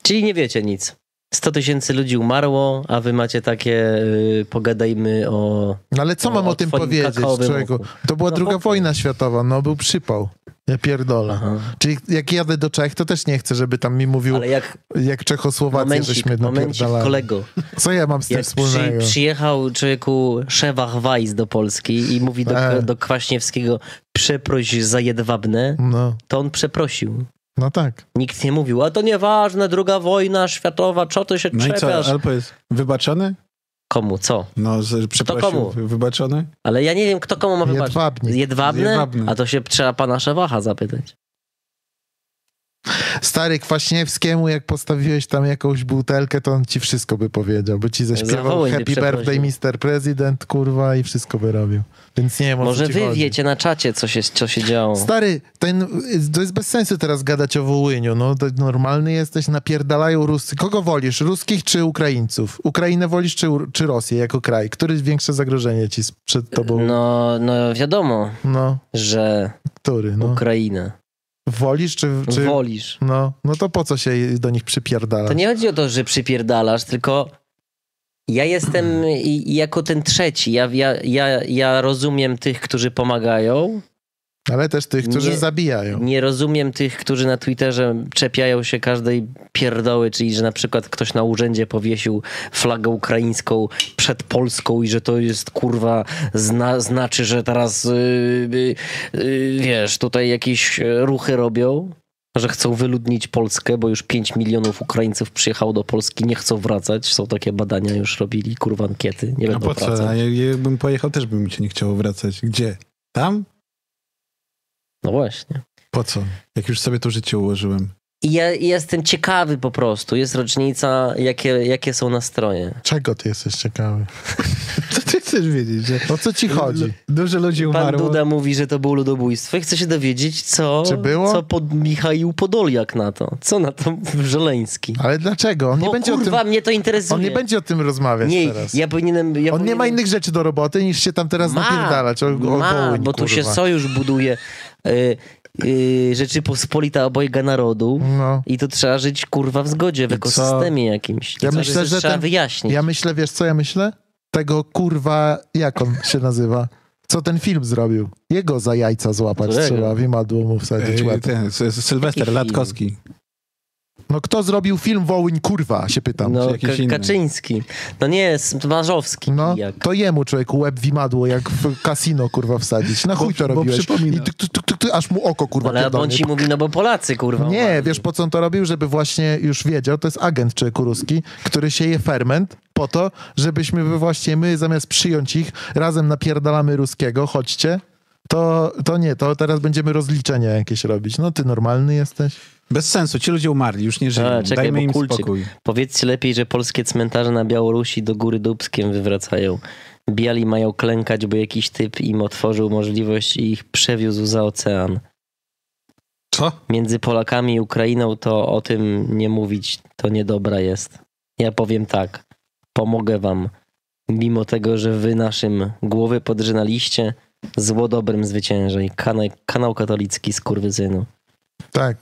Czyli nie wiecie nic. 100 tysięcy ludzi umarło, a wy macie takie y, pogadajmy o...
No ale co
O,
mam
o
o tym
twoim
powiedzieć,
kakowym
człowieku?
oku.
To była
No
druga
wokół.
wojna światowa, no był przypał. Ja pierdolę.
Aha.
Czyli jak jadę do Czech, to też nie chcę, żeby tam mi mówił,
Ale jak...
jak Czechosłowację
Momencik,
żeśmy
momencik
napierdalali.
kolego.
Co ja mam z tym
Jak przy,
wspólnego?
przyjechał człowieku Szewach Wajs do Polski i mówi do,
E.
do Kwaśniewskiego przeproś za Jedwabne,
No,
to on przeprosił.
no tak.
Nikt nie mówił, a to nieważne, druga wojna światowa, co ty się
No i co,
czepiasz?
ale powiedz, wybaczony?
Komu, co?
No, że przeprosił,
komu?
wybaczony?
Ale ja nie wiem, kto komu ma wybaczyć.
Jedwabnik.
Jedwabny?
Jedwabny.
A to się trzeba pana Szewacha zapytać.
Stary Kwaśniewskiemu, jak postawiłeś tam jakąś butelkę, to on ci wszystko by powiedział, by ci zaśpiewał
Zawołuj mnie,
Happy Birthday Mr. President, kurwa, i wszystko by robił. Więc nie wiem, o
Może
co ci
wy
chodzi.
wiecie na czacie, co się, co się działo.
Stary, ten, to jest bez sensu teraz gadać o Wołyniu. No, to normalny jesteś, napierdalają Ruscy. Kogo wolisz, ruskich czy Ukraińców? Ukrainę wolisz czy, czy Rosję jako kraj? Który większe zagrożenie ci s- przed tobą? No,
No, no wiadomo, że
który? No.
Ukrainę.
Wolisz czy... czy...
Wolisz.
No, no to po co się do nich
To
przypierdalasz?
nie chodzi o to, że przypierdalasz, tylko ja jestem i- i jako ten trzeci. Ja, ja, ja, ja rozumiem tych, którzy pomagają,
Ale też tych, którzy
Nie-
zabijają.
Nie rozumiem tych, którzy na Twitterze czepiają się każdej pierdoły, czyli że na przykład ktoś na urzędzie powiesił flagę ukraińską przed Polską i że to jest kurwa, zna, znaczy, że teraz yy, yy, wiesz, tutaj jakieś e, ruchy robią. Że chcą wyludnić Polskę, bo już 5 milionów Ukraińców przyjechało do Polski, nie chcą wracać. Są takie badania, już robili kurwa ankiety. Nie
A
będą
No po
wracać.
co? A ja- jakbym pojechał, też by mi się nie chciało wracać. Gdzie? Tam?
No właśnie.
Po co? Jak już sobie to życie ułożyłem.
I ja jestem ciekawy po prostu. Jest rocznica, jakie, jakie są nastroje.
Czego ty jesteś ciekawy?
*laughs* Co ty chcesz wiedzieć? Że
O co ci chodzi?
Dużo ludzi
Pan
umarło.
Duda mówi, że to było ludobójstwo i chce się dowiedzieć, co,
Czy było?
co pod Michał Podoliak na to. Co na to Żeleński.
Ale dlaczego? On nie
Bo
będzie o tym...
kurwa, mnie to interesuje.
On nie będzie o tym rozmawiać
Nie,
teraz.
ja powinienem... Ja
On nie ma
powinienem-
innych rzeczy do roboty niż się tam teraz napierdalać o, o
ma,
Wołyń,
bo tu
kurwa.
się sojusz buduje. Y, y, Rzeczypospolita obojga narodu.
No.
I to trzeba żyć, kurwa, w zgodzie, w
I co?
ekosystemie jakimś.
Ja
Coś
myślę, że
trzeba
ten-
wyjaśnić.
Ja myślę, wiesz co ja myślę? Tego kurwa, jak on się nazywa? Co ten film zrobił? Jego za jajca złapać
Którego?
trzeba, wimadło mu wsadzić
Ej,
łeb.
ten, S- S- Sylwester
Jaki film?
Latkowski.
No kto zrobił film Wołyń, kurwa, się pytam.
no,
czy jakiś
Ka-
inny? Kaczyński.
Kaczyński. No nie, S- Marzowski.
No,
jak.
to jemu człowieku łeb wimadło, jak w kasino, kurwa, wsadzić. Na chuj to
bo
robiłeś.
przypomina.
I ty, ty, ty, ty, ty, aż mu oko, kurwa,
Ale on
pierdolnie.
ci mówi, no bo Polacy, kurwa.
Nie,
umarli.
wiesz po co on to robił? Żeby właśnie już wiedział, to jest agent czy kuruski, który sieje ferment po to, żebyśmy my właśnie my zamiast przyjąć ich, razem napierdalamy ruskiego, chodźcie. To, to nie, to teraz będziemy rozliczenia jakieś robić. No ty normalny jesteś.
Bez sensu, ci ludzie umarli, już nie żyją.
A, No, czekaj,
Dajmy
bo
im
kulczyk.
spokój.
Powiedzcie lepiej, że polskie cmentarze na Białorusi do góry dubskiem wywracają. Biali mają klękać, bo jakiś typ im otworzył możliwość i ich przewiózł za ocean.
Co?
Między Polakami i Ukrainą to o tym nie mówić, to niedobra jest. Ja powiem tak, pomogę wam. Mimo tego, że wy naszym głowy podrzynaliście, zło dobrym zwyciężaj. Kanał, kanał katolicki z kurwyzynu.
Tak.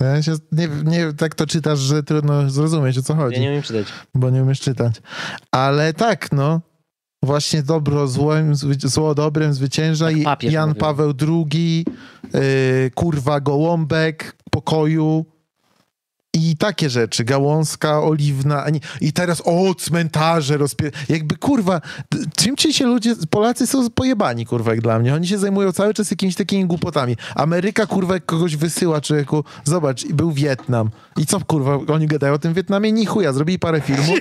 Ja się, nie, nie, tak to czytasz, że trudno zrozumieć o co
Ja
chodzi,
nie umiem czytać.
bo nie umiesz czytać. Ale tak, no. Właśnie dobro złem, zwy- zło dobrym zwycięża
Tak
i
papież
Jan
mówił.
Paweł II, yy, kurwa Gołąbek, pokoju, I takie rzeczy, gałązka oliwna, ani, i teraz o, cmentarze rozpie... Jakby, kurwa, d- czym ci się ludzie, Polacy są pojebani, kurwa, jak dla mnie. Oni się zajmują cały czas jakimiś takimi głupotami. Ameryka, kurwa, jak kogoś wysyła, człowieku, zobacz, i był Wietnam. I co, kurwa, oni gadają o tym Wietnamie? Ni chuja, zrobili parę filmów,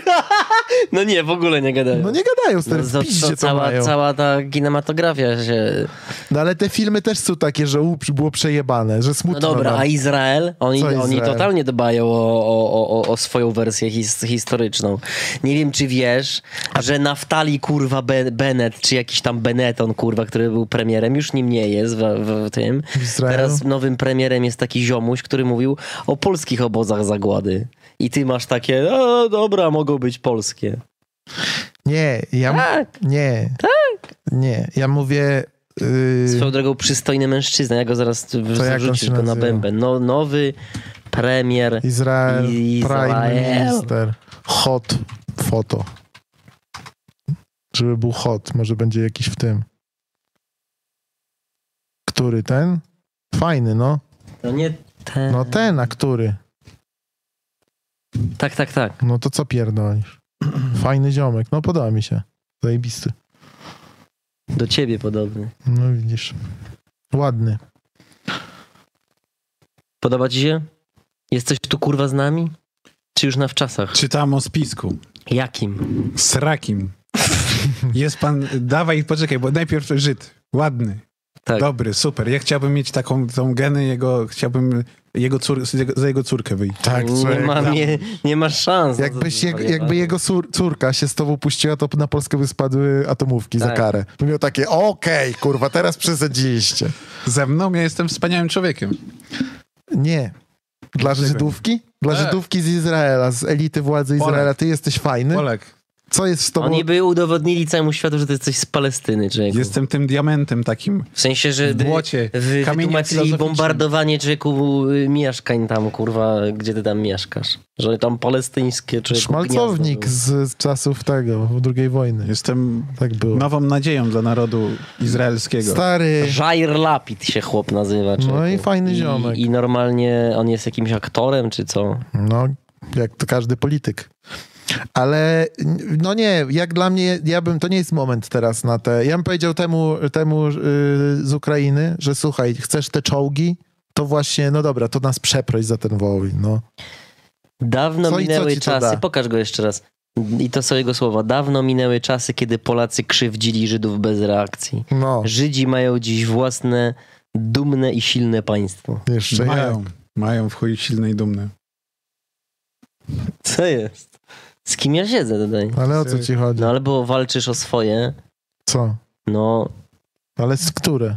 No nie, w ogóle nie gadają.
no nie gadają, stary,
za-
w piździe,
za-
co mają.
cała, cała ta kinematografia się...
No ale te filmy też są takie, że u, było przejebane, że
No
smutno.
dobra,
nam.
a Izrael? Oni,
Co
oni
Izrael?
totalnie dbają o, o, o, o swoją wersję his, historyczną. Nie wiem, czy wiesz, że Naftali, kurwa, Be- Bennett, czy jakiś tam Benetton, kurwa, który był premierem, już nim nie jest w, w, w tym.
Izraelu?
Teraz nowym premierem jest taki ziomuś, który mówił o polskich obozach zagłady. I ty masz takie, no dobra, mogą być polskie.
Nie, ja...
Tak.
Nie. Tak. Nie, ja mówię... Yy...
Swoją drogą przystojny mężczyzna, ja go zaraz
jak on
zarzucisz
się
go na
nazywa?
bęben. No, nowy premier
Izrael, Prime
Izrael.
Minister. Hot foto. Żeby był hot, może będzie jakiś w tym. Który ten? Fajny, no.
No nie ten.
No ten, a który?
Tak, tak, tak.
No to co pierdolisz? Fajny ziomek, no podoba mi się. Zajebisty.
Do ciebie podobny.
No widzisz. Ładny.
Podoba ci się? Jesteś tu kurwa z nami? Czy już na wczasach?
Czytam o spisku.
Jakim?
Srakim. Jest pan... Dawaj, poczekaj, bo najpierw Żyd. Ładny.
Tak.
Dobry, super. Ja chciałbym mieć taką tą genę jego... Chciałbym jego cór, z jego- za jego córkę wyjść.
Tak,
nie,
człowiek,
ma,
no.
nie, nie masz szans. No
Jakbyś,
to-
jak, jakby jego sur- córka się z tobą puściła, to na Polskę by spadły atomówki za
Tak.
karę. By miał takie, okej, kurwa, teraz przesadziliście.
Ze mną ja jestem wspaniałym człowiekiem.
Nie. Dla Żydówki? Dla
Tak.
Żydówki z Izraela, z elity władzy
Polak.
Izraela. Ty jesteś fajny?
Polak.
Co jest z tobą?
Oni by udowodnili całemu światu, że ty jesteś z Palestyny, człowieku.
Jestem tym diamentem takim.
W sensie, że
w błocie,
wy-
w kamieniu
wytłumaczyli
filozoficznym.
bombardowanie, człowieku, y, mieszkań tam, kurwa, gdzie ty tam mieszkasz. Że tam palestyńskie, człowieku,
Szmalcownik
gniazda
z, z czasów tego, II wojny.
Jestem
Tak było.
nową nadzieją dla narodu izraelskiego.
były.
Stary.
Jair Lapid się chłop nazywa. Człowieku.
No i fajny ziomek.
I, I normalnie on jest jakimś aktorem, czy co?
No, jak to każdy polityk. Ale no nie, jak dla mnie, ja bym, to nie jest moment teraz na te. Ja bym powiedział temu, temu yy, z Ukrainy, że słuchaj, chcesz te czołgi, to właśnie, no dobra, to nas przeproś za ten Wołowin, no.
Dawno
Co i co
minęły
ci to
czasy,
da?
pokaż go jeszcze raz. I to są jego słowa. Dawno minęły czasy, kiedy Polacy krzywdzili Żydów bez reakcji.
No,
Żydzi mają dziś własne, dumne i silne państwo.
jeszcze ja.
mają, mają w chuj silne i dumne.
Co jest? Z kim ja siedzę tutaj?
Ale o co ci chodzi?
No albo walczysz o swoje,
Co?
no...
Ale z które?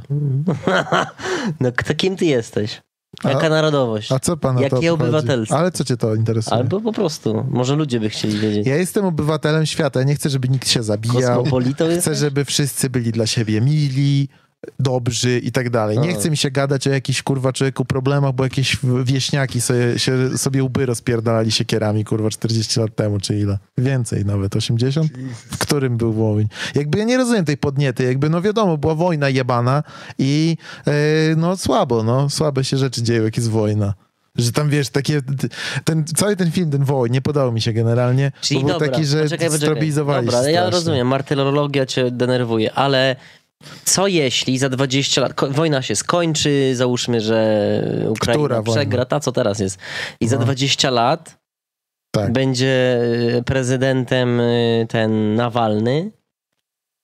*laughs* no kto, kim ty jesteś? Jaka
A-
narodowość?
A co pana
Jakie
to obchodzi?
obywatelstwo?
Ale co cię to interesuje?
Albo po prostu, może ludzie by chcieli wiedzieć.
Ja jestem obywatelem świata, ja nie chcę, żeby nikt się zabijał.
Kosmopolitą
Chcę,
jesteś?
żeby wszyscy byli dla siebie mili, dobrzy i tak dalej. Nie
A.
chce mi się gadać o jakichś kurwa człowieku problemach, bo jakieś wieśniaki sobie, się, sobie łby rozpierdalali siekierami kurwa 40 lat temu, czy ile? Więcej nawet, 80? W którym był Wołyń? Jakby ja nie rozumiem tej podniety, jakby no wiadomo, była wojna jebana i e, no słabo, no słabe się rzeczy dzieją, jak jest wojna. Że tam wiesz, takie. t- Ten, cały ten film, ten wołyn, nie podobał mi się generalnie.
Czyli
bo był
dobra,
taki, że
poczekaj, poczekaj.
stabilizowali
Dobra,
się
ja
strasznie.
rozumiem, martyrologia cię denerwuje, ale co jeśli za 20 lat ko- wojna się skończy, załóżmy, że Ukraina
Która wojna?
przegra, ta co teraz jest, i za
No.
20 lat
Tak.
będzie y, prezydentem y, ten Nawalny,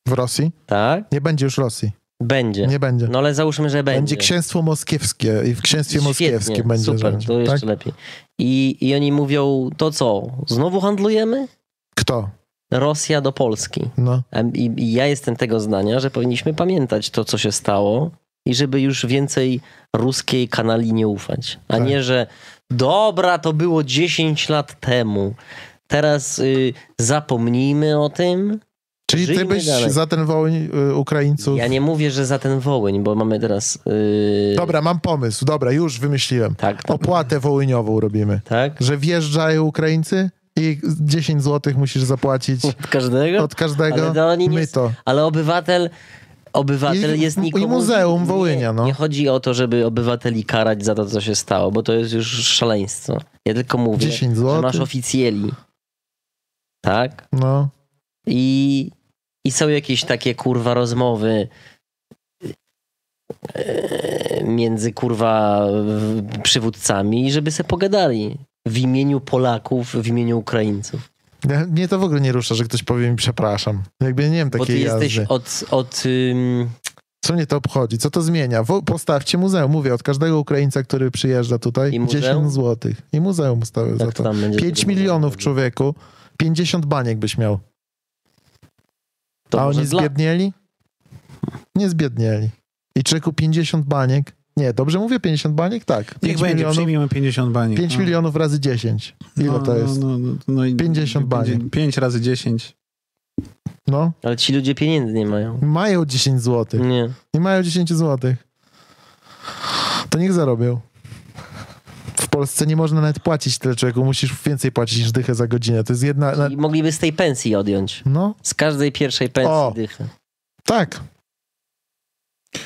W Rosji?
tak?
Nie będzie już Rosji.
Będzie.
Nie będzie.
No ale załóżmy, że
będzie.
będzie.
księstwo moskiewskie i w księstwie moskiewskim będzie
super,
rządził,
to jeszcze
tak?
lepiej. I, I oni mówią, to co, znowu handlujemy?
Kto?
Rosja do Polski.
No.
Em, I, I ja jestem tego zdania, że powinniśmy pamiętać to, co się stało i żeby już więcej ruskiej kanali nie ufać. A
Tak.
nie, że dobra, to było 10 lat temu. Teraz y, zapomnijmy o tym.
Czyli ty
Żyjmy
byś
dalej.
za ten wołyń y, Ukraińców...
Ja nie mówię, że za ten Wołyń, bo mamy teraz... y,
Dobra, mam pomysł. Dobra, już wymyśliłem.
Tak, tak.
Opłatę wołyniową robimy.
tak?
Że wjeżdżają Ukraińcy i 10 złotych musisz zapłacić
Od każdego? *laughs*
od każdego
Ale to oni nie-
my to.
Ale obywatel
obywatel
I-
jest
i
nikomu...
muzeum
nie-
Wołynia, no.
Nie chodzi o to, żeby obywateli karać za to, co się stało, bo to jest już szaleństwo. Ja tylko mówię,
10
że
złotych.
masz oficjeli, tak?
No.
I, I są jakieś takie kurwa rozmowy e, między kurwa w- przywódcami, żeby se pogadali w imieniu Polaków, w imieniu Ukraińców.
Ja, mnie to w ogóle nie rusza, że ktoś powie mi przepraszam. Jakby nie wiem
Bo ty
takiej jazdy.
jesteś od, od ym,
Co mnie to obchodzi? Co to zmienia? Wo- postawcie muzeum. Mówię, od każdego Ukraińca, który przyjeżdża
I
tutaj,
muzeum?
10 zł. I muzeum stały za
Jak
to.
tam będzie
5
tego
milionów
muzeum?
człowieku, 50 baniek byś miał.
to
A
może
oni
dla-
zbiednieli? Nie zbiednieli. I czeku 50 baniek. Nie, dobrze mówię 50 baniek? Tak. 5
Niech będzie,
milionów,
przyjmijmy 50 baniek.
5
no.
milionów razy 10. Ile
No,
to jest?
No, no, no i
50 baniek.
5 razy 10.
No.
Ale ci ludzie pieniędzy nie mają.
Mają 10 zł.
Nie.
Nie mają 10 zł. To niech zarobią. W Polsce nie można nawet płacić tyle człowieku. Musisz więcej płacić niż dychę za godzinę. To jest jedna... Na...
I mogliby z tej pensji odjąć.
No,
Z każdej pierwszej pensji
O,
dychę.
tak.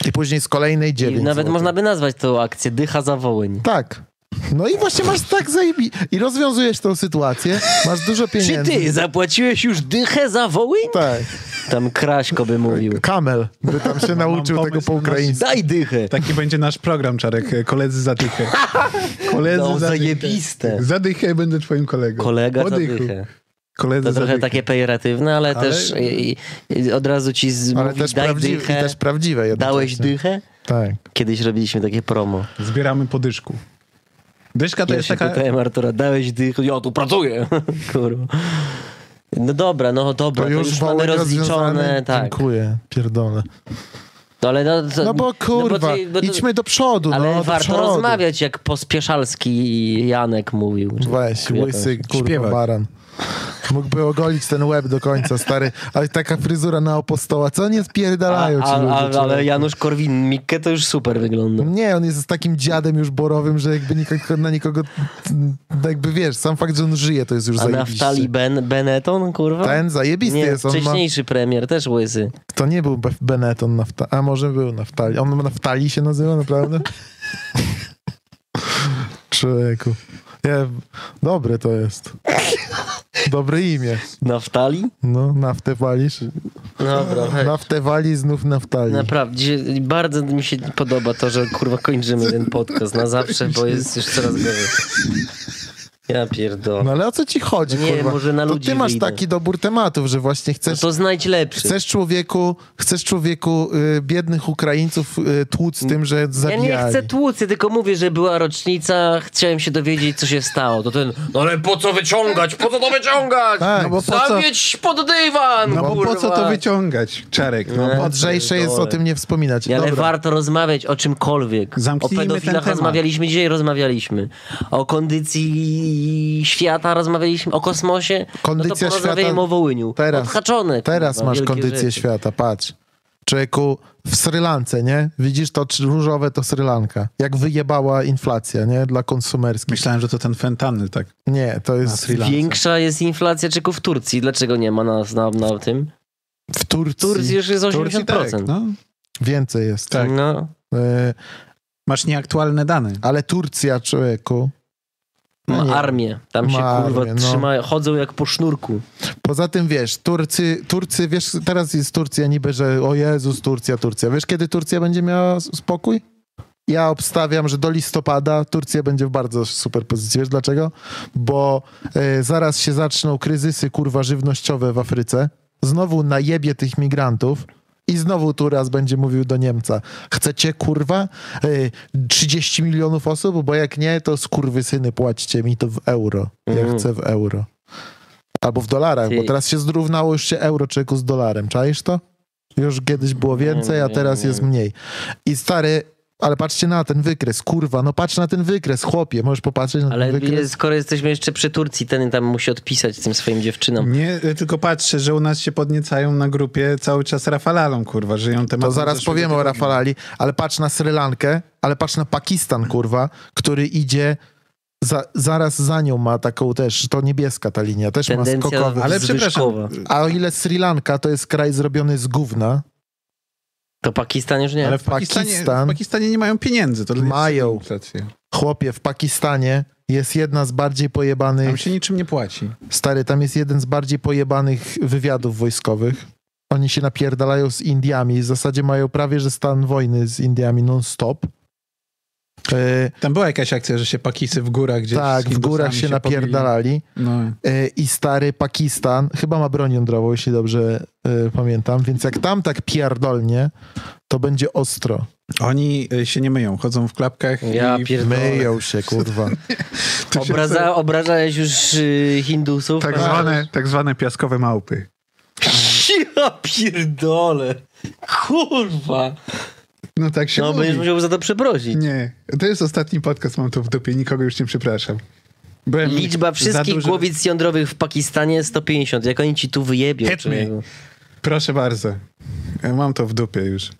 I później z kolejnej
I
9
nawet
złotych.
można by nazwać tą akcję dycha za Wołyń.
Tak. No i właśnie masz tak zajebi... I rozwiązujesz tą sytuację. Masz dużo
Czy
pieniędzy.
ty zapłaciłeś już dychę za Wołyń?
Tak.
Tam Kraśko by mówił.
Kamel by tam się nauczył
pomysł
tego po
na
ukraińsku.
Daj dychę!
Taki będzie nasz program, Czarek. Koledzy za dychę. Koledzy
No,
za dychę.
zajebiste.
Za dychę będę twoim kolegą.
Kolega
Po
za
dychu.
dychę.
Koledzy
To
za
trochę
dychę.
takie pejoratywne, ale,
Ale-
też i, i, od razu ci z,
Ale
mówi,
też,
daj
prawdziwe,
dychę.
i też prawdziwe. jednocześnie.
Dałeś dychę?
Tak.
Kiedyś robiliśmy takie promo.
Zbieramy po dyszku. Dyszka to
Ja
jest
się
taka...
pytałem Artura, dałeś dychę? Ja tu pracuję. *laughs* Kurwa. No dobra, no
To
dobra, to
już,
już, mamy
Wołyń rozwiązany.
rozliczone, tak.
Dziękuję, pierdolę.
No, ale no, to,
No bo kurwa,
ty- bo to-
idźmy do przodu,
Ale
no, do
warto
przodu.
rozmawiać, jak pospieszalski Janek mówił.
Weź,
Ja
łysy, kurwa,
Śpiewak.
baran. Mógłby ogolić ten łeb do końca, stary. Ale taka fryzura na opostoła, co nie
A,
spierdalają ci
a,
ludzie? No,
a, ale
człowieku?
Janusz Korwin-Mikke to już super wygląda.
Nie, on jest z takim dziadem już borowym, że jakby nikogo, na nikogo, jakby wiesz, sam fakt, że on żyje, to jest już
A
zajebiście.
Naftali ben, Benetton, kurwa?
Ten zajebisty
nie,
jest, on ma,
wcześniejszy premier, też łysy.
to nie był Be- Benetton Naftali, a może był Naftali, on Naftali się nazywa naprawdę? Człowieku, nie, dobre to jest, dobre imię,
Naftali?
no, naftę walisz,
Dobra, hej.
naftę wali, znów Naftali.
Naprawdę, dzisiaj bardzo mi się podoba to, że kurwa kończymy ten podcast na zawsze, bo jest już coraz gorzej. Ja
No
pierdolę.
ale o co ci chodzi,
No Nie,
kurwa?
może na
to
ludzi
ty masz
wyjdę.
taki dobór tematów, że właśnie
No
chcesz
to znajdź lepszy.
Chcesz człowieku, chcesz człowieku y, biednych Ukraińców y, tłuc tym, że
Ja
zabijali.
nie chcę tłuc, ja tylko mówię, że była rocznica, chciałem się dowiedzieć, co się stało. To ten,
No ale po co wyciągać? Po co to wyciągać?
Tak, no bo po co,
Zawiedź pod dywan!
No bo
kurwa.
po co to wyciągać, Czarek? No, bo...
mądrzejsze jest o tym nie wspominać.
Ale
Dobra.
warto rozmawiać o czymkolwiek.
Zamknijmy
o
ten
pedofilach
temat.
rozmawialiśmy, dzisiaj rozmawialiśmy. O kondycji świata rozmawialiśmy, o kosmosie.
Kondycja
no to porozmawiajmy
świata-
o Wołyniu.
Teraz-
Odhaczone,
Teraz
kurwa,
masz
No, wielkie
kondycję
rzeczy.
świata, patrz. Człowieku, w Sri Lance, nie? Widzisz to czy- różowe, to Sri Lanka. Jak wyjebała inflacja, nie? Dla konsumerskich.
Myślałem, że to ten fentanyl, tak?
Nie, to
Na
jest
Sri Lance.
Większa jest inflacja czeków w Turcji. Dlaczego nie ma nas na, na tym?
w
W Turcji
Turcji.
już jest 80%.
Turcji tak, no.
Więcej jest.
Tak.
No.
Y,
Masz nieaktualne dane.
ale Turcja, człowieku,
Ma
No nie.
armię. Tam się
Ma
kurwa
armię, no.
trzymają, chodzą jak po sznurku.
Poza tym wiesz, Turcy, Turcy, wiesz, teraz jest Turcja niby, że o Jezus, Turcja, Turcja. Wiesz, kiedy Turcja będzie miała s- spokój? Ja obstawiam, że do listopada Turcja będzie w bardzo super pozycji. Wiesz dlaczego? Bo e, zaraz się zaczną kryzysy, kurwa, żywnościowe w Afryce. Znowu najebie tych migrantów i znowu Turas będzie mówił do Niemca. Chcecie, kurwa, e, 30 milionów osób? Bo jak nie, to skurwysyny płaćcie mi to w euro. Ja chcę w euro. Albo w dolarach,
Ty-
bo teraz się zrównało już się euro czeku z dolarem. Czaisz to? Już kiedyś było więcej, a
nie,
teraz
nie.
jest mniej. I stary, ale patrzcie na ten wykres, kurwa, no patrz na ten wykres, chłopie, możesz popatrzeć na
Ale
ten wykres.
jest- skoro jesteśmy jeszcze przy Turcji, ten tam musi odpisać tym swoim dziewczynom.
Nie, y, tylko patrzę, że u nas się podniecają na grupie cały czas Rafalalą, kurwa, żyją temat.
To zaraz powiemy o Rafalali, ale patrz na Sri Lankę, ale patrz na Pakistan, kurwa, który idzie za, zaraz za nią ma taką też, to niebieska ta linia, też ma
Tendencja
skokowy.
ale przepraszam.
zwyżkowa.
A o ile Sri Lanka to jest kraj zrobiony z gówna,
To Pakistan już nie.
Ale w Pakistanie,
Pakistan-
w Pakistanie nie mają pieniędzy. To
Mają.
jest inflacja.
Chłopie, w Pakistanie jest jedna z bardziej
Tam
pojebanych...
się niczym nie płaci.
Stary, tam jest jeden z bardziej pojebanych wywiadów wojskowych. Oni się napierdalają z Indiami. W zasadzie mają prawie, że stan wojny z Indiami non-stop. E,
Tam była jakaś akcja, że się Pakisy w górach gdzieś
tak,
z
w
Hindusami
górach się
pobili.
napierdalali.
No.
E, I stary Pakistan chyba ma broń jądrową, jeśli dobrze e, pamiętam. Więc jak tam tak pierdolnie, to będzie ostro.
Oni y, się nie myją, chodzą w klapkach
Ja
i
pierdolę.
Myją się,
*laughs*
kurwa.
tu się
Obraza, obrażałeś już y, Hindusów?
tak, zwane, tak zwane piaskowe małpy.
Ja pierdolę. Kurwa.
No tak się
No,
mówi.
będziesz musiał za to przeprosić.
Nie, to jest ostatni podcast, mam to w dupie, nikogo już nie przepraszam. Byłem
Liczba
za
wszystkich
duży-
głowic jądrowych w Pakistanie jest 150. Jak oni ci tu wyjebią?
Hit me. Proszę bardzo, Ja mam to w dupie już.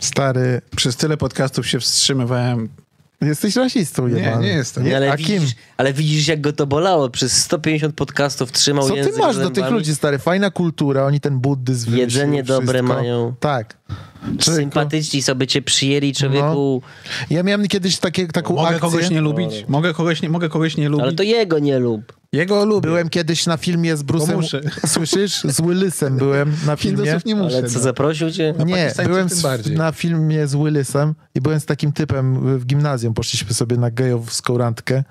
Stary,
Przez tyle podcastów się wstrzymywałem.
jesteś rasistą,
Nie,
jebany.
nie jestem.
Nie,
No, Ale,
a kim?
widzisz, ale widzisz, jak go to bolało. Przez 150 podcastów trzymał
Co
język
ty masz do
zębami.
tych ludzi, stary? Fajna kultura, oni ten buddyzm wymyślili,
Jedzenie
wszystko.
dobre mają.
Tak. Człowieku,
Sympatyczni sobie cię przyjęli, człowieku.
No.
Ja miałem kiedyś takie, taką
Mogę
akcję.
kogoś nie lubić? Mogę kogoś nie, mogę kogoś nie lubić?
Ale to jego nie lub.
Jego lubię.
Byłem kiedyś na filmie z Brusem.
muszę.
Słyszysz? Z Willisem byłem na filmie.
Hindusów nie muszę.
Ale co,
no.
zaprosił cię?
Nie,
Pakistańców
byłem
tym
z-
bardziej.
na filmie z Willisem i byłem z takim typem w gimnazjum. Poszliśmy sobie na gejowską randkę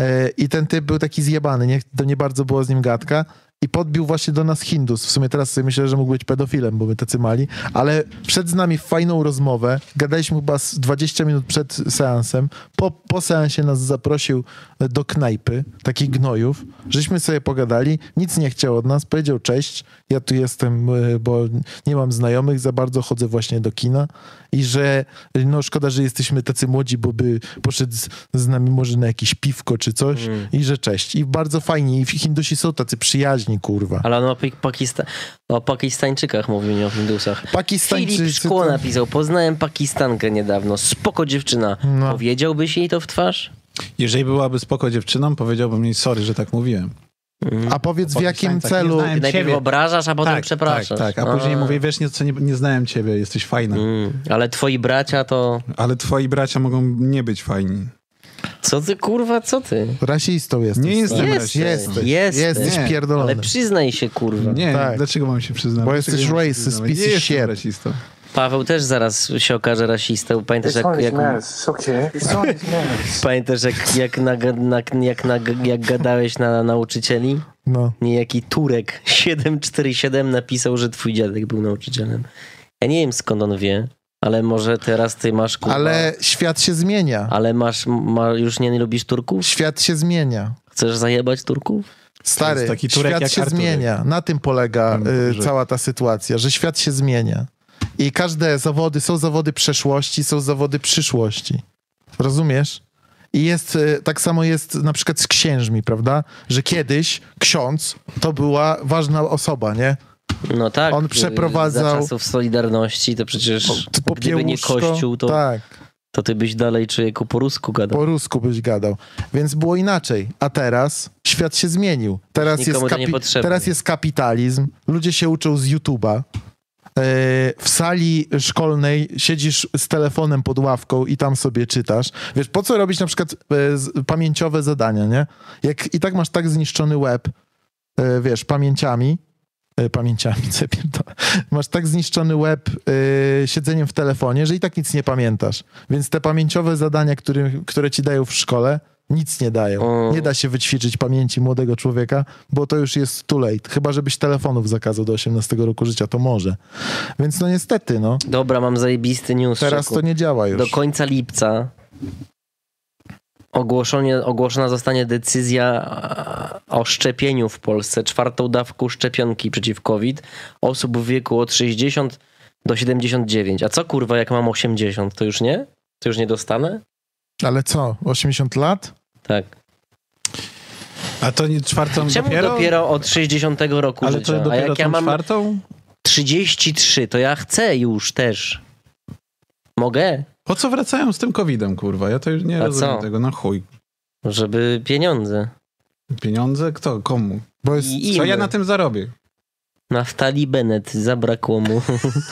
e, i ten typ był taki zjebany, nie, to nie bardzo było z nim gadka i podbił właśnie do nas Hindus. W sumie teraz sobie myślę, że mógł być pedofilem, bo my tacy mali, ale przed z nami fajną rozmowę. Gadaliśmy chyba z 20 minut przed seansem. Po, po seansie nas zaprosił do knajpy, takich gnojów. Żeśmy sobie pogadali, nic nie chciał od nas, powiedział cześć, ja tu jestem, y, bo nie mam znajomych, za bardzo chodzę właśnie do kina i że y, no szkoda, że jesteśmy tacy młodzi, bo by poszedł z, z nami może na jakieś piwko czy coś
Mm.
i że cześć. I bardzo fajni, i Hindusi są tacy przyjaźni, kurwa.
Ale on o, Paki- Pakista- o Pakistańczykach mówił, nie o Hindusach.
Pakistańczycy
Filip Szkło
to-
napisał, poznałem Pakistankę niedawno, spoko dziewczyna.
No.
Powiedziałbyś jej to w twarz?
Jeżeli byłaby spoko dziewczyną, powiedziałbym jej sorry, że tak mówiłem.
A powiedz w jakim
Pakistańcach
celu...
nie znałem.
Ty najpierw
ciebie.
obrażasz, a potem przepraszasz.
Tak, tak. A później
A.
mówię, wiesz, nie, co nie, nie znałem ciebie, jesteś fajna.
Mm, ale twoi bracia to...
Ale twoi bracia mogą nie być fajni.
Co ty kurwa, co ty?
Rasistą jesteś.
Nie jestem
stary.
rasistą.
Jesteś,
Jesteś.
jesteś
Nie,
pierdolony.
Ale przyznaj się kurwa.
Nie,
Tak.
dlaczego mam się przyznawać?
Bo
Dlaczego
jesteś
ja mam się
racist,
przyznawać?
piece
Nie
of
jestem
shit.
rasistą.
Paweł też zaraz się okaże rasistą. Pamiętasz jak, jak,
It's okay. It's on his mess.
pamiętasz jak, jak, na, na, jak, na, jak gadałeś na nauczycieli?
No.
Niejaki Turek 747 napisał, że twój dziadek był nauczycielem. Ja nie wiem skąd on wie, ale może teraz ty masz kurwa.
Ale świat się zmienia.
Ale masz, ma, już nie, nie lubisz Turków?
Świat się zmienia.
Chcesz zajebać Turków?
Stary,
jest taki Turek
świat
jak
się
Arturek.
zmienia. Na tym polega y, cała ta sytuacja, że świat się zmienia. I każde zawody są zawody przeszłości, są zawody przyszłości. Rozumiesz? I jest, y, tak samo jest na przykład z księżmi, prawda? Że kiedyś ksiądz to była ważna osoba, nie?
No tak.
On
y, Za
przeprowadzał-
czasów Solidarności to przecież
Po-
gdyby nie
popiełuszko,
Kościół, to,
Tak.
to ty byś dalej człowieku po rusku gadał.
po rusku byś gadał. Więc było inaczej. A teraz świat się zmienił. Teraz, jest,
Nikomu to
kapi-
niepotrzebne.
teraz jest kapitalizm. Ludzie się uczą z YouTube'a. Yy, W sali szkolnej siedzisz z telefonem pod ławką i tam sobie czytasz. Wiesz, po co robić na przykład yy, z- pamięciowe zadania, nie? Jak i tak masz tak zniszczony łeb, yy, wiesz, pamięciami, yy, pamięciami, *laughs* co ja pierdolę. masz tak zniszczony łeb yy, siedzeniem w telefonie, że i tak nic nie pamiętasz. Więc te pamięciowe zadania, które, które ci dają w szkole, nic nie dają.
Mm.
Nie da się wyćwiczyć pamięci młodego człowieka, bo to już jest too late. Chyba, żebyś telefonów zakazał do 18 roku życia, to może. Więc no niestety, no.
Dobra, mam zajebisty news.
Teraz
Szyku.
to nie działa już.
Do końca lipca ogłoszenie, ogłoszona zostanie decyzja o szczepieniu w Polsce, czwartą dawką szczepionki przeciw COVID osób w wieku od 60 do 79. A co kurwa, jak mam 80, to już nie? To już nie dostanę?
Ale co, 80 lat?
Tak.
A to nie czwartą
Czemu dopiero,
dopiero?
od 60 roku
Ale
życia?
to
A
dopiero
jak
tą
ja mam
czwartą?
33, to ja chcę już też. Mogę,
Po co wracają z tym covidem, kurwa? Ja to już nie
A
rozumiem
co?
tego. No chuj.
żeby pieniądze.
Pieniądze? Kto? Komu?
Bo jest
I,
Co
im.
ja na tym zarobię?
Naftali Bennett, zabrakło mu.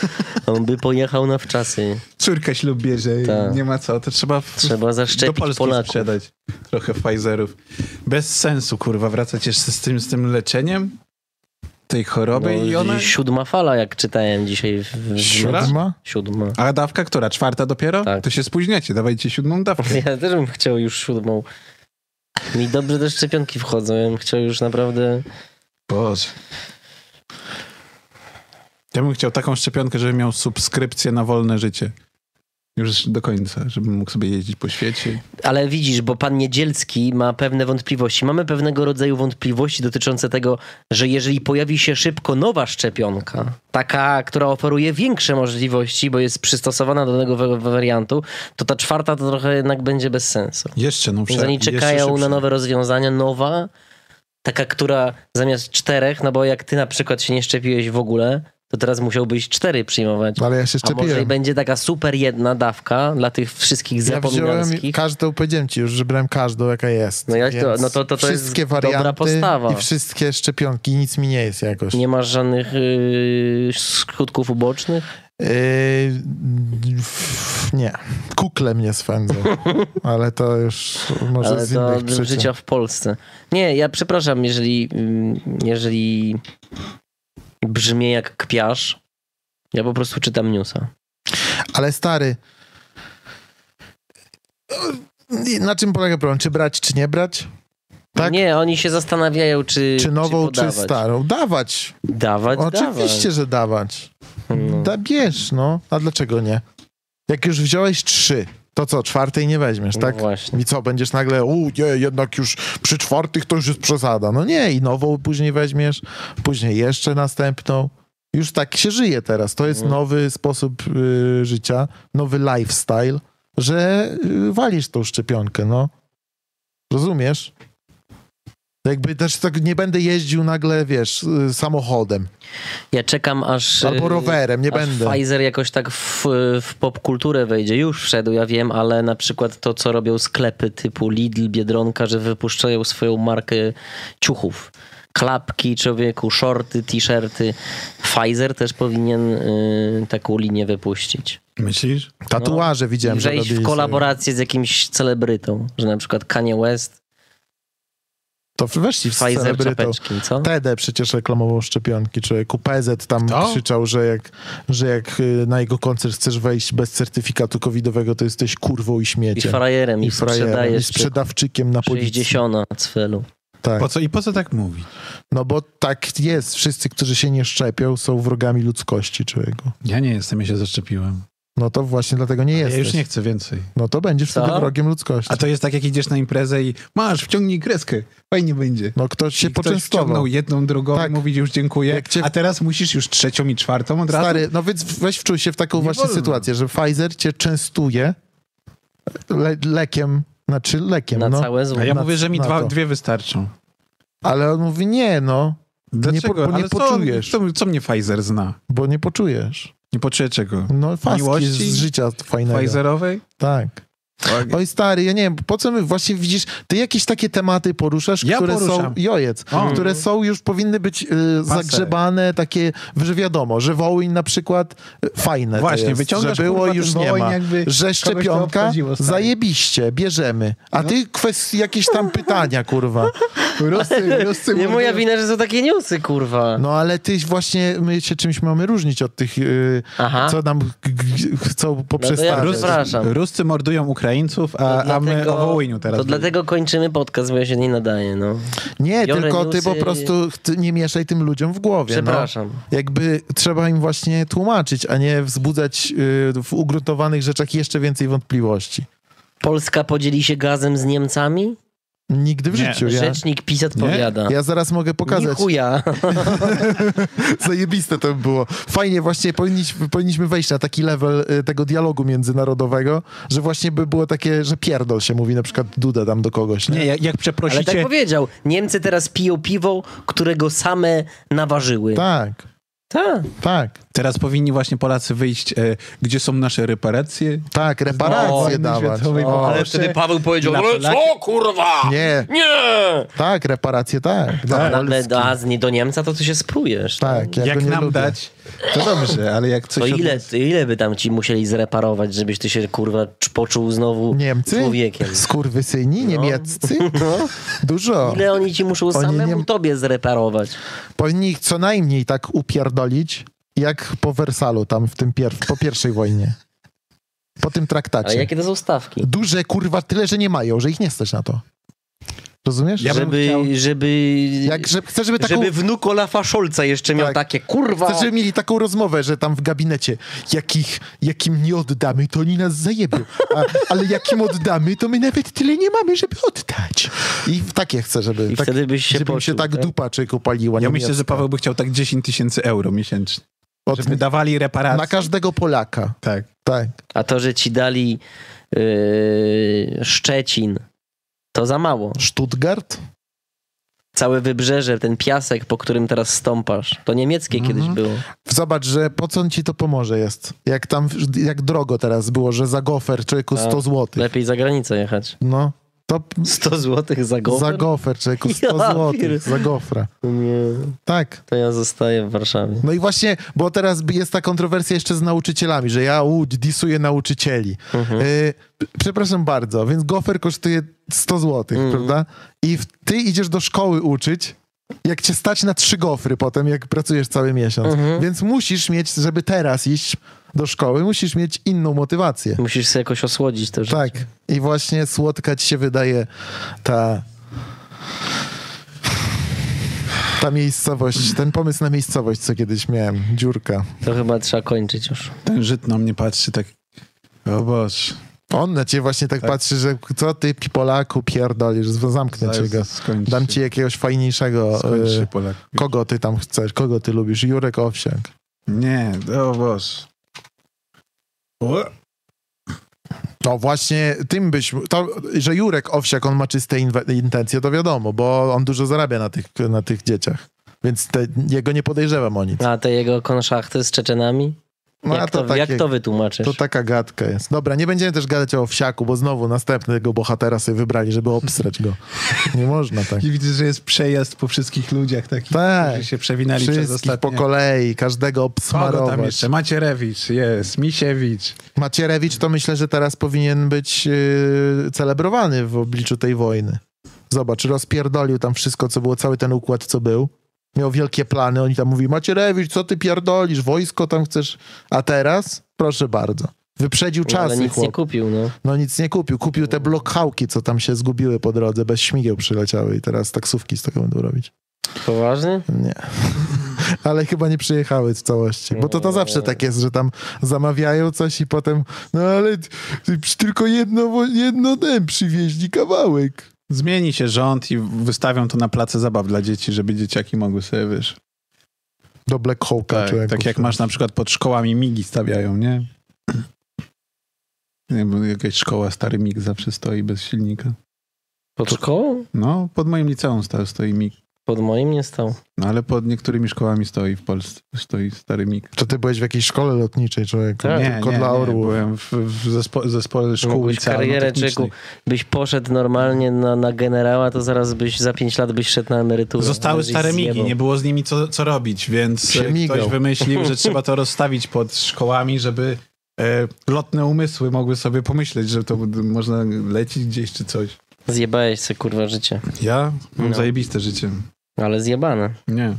*laughs* On by pojechał na wczasy.
Córka ślub bierze i
Tak.
nie ma co. To trzeba, w-
Trzeba zaszczepić
do Polski
Polaków.
sprzedać trochę Pfizerów. Bez sensu, kurwa, wracać jeszcze z tym, z tym leczeniem tej
No,
choroby i ona...
Siódma fala, jak czytałem dzisiaj. W, w
Siódma?
nocy.
Ma?
Siódma. *laughs*
A dawka która? Czwarta dopiero?
Tak.
To się spóźniacie, dawajcie siódmą dawkę.
Ja też bym chciał już siódmą. Mi dobrze też szczepionki wchodzą. Ja bym chciał już naprawdę.
Boże. Ja bym chciał taką szczepionkę, żebym miał subskrypcję na wolne życie. Już do końca, żebym mógł sobie jeździć po świecie.
Ale widzisz, bo pan Niedzielski ma pewne wątpliwości. Mamy pewnego rodzaju wątpliwości dotyczące tego, że jeżeli pojawi się szybko nowa szczepionka, taka, która oferuje większe możliwości, bo jest przystosowana do danego wa- wariantu, to ta czwarta to trochę jednak będzie bez sensu.
Jeszcze no
Więc oni czekają na nowe rozwiązania, nowa, taka, która zamiast czterech, no bo jak ty na przykład się nie szczepiłeś w ogóle, to teraz musiałbyś cztery przyjmować.
Ale ja się
A może i
szczepiłem.
będzie taka super jedna dawka dla tych wszystkich
Ja wziąłem
zapominalskich.
każdą, powiedziałem ci już, że brałem każdą, jaka jest.
No ja to-
Więc
no to- to- to jest
wszystkie
dobra
warianty
postawa.
I wszystkie szczepionki, nic mi nie jest jakoś.
Nie masz żadnych yy, skutków ubocznych?
Yy, f- nie. Kukle mnie
*laughs*
swędzą. Ale to już może
Ale
z innych
to
przyczyn.
życia w Polsce. Nie, ja przepraszam, jeżeli, mm, jeżeli brzmię jak kpiarz. Ja po prostu czytam newsa.
Ale stary... I Na czym polega problem? Czy brać, czy nie brać? Tak?
Nie, oni się zastanawiają, czy
Czy nową, czy,
podawać.
starą? Dawać.
Dawać,
Oczywiście, że dawać.
dawać. No.
Da, bierz, no. A dlaczego nie? Jak już wziąłeś trzy, to co, czwartej nie weźmiesz,
No
tak?
właśnie.
I co, będziesz nagle, u, nie, jednak już przy czwartych to już jest przesada. No nie, i nową później weźmiesz, później jeszcze następną. Już tak się żyje teraz. To jest
No.
nowy sposób y, życia, nowy lifestyle, że y, walisz tą szczepionkę, no. Rozumiesz? Jakby też tak nie będę jeździł nagle, wiesz, y, samochodem
Ja czekam aż.
albo
yy,
rowerem, nie
aż
będę.
Pfizer jakoś tak w, w popkulturę wejdzie. Już wszedł, ja wiem, ale na przykład to, co robią sklepy typu Lidl, Biedronka, że wypuszczają swoją markę ciuchów. Klapki człowieku, shorty, t-shirty. Pfizer też powinien yy, taką linię wypuścić.
Myślisz?
Tak.
Tatuaże
No. I
widziałem, że
wejść
robili
w
sobie.
kolaborację z jakimś celebrytą, że na przykład Kanye West,
To weszli w
Pfizer
celebrytą.
czapeczki, no. co?
Tede przecież reklamował szczepionki, człowieku. PZ tam
Kto?
krzyczał, że jak, że jak y, na jego koncert chcesz wejść bez certyfikatu covidowego, to jesteś kurwą i
I
śmieciem.
frajerem, i,
frajerem, i
sprzedajesz się
sprzedawczykiem na policji.
60 na cfelu.
Tak.
Po co, I po co tak mówić?
No bo tak jest. Wszyscy, którzy się nie szczepią, są wrogami ludzkości, człowieku.
Ja nie jestem, ja się zaszczepiłem.
No to właśnie dlatego nie
Ja
jesteś.
już nie chcę więcej.
No to będziesz
Co?
wtedy wrogiem ludzkości.
A to jest tak, jak idziesz na imprezę i masz, wciągnij kreskę, fajnie będzie.
No ktoś się
I ktoś
poczęstował.
wciągnął jedną, drugą,
Tak.
mówić już dziękuję,
Jak cię-
a teraz musisz już trzecią i czwartą od razu.
Stary, no więc weź wczuj się w taką
Nie
właśnie
wolno.
sytuację, że Pfizer cię częstuje le lekiem, znaczy lekiem,
Na
no.
całe zło.
A ja
na-
mówię, że mi
na
dwa,
to.
dwie wystarczą.
Ale on mówi nie, no,
Dlaczego?
po- nie
Ale co-
poczujesz.
Co, co mnie Pfizer zna?
bo nie poczujesz.
Nie poczuję czego?
No faski
Miłości?
z życia fajnego.
Pfizerowej?
Tak. Oj stary, ja nie wiem, po co my właśnie widzisz, ty jakieś takie tematy poruszasz,
Ja
które są
poruszam.
jojec,
O.
które są już powinny być y, zagrzebane takie, że wiadomo, że Wołyń na przykład y, fajne to
Właśnie,
jest,
wyciągasz,
że było
kurwa, ten
już nie
Wołyń,
ma,
jakby
że
kogoś to
szczepionka
obchodziło, stary.
zajebiście, bierzemy, a ty kwestii, jakieś tam pytania, kurwa.
Ruscy,
*laughs*
ruscy
Nie
mówią-
moja wina, że są takie newsy, kurwa.
No ale ty właśnie, my się czymś mamy różnić od tych, y,
Aha. No
co nam g- g- chcą poprzestawiać.
Rus- Przepraszam.
Ruscy mordują Ukraińców, a, a my o Wołyniu teraz.
To dlatego kończymy podcast, bo ja się nie nadaję, no.
Nie,
Biorę
tylko ty po
newsy-
prostu ty nie mieszaj tym ludziom w głowie.
Przepraszam.
No. Jakby trzeba im właśnie tłumaczyć, a nie wzbudzać y, w ugruntowanych rzeczach jeszcze więcej wątpliwości.
Polska podzieli się gazem z Niemcami?
Nigdy w
Nie. No.
życiu. Ja,
Rzecznik PiS odpowiada.
ja zaraz mogę pokazać.
Nichuja.
*laughs*
*laughs*
Zajebiste to było. Fajnie właśnie powinniśmy, powinniśmy wejść na taki level y, tego dialogu międzynarodowego, że właśnie by było takie, że pierdol się mówi na przykład Duda tam do kogoś. Nie?
Nie, jak, jak
Ale
przeprosicie...
tak powiedział. Niemcy teraz piją piwo, którego same naważyły.
Tak,
Tak.
tak.
Teraz powinni właśnie Polacy wyjść, e, gdzie są nasze reparacje.
Tak, reparacje
Wojny
dawać.
światowej
O,
poproszę.
Ale wtedy Paweł powiedział,
Dla
ale
Polaków-
co kurwa?
Nie,
Nie!
tak, reparacje tak. Dla
Ale
Polski.
do, a z, nie, do Niemca to ty się sprujesz.
Tak, ja
Jak
go nie
nam
lubię.
dać, to dobrze, ale jak coś...
To
od
ile,
nas-
ile by tam ci musieli zreparować, żebyś ty się kurwa cz- poczuł znowu
Niemcy?
człowiekiem? No.
Skurwysyni,
*laughs*
niemieccy? Dużo.
Ile oni ci muszą
Oni
samemu
nie-
tobie zreparować?
Powinni ich co najmniej tak upierdolić, jak po Wersalu tam w tym pier- po pierwszej wojnie. Po tym
Ale
traktacie.
jakie to są stawki?
Duże kurwa tyle, że nie mają, że ich nie stać na to. Rozumiesz?
Ja bym
żeby,
chciał-
żeby,
Jak, że, chcę, żeby taką...
żeby wnuk Olafa Scholza jeszcze miał
Tak.
takie kurwa.
Chcę, żeby mieli taką rozmowę, że tam w gabinecie, jakich, jakim nie oddamy, to oni nas zajebią. A, ale jakim oddamy, to my nawet tyle nie mamy, żeby oddać. I w takie chcę, żeby...
I
tak,
wtedy byś się
żeby im się
poczuł,
tak,
tak?
dupa czy kupaliła.
Ja myślę, że Paweł by chciał tak 10 tysięcy euro miesięcznie. Żeby dawali reparacje.
Na każdego Polaka.
Tak.
Tak.
A to, że ci dali yy, Szczecin, to za mało.
Stuttgart?
Całe wybrzeże, ten piasek, po którym teraz stąpasz, to niemieckie
Mhm.
kiedyś było.
Zobacz, że po co on ci to pomoże jest. Jak tam, jak drogo teraz było, że za gofer człowieku
Tak.
100 zł.
Lepiej za granicę jechać.
No, to p-
100 zł za
za
gofer?
gofer człowieku 100
Ja
zł.
pier-
Za gofra.
Nie,
Tak.
to ja zostaję w Warszawie.
No i właśnie, bo teraz jest ta kontrowersja jeszcze z nauczycielami, że ja u, disuję nauczycieli. Y, p- przepraszam bardzo, więc gofer kosztuje 100 zł, prawda? I w, ty idziesz do szkoły uczyć, jak cię stać na trzy gofry potem, jak pracujesz cały miesiąc. Więc musisz mieć, żeby teraz iść do szkoły, musisz mieć inną motywację.
Musisz sobie jakoś osłodzić to życie.
Tak. I właśnie słodka ci się wydaje ta... Ta miejscowość, ten pomysł na miejscowość, co kiedyś miałem, dziurka.
To chyba trzeba kończyć już.
Ten Żyd na mnie patrzy tak... O Boże.
On na ciebie właśnie tak,
Tak.
patrzy, że co ty pi- Polaku pierdolisz, z- zamknę
Zaraz
cię go.
skończy
Dam
się.
ci jakiegoś fajniejszego.
Skończ
y,
się, Polak.
kogo ty tam chcesz, kogo ty lubisz? Jurek Owsiak.
Nie, o Boże. O,
No właśnie tym byś, to, że Jurek Owsiak, on ma czyste inwe- intencje, to wiadomo, bo on dużo zarabia na tych, na tych dzieciach. Więc te, jego nie podejrzewam o nic.
A te jego konszachty z Czeczenami?
No, a
jak, to, jak
takie-
to wytłumaczysz?
To tak taka gadka jest. Dobra, nie będziemy też gadać o Owsiaku, bo znowu następnego bohatera sobie wybrali, żeby obsrać go. Nie można tak.
I widzę, że jest przejazd po wszystkich ludziach takich,
Tak.
którzy się przewinęli przez
Wszystkich po
ostatnie...
kolei, każdego
Kogo tam
obsmarować.
jeszcze? Macierewicz, jest, Misiewicz.
Macierewicz to myślę, że teraz powinien być yy, celebrowany w obliczu tej wojny. Zobacz, rozpierdolił tam wszystko, co było, cały ten układ, co był. Miał wielkie plany, oni tam mówili, Macierewicz, co ty pierdolisz, wojsko tam chcesz, a teraz? Proszę bardzo. Wyprzedził
No,
czasy,
ale nic nie
chłop.
kupił, no.
No nic nie kupił. Kupił te blokhałki, co tam się zgubiły po drodze, bez śmigieł przyleciały i teraz taksówki z tego będą robić.
Poważnie?
Nie. *laughs* Ale chyba nie przyjechały w całości. Bo to, to zawsze tak jest, że tam zamawiają coś i potem, no ale t- t- tylko jedno, wo- jedno ten przywieźli kawałek.
Zmieni się rząd i wystawią to na place zabaw dla dzieci, żeby dzieciaki mogły sobie, wiesz...
Do Black Hawk'a.
Tak,
człowieku.
tak jak masz na przykład pod szkołami migi stawiają, nie? *clears throat* Nie, bo jakaś szkoła, stary mig zawsze stoi bez silnika.
Pod szkołą?
No, pod moim liceum stał, stoi mig.
Pod moim nie stał.
No, ale pod niektórymi szkołami stoi w Polsce, stoi stary mig.
Czy ty byłeś w jakiejś szkole lotniczej, człowieku?
Tak.
Nie,
Tylko
nie,
dla
nie,
orłów.
byłem w, w zespo, zespole szkół
Mógłbyś karierę, czeku,
licealno-technicznych.
byś poszedł normalnie na, na generała, to zaraz byś, za pięć lat byś szedł na emeryturę.
Zostały
Byś
stare migi,
zjebał.
nie było z nimi co, co robić, więc
Się
e, ktoś
migał.
wymyślił, *laughs* że trzeba to rozstawić pod szkołami, żeby e, lotne umysły mogły sobie pomyśleć, że to b- można lecić gdzieś czy coś.
Zjebałeś sobie, kurwa, życie.
Ja mam
No.
zajebiste życie.
Ale zjebane.
Nie.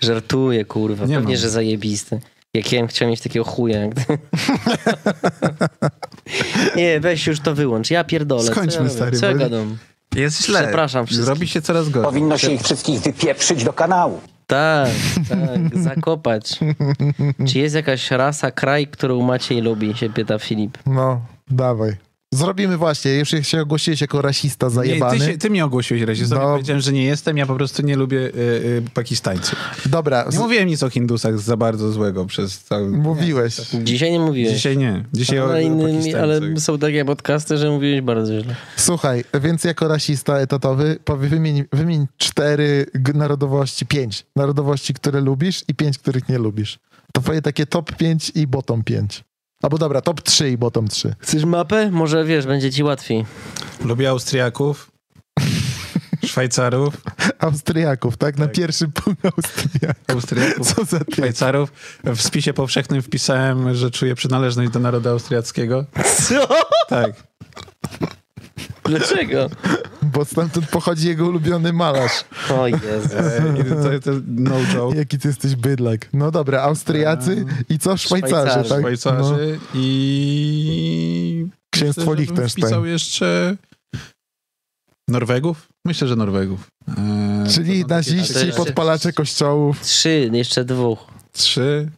Żartuję, kurwa.
Nie
Pewnie,
mam.
że zajebisty. Jak ja bym chciał mieć takiego chuja.
*laughs*
Jak... ty. nie, weź już to wyłącz. Ja pierdolę. co
Skończmy,
ja robię?
stary,
Co ja
bo-
gadam?
Jest
źle. Przepraszam wszystkich.
Robi się coraz gorzej.
Powinno się ich wszystkich wypieprzyć do kanału.
Tak, tak, zakopać.
*laughs*
Czy jest jakaś rasa, kraj, którą Maciej lubi, się pyta Filip.
No, dawaj. Zrobimy właśnie, już jak się ogłosiłeś jako rasista
Nie,
zajebany.
ty, się, ty mnie ogłosiłeś rasistą.
No.
Ja powiedziałem, że nie jestem, ja po prostu nie lubię y, y, Pakistańców.
Dobra, z...
Nie mówiłem nic o Hindusach za bardzo złego przez cały...
mówiłeś.
Dzisiaj nie mówiłeś.
Dzisiaj nie. Dzisiaj o,
ale,
o
innymi,
Pakistańcach.
ale są takie podcasty, że mówiłeś bardzo źle.
Słuchaj, więc jako rasista etatowy powie, wymień, wymień cztery g- narodowości, pięć narodowości, które lubisz i pięć, których nie lubisz. To twoje takie top pięć i bottom pięć. Albo dobra, top trzy i bottom trzy.
Chcesz mapę? Może wiesz, będzie ci łatwiej.
Lubię *laughs* Austriaków, Szwajcarów,
Austriaków, tak? Na pierwszy punkt *laughs* Austriaków.
Austriaków,
Co za ty?
Szwajcarów. W spisie powszechnym wpisałem, że czuję przynależność do narodu austriackiego.
Co?
Tak.
Dlaczego?
Bo stamtąd pochodzi jego ulubiony malarz.
O Jezu.
E, i To, to no joke.
Jaki ty jesteś bydlak. No dobra, Austriacy i co? Szwajcarzy,
Szwajcarzy.
tak? No.
Szwajcarzy i...
Księstwo
myślę, żebym
Liechtenstein.
Wpisał jeszcze Norwegów? Myślę, że Norwegów. E,
Czyli
to są takie
to
naziści,
jest-
podpalacze kościołów.
Trzy, jeszcze dwóch.
Trzy.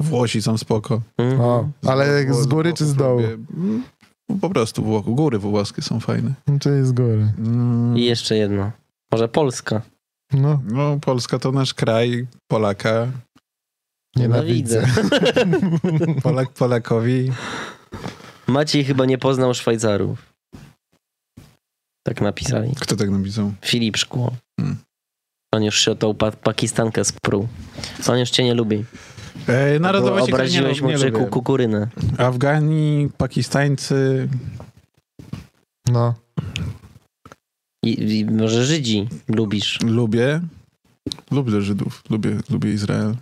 Włosi są spoko.
Mhm.
O, ale z góry czy z dołu?
Lubię- Mm, Po prostu Włoku. Góry włoskie są fajne. Mm,
Czyli z góry.
I jeszcze jedno. Może Polska.
No,
No, Polska to nasz kraj. Polaka.
nienawidzę.
No
*laughs*
Polak Polakowi.
Maciej chyba nie poznał Szwajcarów. Tak napisali.
Kto tak napisał?
Filip Szkło.
Hmm.
On już się tą pa- pakistankę spruł. On już cię nie lubi.
E, narodowości, których nie,
Obraziłeś
lu-
mu
nie
krzyku
lubię.
kukurynę.
Afgani, Pakistańcy.
No.
I, I może Żydzi lubisz.
Lubię. Lubię Żydów. Lubię, lubię Izrael.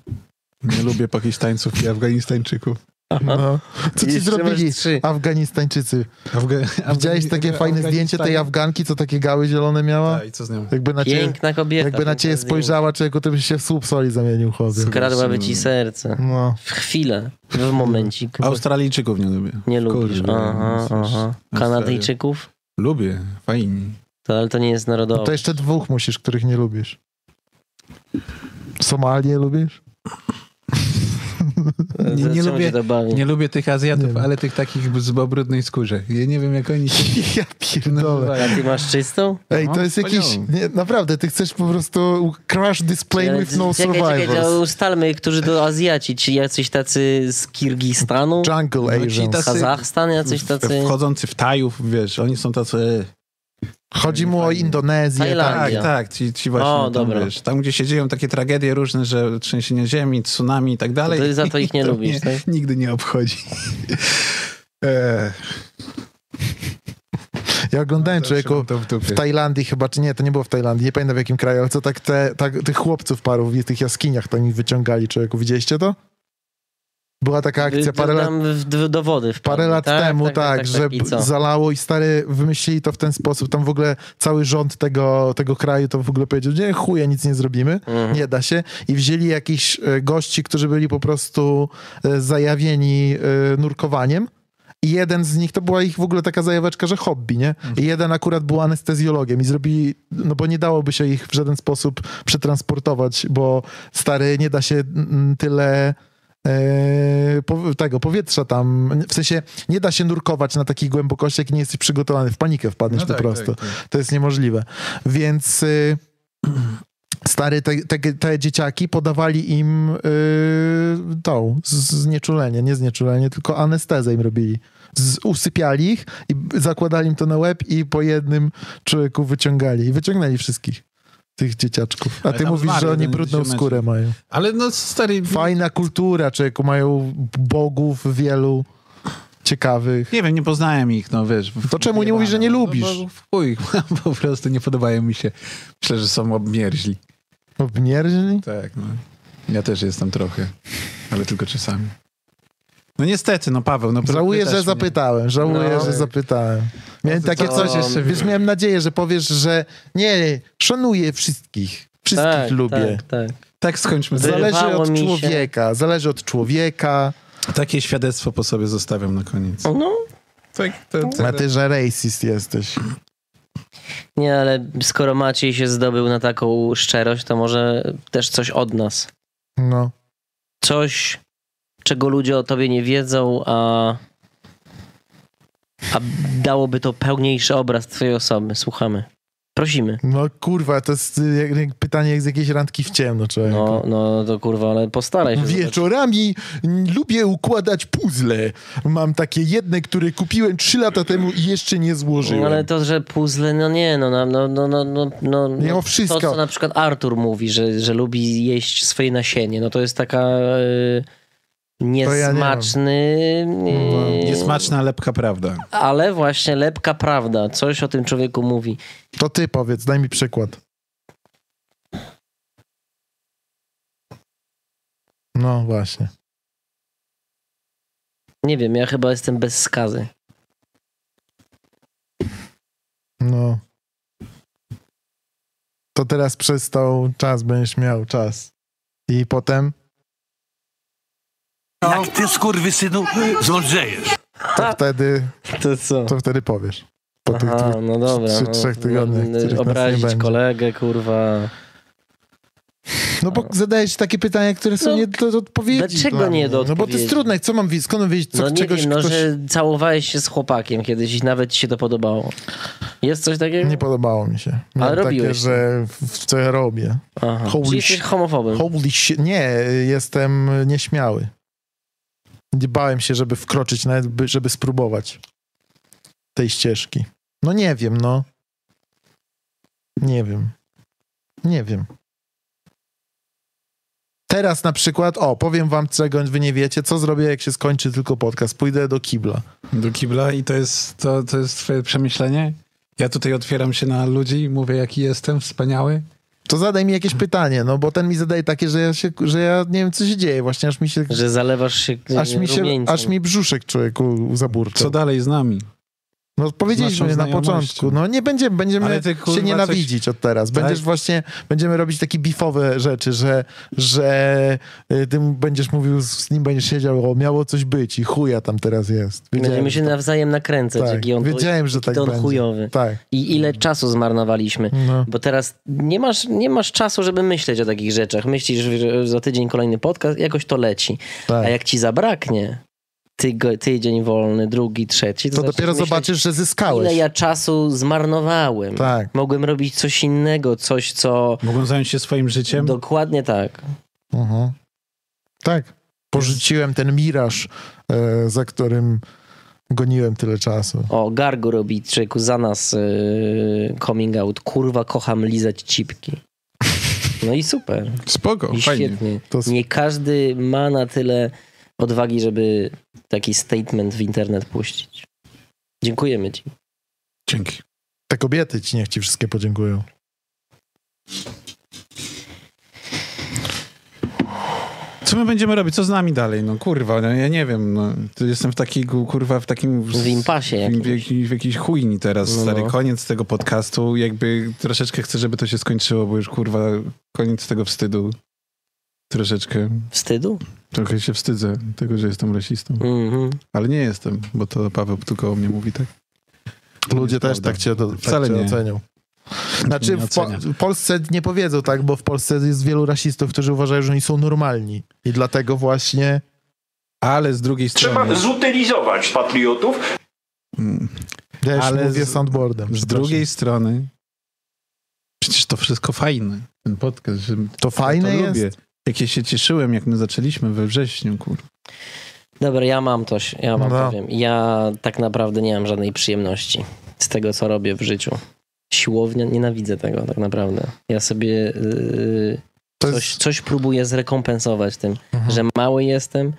Nie lubię Pakistańców i Afganistańczyków.
No. Co ci
Jeszcze
zrobili
masz trzy.
Afganistańczycy?
Afga-
Widziałeś takie fajne zdjęcie tej Afganki, co takie gały zielone miała?
Tak, i co z nią?
Jakby na ciebie,
Piękna kobieta.
Znaczy, jakby na
piękne
ciebie
zdjęcie.
spojrzała, człowieku, to byś się w słup soli zamienił, chodzę.
Skradłaby ci serce.
No.
W chwilę. W momencik.
Australijczyków nie lubię.
Nie lubisz.
Kurde,
Aha,
no,
aha.
no,
Kanadyjczyków?
Lubię, fajni.
To, ale to nie jest
No to
narodowe.
jeszcze dwóch musisz, których nie lubisz. Somalię lubisz?
nie
Zaczęło cię
lubię-
to bawić.
Nie lubię tych Azjatów,
Nie.
ale tych takich z o brudnej skórze. Ja nie wiem, jak oni *laughs* się
Ja pierdolę.
A ty masz czystą?
Ej, to
No,
jest jakiś...
wspaniały.
Nie, naprawdę, ty chcesz po prostu crash this plane with no
czekaj, czekaj, to
survivors.
ustalmy, którzy to Azjaci, czy jacyś tacy z Kirgistanu,
Jungle
No ci
Asians.
tacy-
Kazachstan, jacyś tacy...
Wchodzący w Tajów, wiesz, oni są tacy...
Chodzi mu o Indonezję.
Tak,
Tajlandię.
Tak.
Azja.
tak, ci, ci właśnie
O,
tam,
dobra.
wiesz, tam gdzie się dzieją takie tragedie różne, że trzęsienie ziemi, tsunami i tak dalej.
To ty za to ich nie
to
lubisz,
mnie
tak?
Nigdy nie obchodzi.
E,
Eee,
Ja oglądałem
Tak, zawsze
człowieku...
mam to w
W
dupie.
Tajlandii chyba, czy nie, to nie było w Tajlandii, nie pamiętam w jakim kraju, ale co tak, te, tak tych chłopców paru w tych jaskiniach tam ich wyciągali, człowieku, widzieliście to? Była taka *laughs* akcja parę lat,
Tam w, w, do wody wpadli.
parę lat temu, tak, że
i co?
zalało i stary wymyślili to w ten sposób, tam w ogóle cały rząd tego, tego kraju to w ogóle powiedział, nie chuje, nic nie zrobimy, nie da się i wzięli jakichś e, gości, którzy byli po prostu e, zajawieni e, nurkowaniem i jeden z nich, to była ich w ogóle taka zajaweczka, że hobby, nie? I jeden akurat był anestezjologiem i zrobili, no bo nie dałoby się ich w żaden sposób przetransportować, bo stary, nie da się mm, tyle e, pow- tego powietrza tam, w sensie nie da się nurkować na takich głębokościach, jak nie jesteś przygotowany, w panikę wpadniesz
No
po
tak,
prostu.
tak, tak.
To jest niemożliwe. Więc... Y- Stary, te, te, te dzieciaki podawali im yy, tą z- znieczulenie, nie znieczulenie, tylko anestezę im robili. Z, usypiali ich i b- zakładali im to na łeb i po jednym człowieku wyciągali. I wyciągnęli wszystkich tych dzieciaczków. A
Ale
ty
tam
mówisz,
zmarł
że oni
jeden
brudną
ziomeczek.
skórę mają.
Ale no stary,
Fajna kultura, człowieku, mają bogów wielu ciekawych.
nie wiem, nie poznałem ich, no wiesz.
To czemu nie mówisz, że nie lubisz?
No, bo, w chuj, *laughs* po prostu nie podobają mi się. Myślę, że są obmierzli.
Obmierzli?
Tak, no. Ja też jestem trochę, ale tylko czasami. No niestety, no Paweł, no
Żałuję,
pytasz
że
mnie.
zapytałem, żałuję,
No.
że zapytałem. Miałem
to
takie
co
coś,
jeszcze
wiesz,
wybrać?
miałem nadzieję, że powiesz, że nie, szanuję wszystkich, wszystkich
tak,
lubię.
Tak, tak.
Tak skończmy.
Zero.
Zależy
Zrywało
od
mi się.
człowieka, zależy od człowieka,
Takie świadectwo po sobie zostawiam na koniec.
No,
Tak, to,
a ty, że racist jesteś.
nie, ale skoro Maciej się zdobył na taką szczerość, to może też coś od nas.
No.
Coś, czego ludzie o tobie nie wiedzą, a a dałoby to pełniejszy obraz twojej osoby. Słuchamy. Prosimy.
No kurwa, to jest y, jak, jak pytanie jak z jakiejś randki w ciemno, człowiek.
No, no to kurwa, ale postaraj się.
Wieczorami mm, lubię układać puzzle. Mam takie jedne, które kupiłem trzy lata temu i jeszcze nie złożyłem.
No ale to, że puzzle, no nie, no, no, no, no, no, no, no
Ja
no,
wszystko.
To, co na przykład Artur mówi, że, że lubi jeść swoje nasienie, no to jest taka y,
ja nie
niesmaczny, y,
Niesmaczna lepka prawda.
ale właśnie lepka prawda, coś o tym człowieku mówi.
To ty powiedz, daj mi przykład. No właśnie.
Nie wiem, ja chyba jestem bez skazy.
No. To teraz przestał czas, będziesz miał czas. I potem.
Jak No, ty, skurwysynu, zmądrzejesz.
To wtedy,
To co?
to wtedy powiesz. Po tych
Tak. Aha,
dwóch,
no dobra.
trzy-
no,
trzech tygodniach,
no,
których nas nie
Obrazić
będzie.
kolegę, kurwa.
No bo zadajesz takie pytania, które są
No,
nie do, do odpowiedzi.
dlaczego
dla mnie.
nie do
No bo to
odpowiedzi?
jest trudne, co mam wiedzieć, skąd mam wiedzieć, co
no nie
czegoś
wiem, no
ktoś
że całowałeś się z chłopakiem kiedyś i nawet ci się to podobało. Jest coś takiego?
nie podobało mi się. Miałem takie,
robiłeś.
że w, w co ja robię.
Aha.
Holy
Czyli jesteś
shit.
homofobem.
Holy shit. Nie, jestem nieśmiały. Nie Bałem się, żeby wkroczyć, nawet by, żeby spróbować tej ścieżki. No nie wiem, no. Nie wiem. Nie wiem. Teraz na przykład, o, powiem wam, czego wy nie wiecie, co zrobię, jak się skończy tylko podcast. Pójdę do kibla.
Do kibla i to jest, to, to jest twoje przemyślenie? Ja tutaj otwieram się na ludzi, mówię jaki jestem, wspaniały.
To zadaj mi jakieś pytanie, no bo ten mi zadaje takie, że ja, się, że ja nie wiem, co się dzieje właśnie, aż mi się,
Że zalewasz się
aż mi, się,
rumieńcem.
aż mi brzuszek człowieku zaburczył.
Co dalej z nami?
No powiedzieliśmy
naszą
na
znajomością.
początku. No nie będziemy, będziemy
Ale ty, kurwa,
się nienawidzić od teraz. Będziesz
Tak?
właśnie, będziemy robić takie bifowe rzeczy, że, że y, ty mu będziesz mówił, z z nim będziesz siedział, o miało coś być i chuja tam teraz jest.
Będziemy się
że tak-
nawzajem nakręcać,
tak.
jaki on,
Wiedziałem, że
jaki
tak
to on
będzie.
chujowy.
Tak.
I ile czasu zmarnowaliśmy.
No.
Bo teraz nie masz, nie masz czasu, żeby myśleć o takich rzeczach. Myślisz, że za tydzień kolejny podcast, jakoś to leci.
Tak.
A jak ci zabraknie tygo, tydzień wolny, drugi, trzeci, to,
To
zaczniesz
dopiero
myśleć,
zobaczysz, że
ile
zyskałeś.
ja czasu zmarnowałem.
Tak.
Mogłem robić coś innego, coś, co...
Mogą zająć się swoim życiem?
Dokładnie tak.
Mhm. Tak. Porzuciłem ten miraż, e, za którym goniłem tyle czasu.
O, Gargo robi, człowieku, za nas yy, coming out. Kurwa, kocham lizać cipki. No i super.
Spoko,
I
fajnie.
świetnie.
To s-
Nie każdy ma na tyle odwagi, żeby taki statement w internet puścić. Dziękujemy ci.
Dzięki.
Te kobiety ci niech ci wszystkie podziękują.
Co my będziemy robić? Co z nami dalej? No kurwa, no, ja nie wiem. No, to jestem w takiej, kurwa, w takim...
W impasie
W, w,
jakimś.
jakiej- w jakiejś chujni teraz,
No.
stary. Koniec tego podcastu. Jakby troszeczkę chcę, żeby to się skończyło, bo już kurwa koniec tego wstydu. Troszeczkę.
Wstydu?
Trochę się wstydzę tego, że jestem rasistą.
Mhm.
Ale nie jestem, bo to Paweł tylko o mnie mówi tak.
Ludzie
Jest
też
prawda.
tak cię, tak
Wcale
cię
nie.
ocenią. Znaczy
Nie
w, po,
oceniam.
w Polsce nie powiedzą tak, bo w Polsce jest wielu rasistów, którzy uważają, że oni są normalni. I dlatego właśnie
Ale z drugiej strony,
zutylizować patriotów,
też
Ale
mówię
z-
soundboardem.
z
przepraszam.
drugiej strony, przecież to wszystko fajne, ten podcast, że
To fajne
ja to
jest.
lubię. Jak ja się cieszyłem, jak my zaczęliśmy we wrześniu, kur.
Dobra, ja mam coś, ja mam
No.
powiem. Ja tak naprawdę nie mam żadnej przyjemności z tego, co robię w życiu. Siłownia, nienawidzę tego tak naprawdę. Ja sobie yy,
To
coś,
jest,
coś próbuję zrekompensować tym, że mały jestem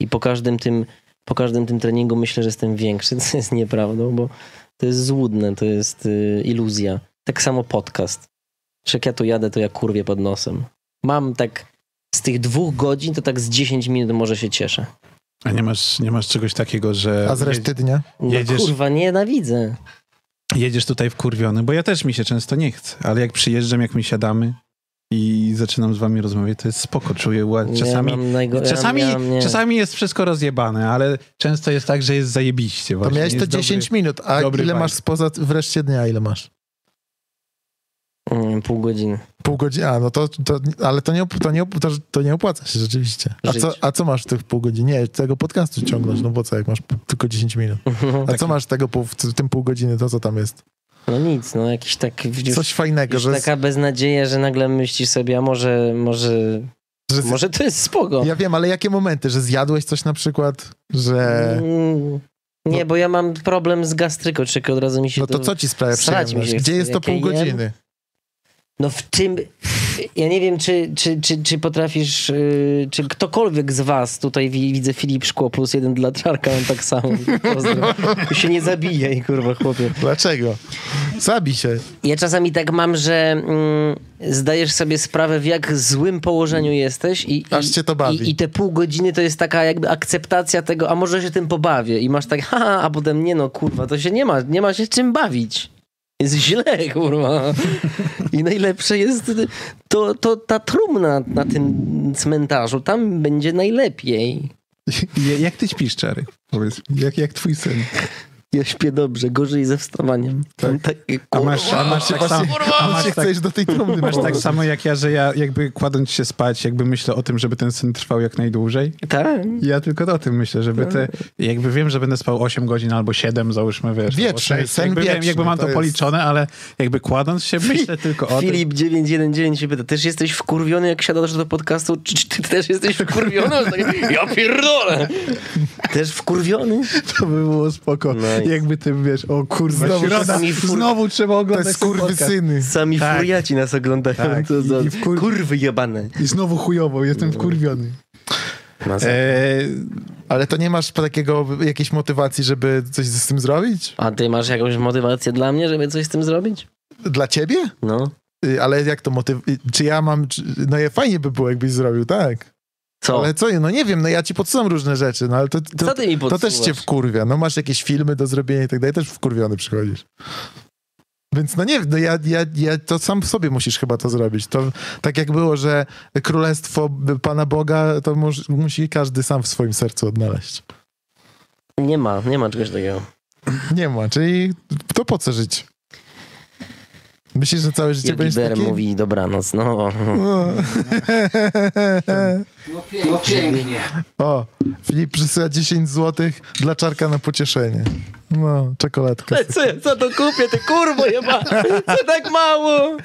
i po każdym tym, po każdym tym treningu myślę, że jestem większy, *laughs* co jest nieprawdą, bo to jest złudne, to jest y, iluzja. Tak samo podcast. Że jak ja tu jadę, to ja kurwię pod nosem. Mam tak z tych dwóch godzin, to tak z 10 minut może się cieszę.
A nie masz, nie masz czegoś takiego, że
a z reszty dnia?
No
Jedziesz-
kurwa, nienawidzę.
jedziesz tutaj wkurwiony, bo ja też mi się często nie chce, ale jak przyjeżdżam, jak my siadamy i zaczynam z wami rozmawiać, to jest spoko, czuję ład- czasami...
ja mam najgo-
Czasami,
ja, ja, nie.
czasami jest wszystko rozjebane, ale często jest tak, że jest zajebiście.
To
Właśnie.
miałeś to
Jest dobry-
10 minut, a
dobry
ile masz
vibe.
spoza w reszcie dnia, ile masz?
Mm, Pół godziny.
Pół godziny, a no to, to ale to nie, op- to, nie, op- to, to nie opłaca się rzeczywiście. A
Żyć.
co, a co masz w tych pół godziny? Nie, tego podcastu ciągnąć, no bo co, jak masz p- tylko 10 minut.
Mhm,
A co masz tego pół, w tym pół godziny, to co tam jest?
No nic, no jakiś tak... Widzisz,
Coś fajnego,
już
że,
taka beznadzieja, że nagle myślisz sobie, a może, może,
że
może to jest spoko.
ja wiem, ale jakie momenty, że zjadłeś coś na przykład, że...
Mm, Nie, bo ja mam problem z gastrykoczykiem, od razu mi się
No to
to
co ci sprawia
srać mi się
przyjemność?
chce,
Gdzie jest to
jak ja
pół
jem.
godziny?
No w tym. Ja nie wiem, czy, czy, czy, czy potrafisz, yy, czy ktokolwiek z was, tutaj wi- widzę Filip Szkło plus jeden dla Czarka, on tak
*laughs*
samo. Pozdro. Tu się nie zabijaj, kurwa, chłopie.
Dlaczego? Zabij się.
Ja czasami tak mam, że mm, zdajesz sobie sprawę, w jak złym położeniu jesteś i,
Aż
i,
cię to bawi.
I, i te pół godziny to jest taka jakby akceptacja tego, a może się tym pobawię i masz tak, haha, a potem nie no, kurwa, to się nie ma, nie ma się czym bawić. Jest źle, kurwa. I najlepsze jest to, to ta trumna na tym cmentarzu, tam będzie najlepiej.
Ja- Jak ty śpisz, Czary? Powiedz, jak, jak twój syn?
Ja śpię dobrze, gorzej ze wstawaniem.
Tak.
Mam takie,
A
kurwa,
masz, a masz tak samo... A
A
masz
się
tak,
chcesz do tej trumny. *laughs*
masz tak
położyć.
samo jak ja, że ja jakby kładąc się spać, jakby myślę o tym, żeby ten syn trwał jak najdłużej.
tak.
Ja tylko o tym myślę, żeby te... Jakby wiem, że będę spał 8 godzin albo 7, załóżmy, wiesz. albo
Wieczny,
sześć.
sen
jakby, wiem,
wieczny,
jakby mam
to
to
jest-
policzone, ale jakby kładąc się myślę tylko o tym.
Filip 919 się pyta, też jesteś wkurwiony, jak siadasz do podcastu? Czy, czy ty też jesteś wkurwiony? Ja pierdolę! Też wkurwiony?
To by było spoko.
Nice.
Jakby ty wiesz, o kurwa,
Znowu
znowu, środa,
czasami fur-
znowu trzeba
Te
oglądać ten podcast.
skurwysyny.
Sami
Tak.
furiaci nas oglądają.
Tak,
To
i-
za...
i wkur-
Kurwy jebane.
I znowu chujowo, jestem wkurwiony. Eee,
E, Ale to nie masz takiego, jakiejś motywacji, żeby coś z tym zrobić?
A ty masz jakąś motywację dla mnie, żeby coś z tym zrobić?
Dla ciebie?
No.
Y, Ale jak to motyw... y, Czy ja mam... Czy... No ja fajnie by było, jakbyś zrobił, tak.
Co?
Ale co, no nie wiem, no ja ci podsuwam różne rzeczy, no ale to, to,
Co ty mi
to też
podsuwasz?
cię wkurwia. No masz jakieś filmy do zrobienia i tak dalej, też wkurwiony przychodzisz. Więc no nie wiem, no ja, ja, ja to sam w sobie musisz chyba to zrobić. To tak jak było, że królestwo Pana Boga, to mus, musi każdy sam w swoim sercu odnaleźć.
Nie ma, nie ma czegoś takiego.
Nie ma, czyli to po co żyć? Myślisz, że całe życie
Jogi
będziesz
Ber
taki...
mówi dobranoc, no.
O.
No pięknie.
O, Filip przysyła 10 zł dla czarka na pocieszenie. No, czekoladkę.
Co, ja- co to kupię, ty kurwo jeba? Co tak mało?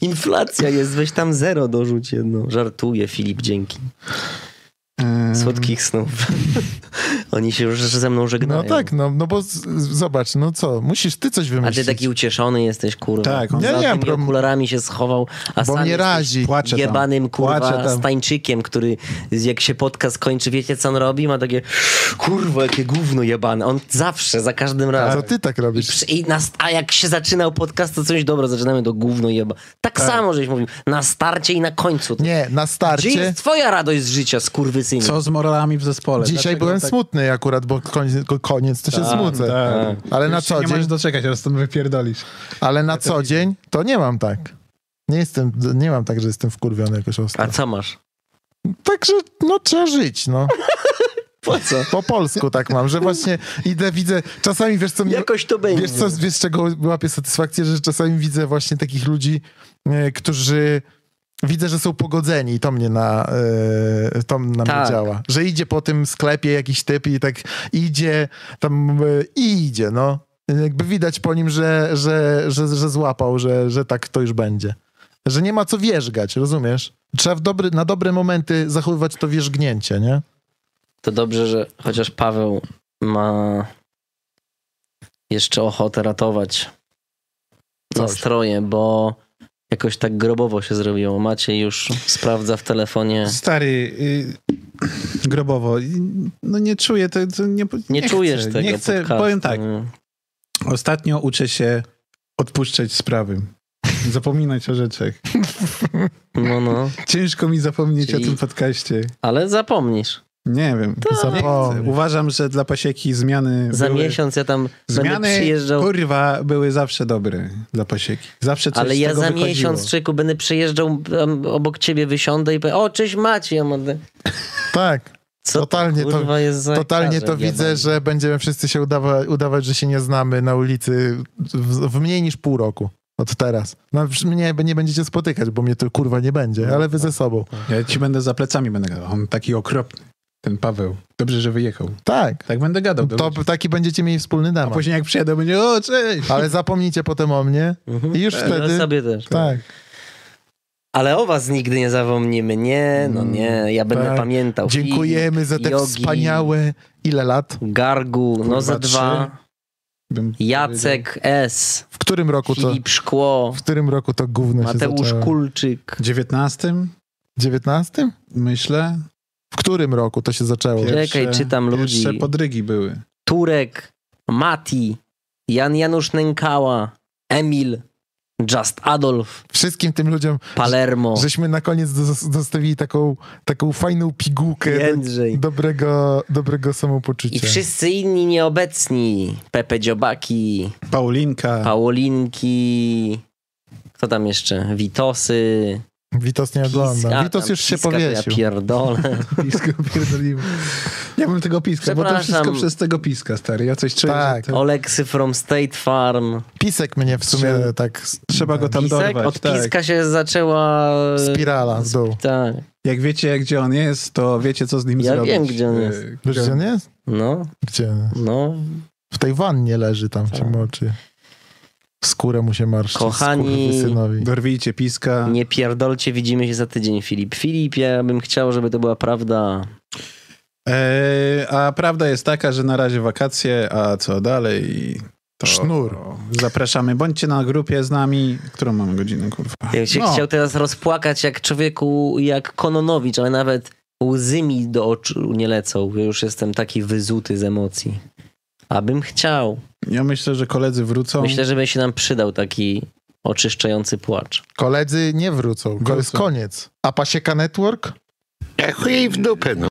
Inflacja jest, weź tam zero dorzuć jedno. Żartuję, Filip, dzięki. Słodkich snów. Oni się już ze mną żegnają.
No tak, no, no bo z, z, zobacz, no co, musisz ty coś
A
wymyślić.
ty taki ucieszony jesteś, kurwa.
Tak, on-
Za
Ja nie mam
tymi
problemu.
okularami się schował, a
Bo
sam
mnie
jesteś
razi.
Płacze tam.
jebanym,
Płacze
kurwa,
tam.
stańczykiem, który z- jak się podcast kończy, wiecie co on robi? Ma takie, kurwa, jakie gówno jebane. On zawsze, za każdym razem.
Co ty tak
I,
robisz?
przy- i nas, a jak się zaczynał podcast, to coś dobra, zaczynamy do gówno jeba. Tak, samo, żeś mówił. Na starcie i na końcu.
Nie, na
Gdzie
starcie.
jest twoja radość z życia, skurwysynie?
Co z moralami w zespole?
Dzisiaj
Dlaczego
byłem
tak-
smutny akurat, bo koniec, koniec to się smucę.
tak.
Ale na
Już się
co
Nie możesz
dzień,
doczekać, aż stąd wypierdolisz.
ale na co dzień to nie mam tak. Nie jestem, nie mam tak, że jestem wkurwiony jakoś
A
ostro.
co masz?
Także, no trzeba żyć, no. Po co? Po polsku tak mam, że właśnie idę, widzę, czasami wiesz co... mnie-
Jakoś to będzie.
Wiesz, co, wiesz, z czego łapię satysfakcję, że czasami widzę właśnie takich ludzi, e, którzy widzę, że są pogodzeni i to mnie na, e, to na mnie
Tak.
działa. Że idzie po tym sklepie jakiś typ i tak idzie tam e, i idzie, no. Jakby widać po nim, że, że, że, że złapał, że, że tak to już będzie. Że nie ma co wierzgać, rozumiesz? Trzeba w dobry, na dobre momenty zachowywać to wierzgnięcie, nie?
To dobrze, że chociaż Paweł ma jeszcze ochotę ratować nastroje, bo jakoś tak grobowo się zrobiło. Maciej już sprawdza w telefonie.
Stary, y, grobowo, y, no nie czuję, to, to nie,
Nie, czujesz
chcę,
tego
Nie chcę,
podcastu.
powiem tak,
Mm.
ostatnio uczę się odpuszczać sprawy. Zapominać o rzeczach.
No, no.
Ciężko mi zapomnieć
Czyli-
o tym podcaście.
Ale zapomnisz.
Nie wiem. Nie chcę.
Zapomnij.
Uważam, że dla pasieki zmiany.
Tak. Za
były...
miesiąc ja tam będę
Zmiany,
przyjeżdżał.
kurwa, były zawsze dobre dla pasieki. Zawsze coś
Ale
z
ja
tego
za
wychodziło.
miesiąc, Czyku, będę przyjeżdżał tam obok ciebie, wysiądę i powiem, o, cześć Maciej. Ja mówię,
Tak.
Co
Totalnie
to,
to-
kurwa, jest
No
za
Totalnie to
karzeł
widzę,
jebany?
że będziemy wszyscy się udawa udawać, że się nie znamy na ulicy w, w mniej niż pół roku. Od teraz. No przy- mnie nie będziecie spotykać, bo mnie tu kurwa nie będzie, ale wy ze sobą.
Ja ci będę za plecami będę gadał. On taki okropny, ten Paweł. Dobrze, że wyjechał.
Tak.
Tak będę gadał. do
To
ludzi.
taki będziecie mieli wspólny
A
temat.
później jak przyjadę, będzie o, cześć!
Ale zapomnijcie potem o mnie i już
Ale
wtedy...
sobie też.
Tak.
Ale o was nigdy nie zapomnimy. Nie,
Mm,
no nie, ja będę
Tak.
pamiętał.
Dziękujemy za te
Jogi,
wspaniałe... Ile lat?
Gargu, no za
trzy.
dwa.
Bym
Jacek S.
W którym roku to...
Filip Szkło.
W którym roku to gówno się
Mateusz
zaczęło?
Kulczyk.
W 19
19?
myślę.
W którym roku to się zaczęło?
Pier- Czekaj, czytam ludzi.
Pierwsze podrygi były.
Turek, Mati, Jan Janusz Nękała, Emil, Just Adolf,
Wszystkim tym ludziom
Palermo,
żeśmy na koniec dos- dostawili taką, taką fajną pigułkę
Jędrzej.
dobrego, dobrego samopoczucia.
I wszyscy inni nieobecni. Pepe Dziobaki,
Tak.
Paulinka.
Paulinki, kto tam jeszcze? Witosy.
Witos nie
Piska
ogląda. Witos
tam,
już się
Piska to
powiesił.
Ja pierdolę.
Pisko pierdoliło. Ja bym tego piska, bo to wszystko
Przepraszam.
przez tego piska, stary. Ja coś czuję,
Tak.
że to...
Oleksy from State Farm.
Pisek mnie w sumie
Że-
tak...
trzeba go tam
Pisek?
dorwać.
Od
Tak.
piska się zaczęła...
Spirala w dół.
Tak,
Jak wiecie, gdzie on jest, to wiecie, co z nim
Ja
zrobić.
wiem, gdzie on jest.
E,
Wiesz, gdzie on jest?
no,
Gdzie?
no.
W tej wannie leży tam w
Tak.
ciemnoczy. Skórę mu się marszczy.
Kochani,
synowi.
Dorwijcie piska.
Nie pierdolcie, widzimy się za tydzień, Filip. Filip, ja bym chciał, żeby to była prawda.
E, a prawda jest taka, że na razie wakacje, a co dalej? To
Sznur.
Zapraszamy. Bądźcie na grupie z nami. Którą mamy godzinę, kurwa?
Ja bym się
No.
chciał teraz rozpłakać jak człowieku, jak Kononowicz, ale nawet łzy mi do oczu nie lecą. Ja już jestem taki wyzuty z emocji. Abym chciał.
Ja myślę, że koledzy wrócą.
Myślę, że by się nam przydał taki oczyszczający płacz.
Koledzy nie wrócą. To jest
Wrócą.
koniec. A Pasieka Network?
Ja chuj w dupę, no.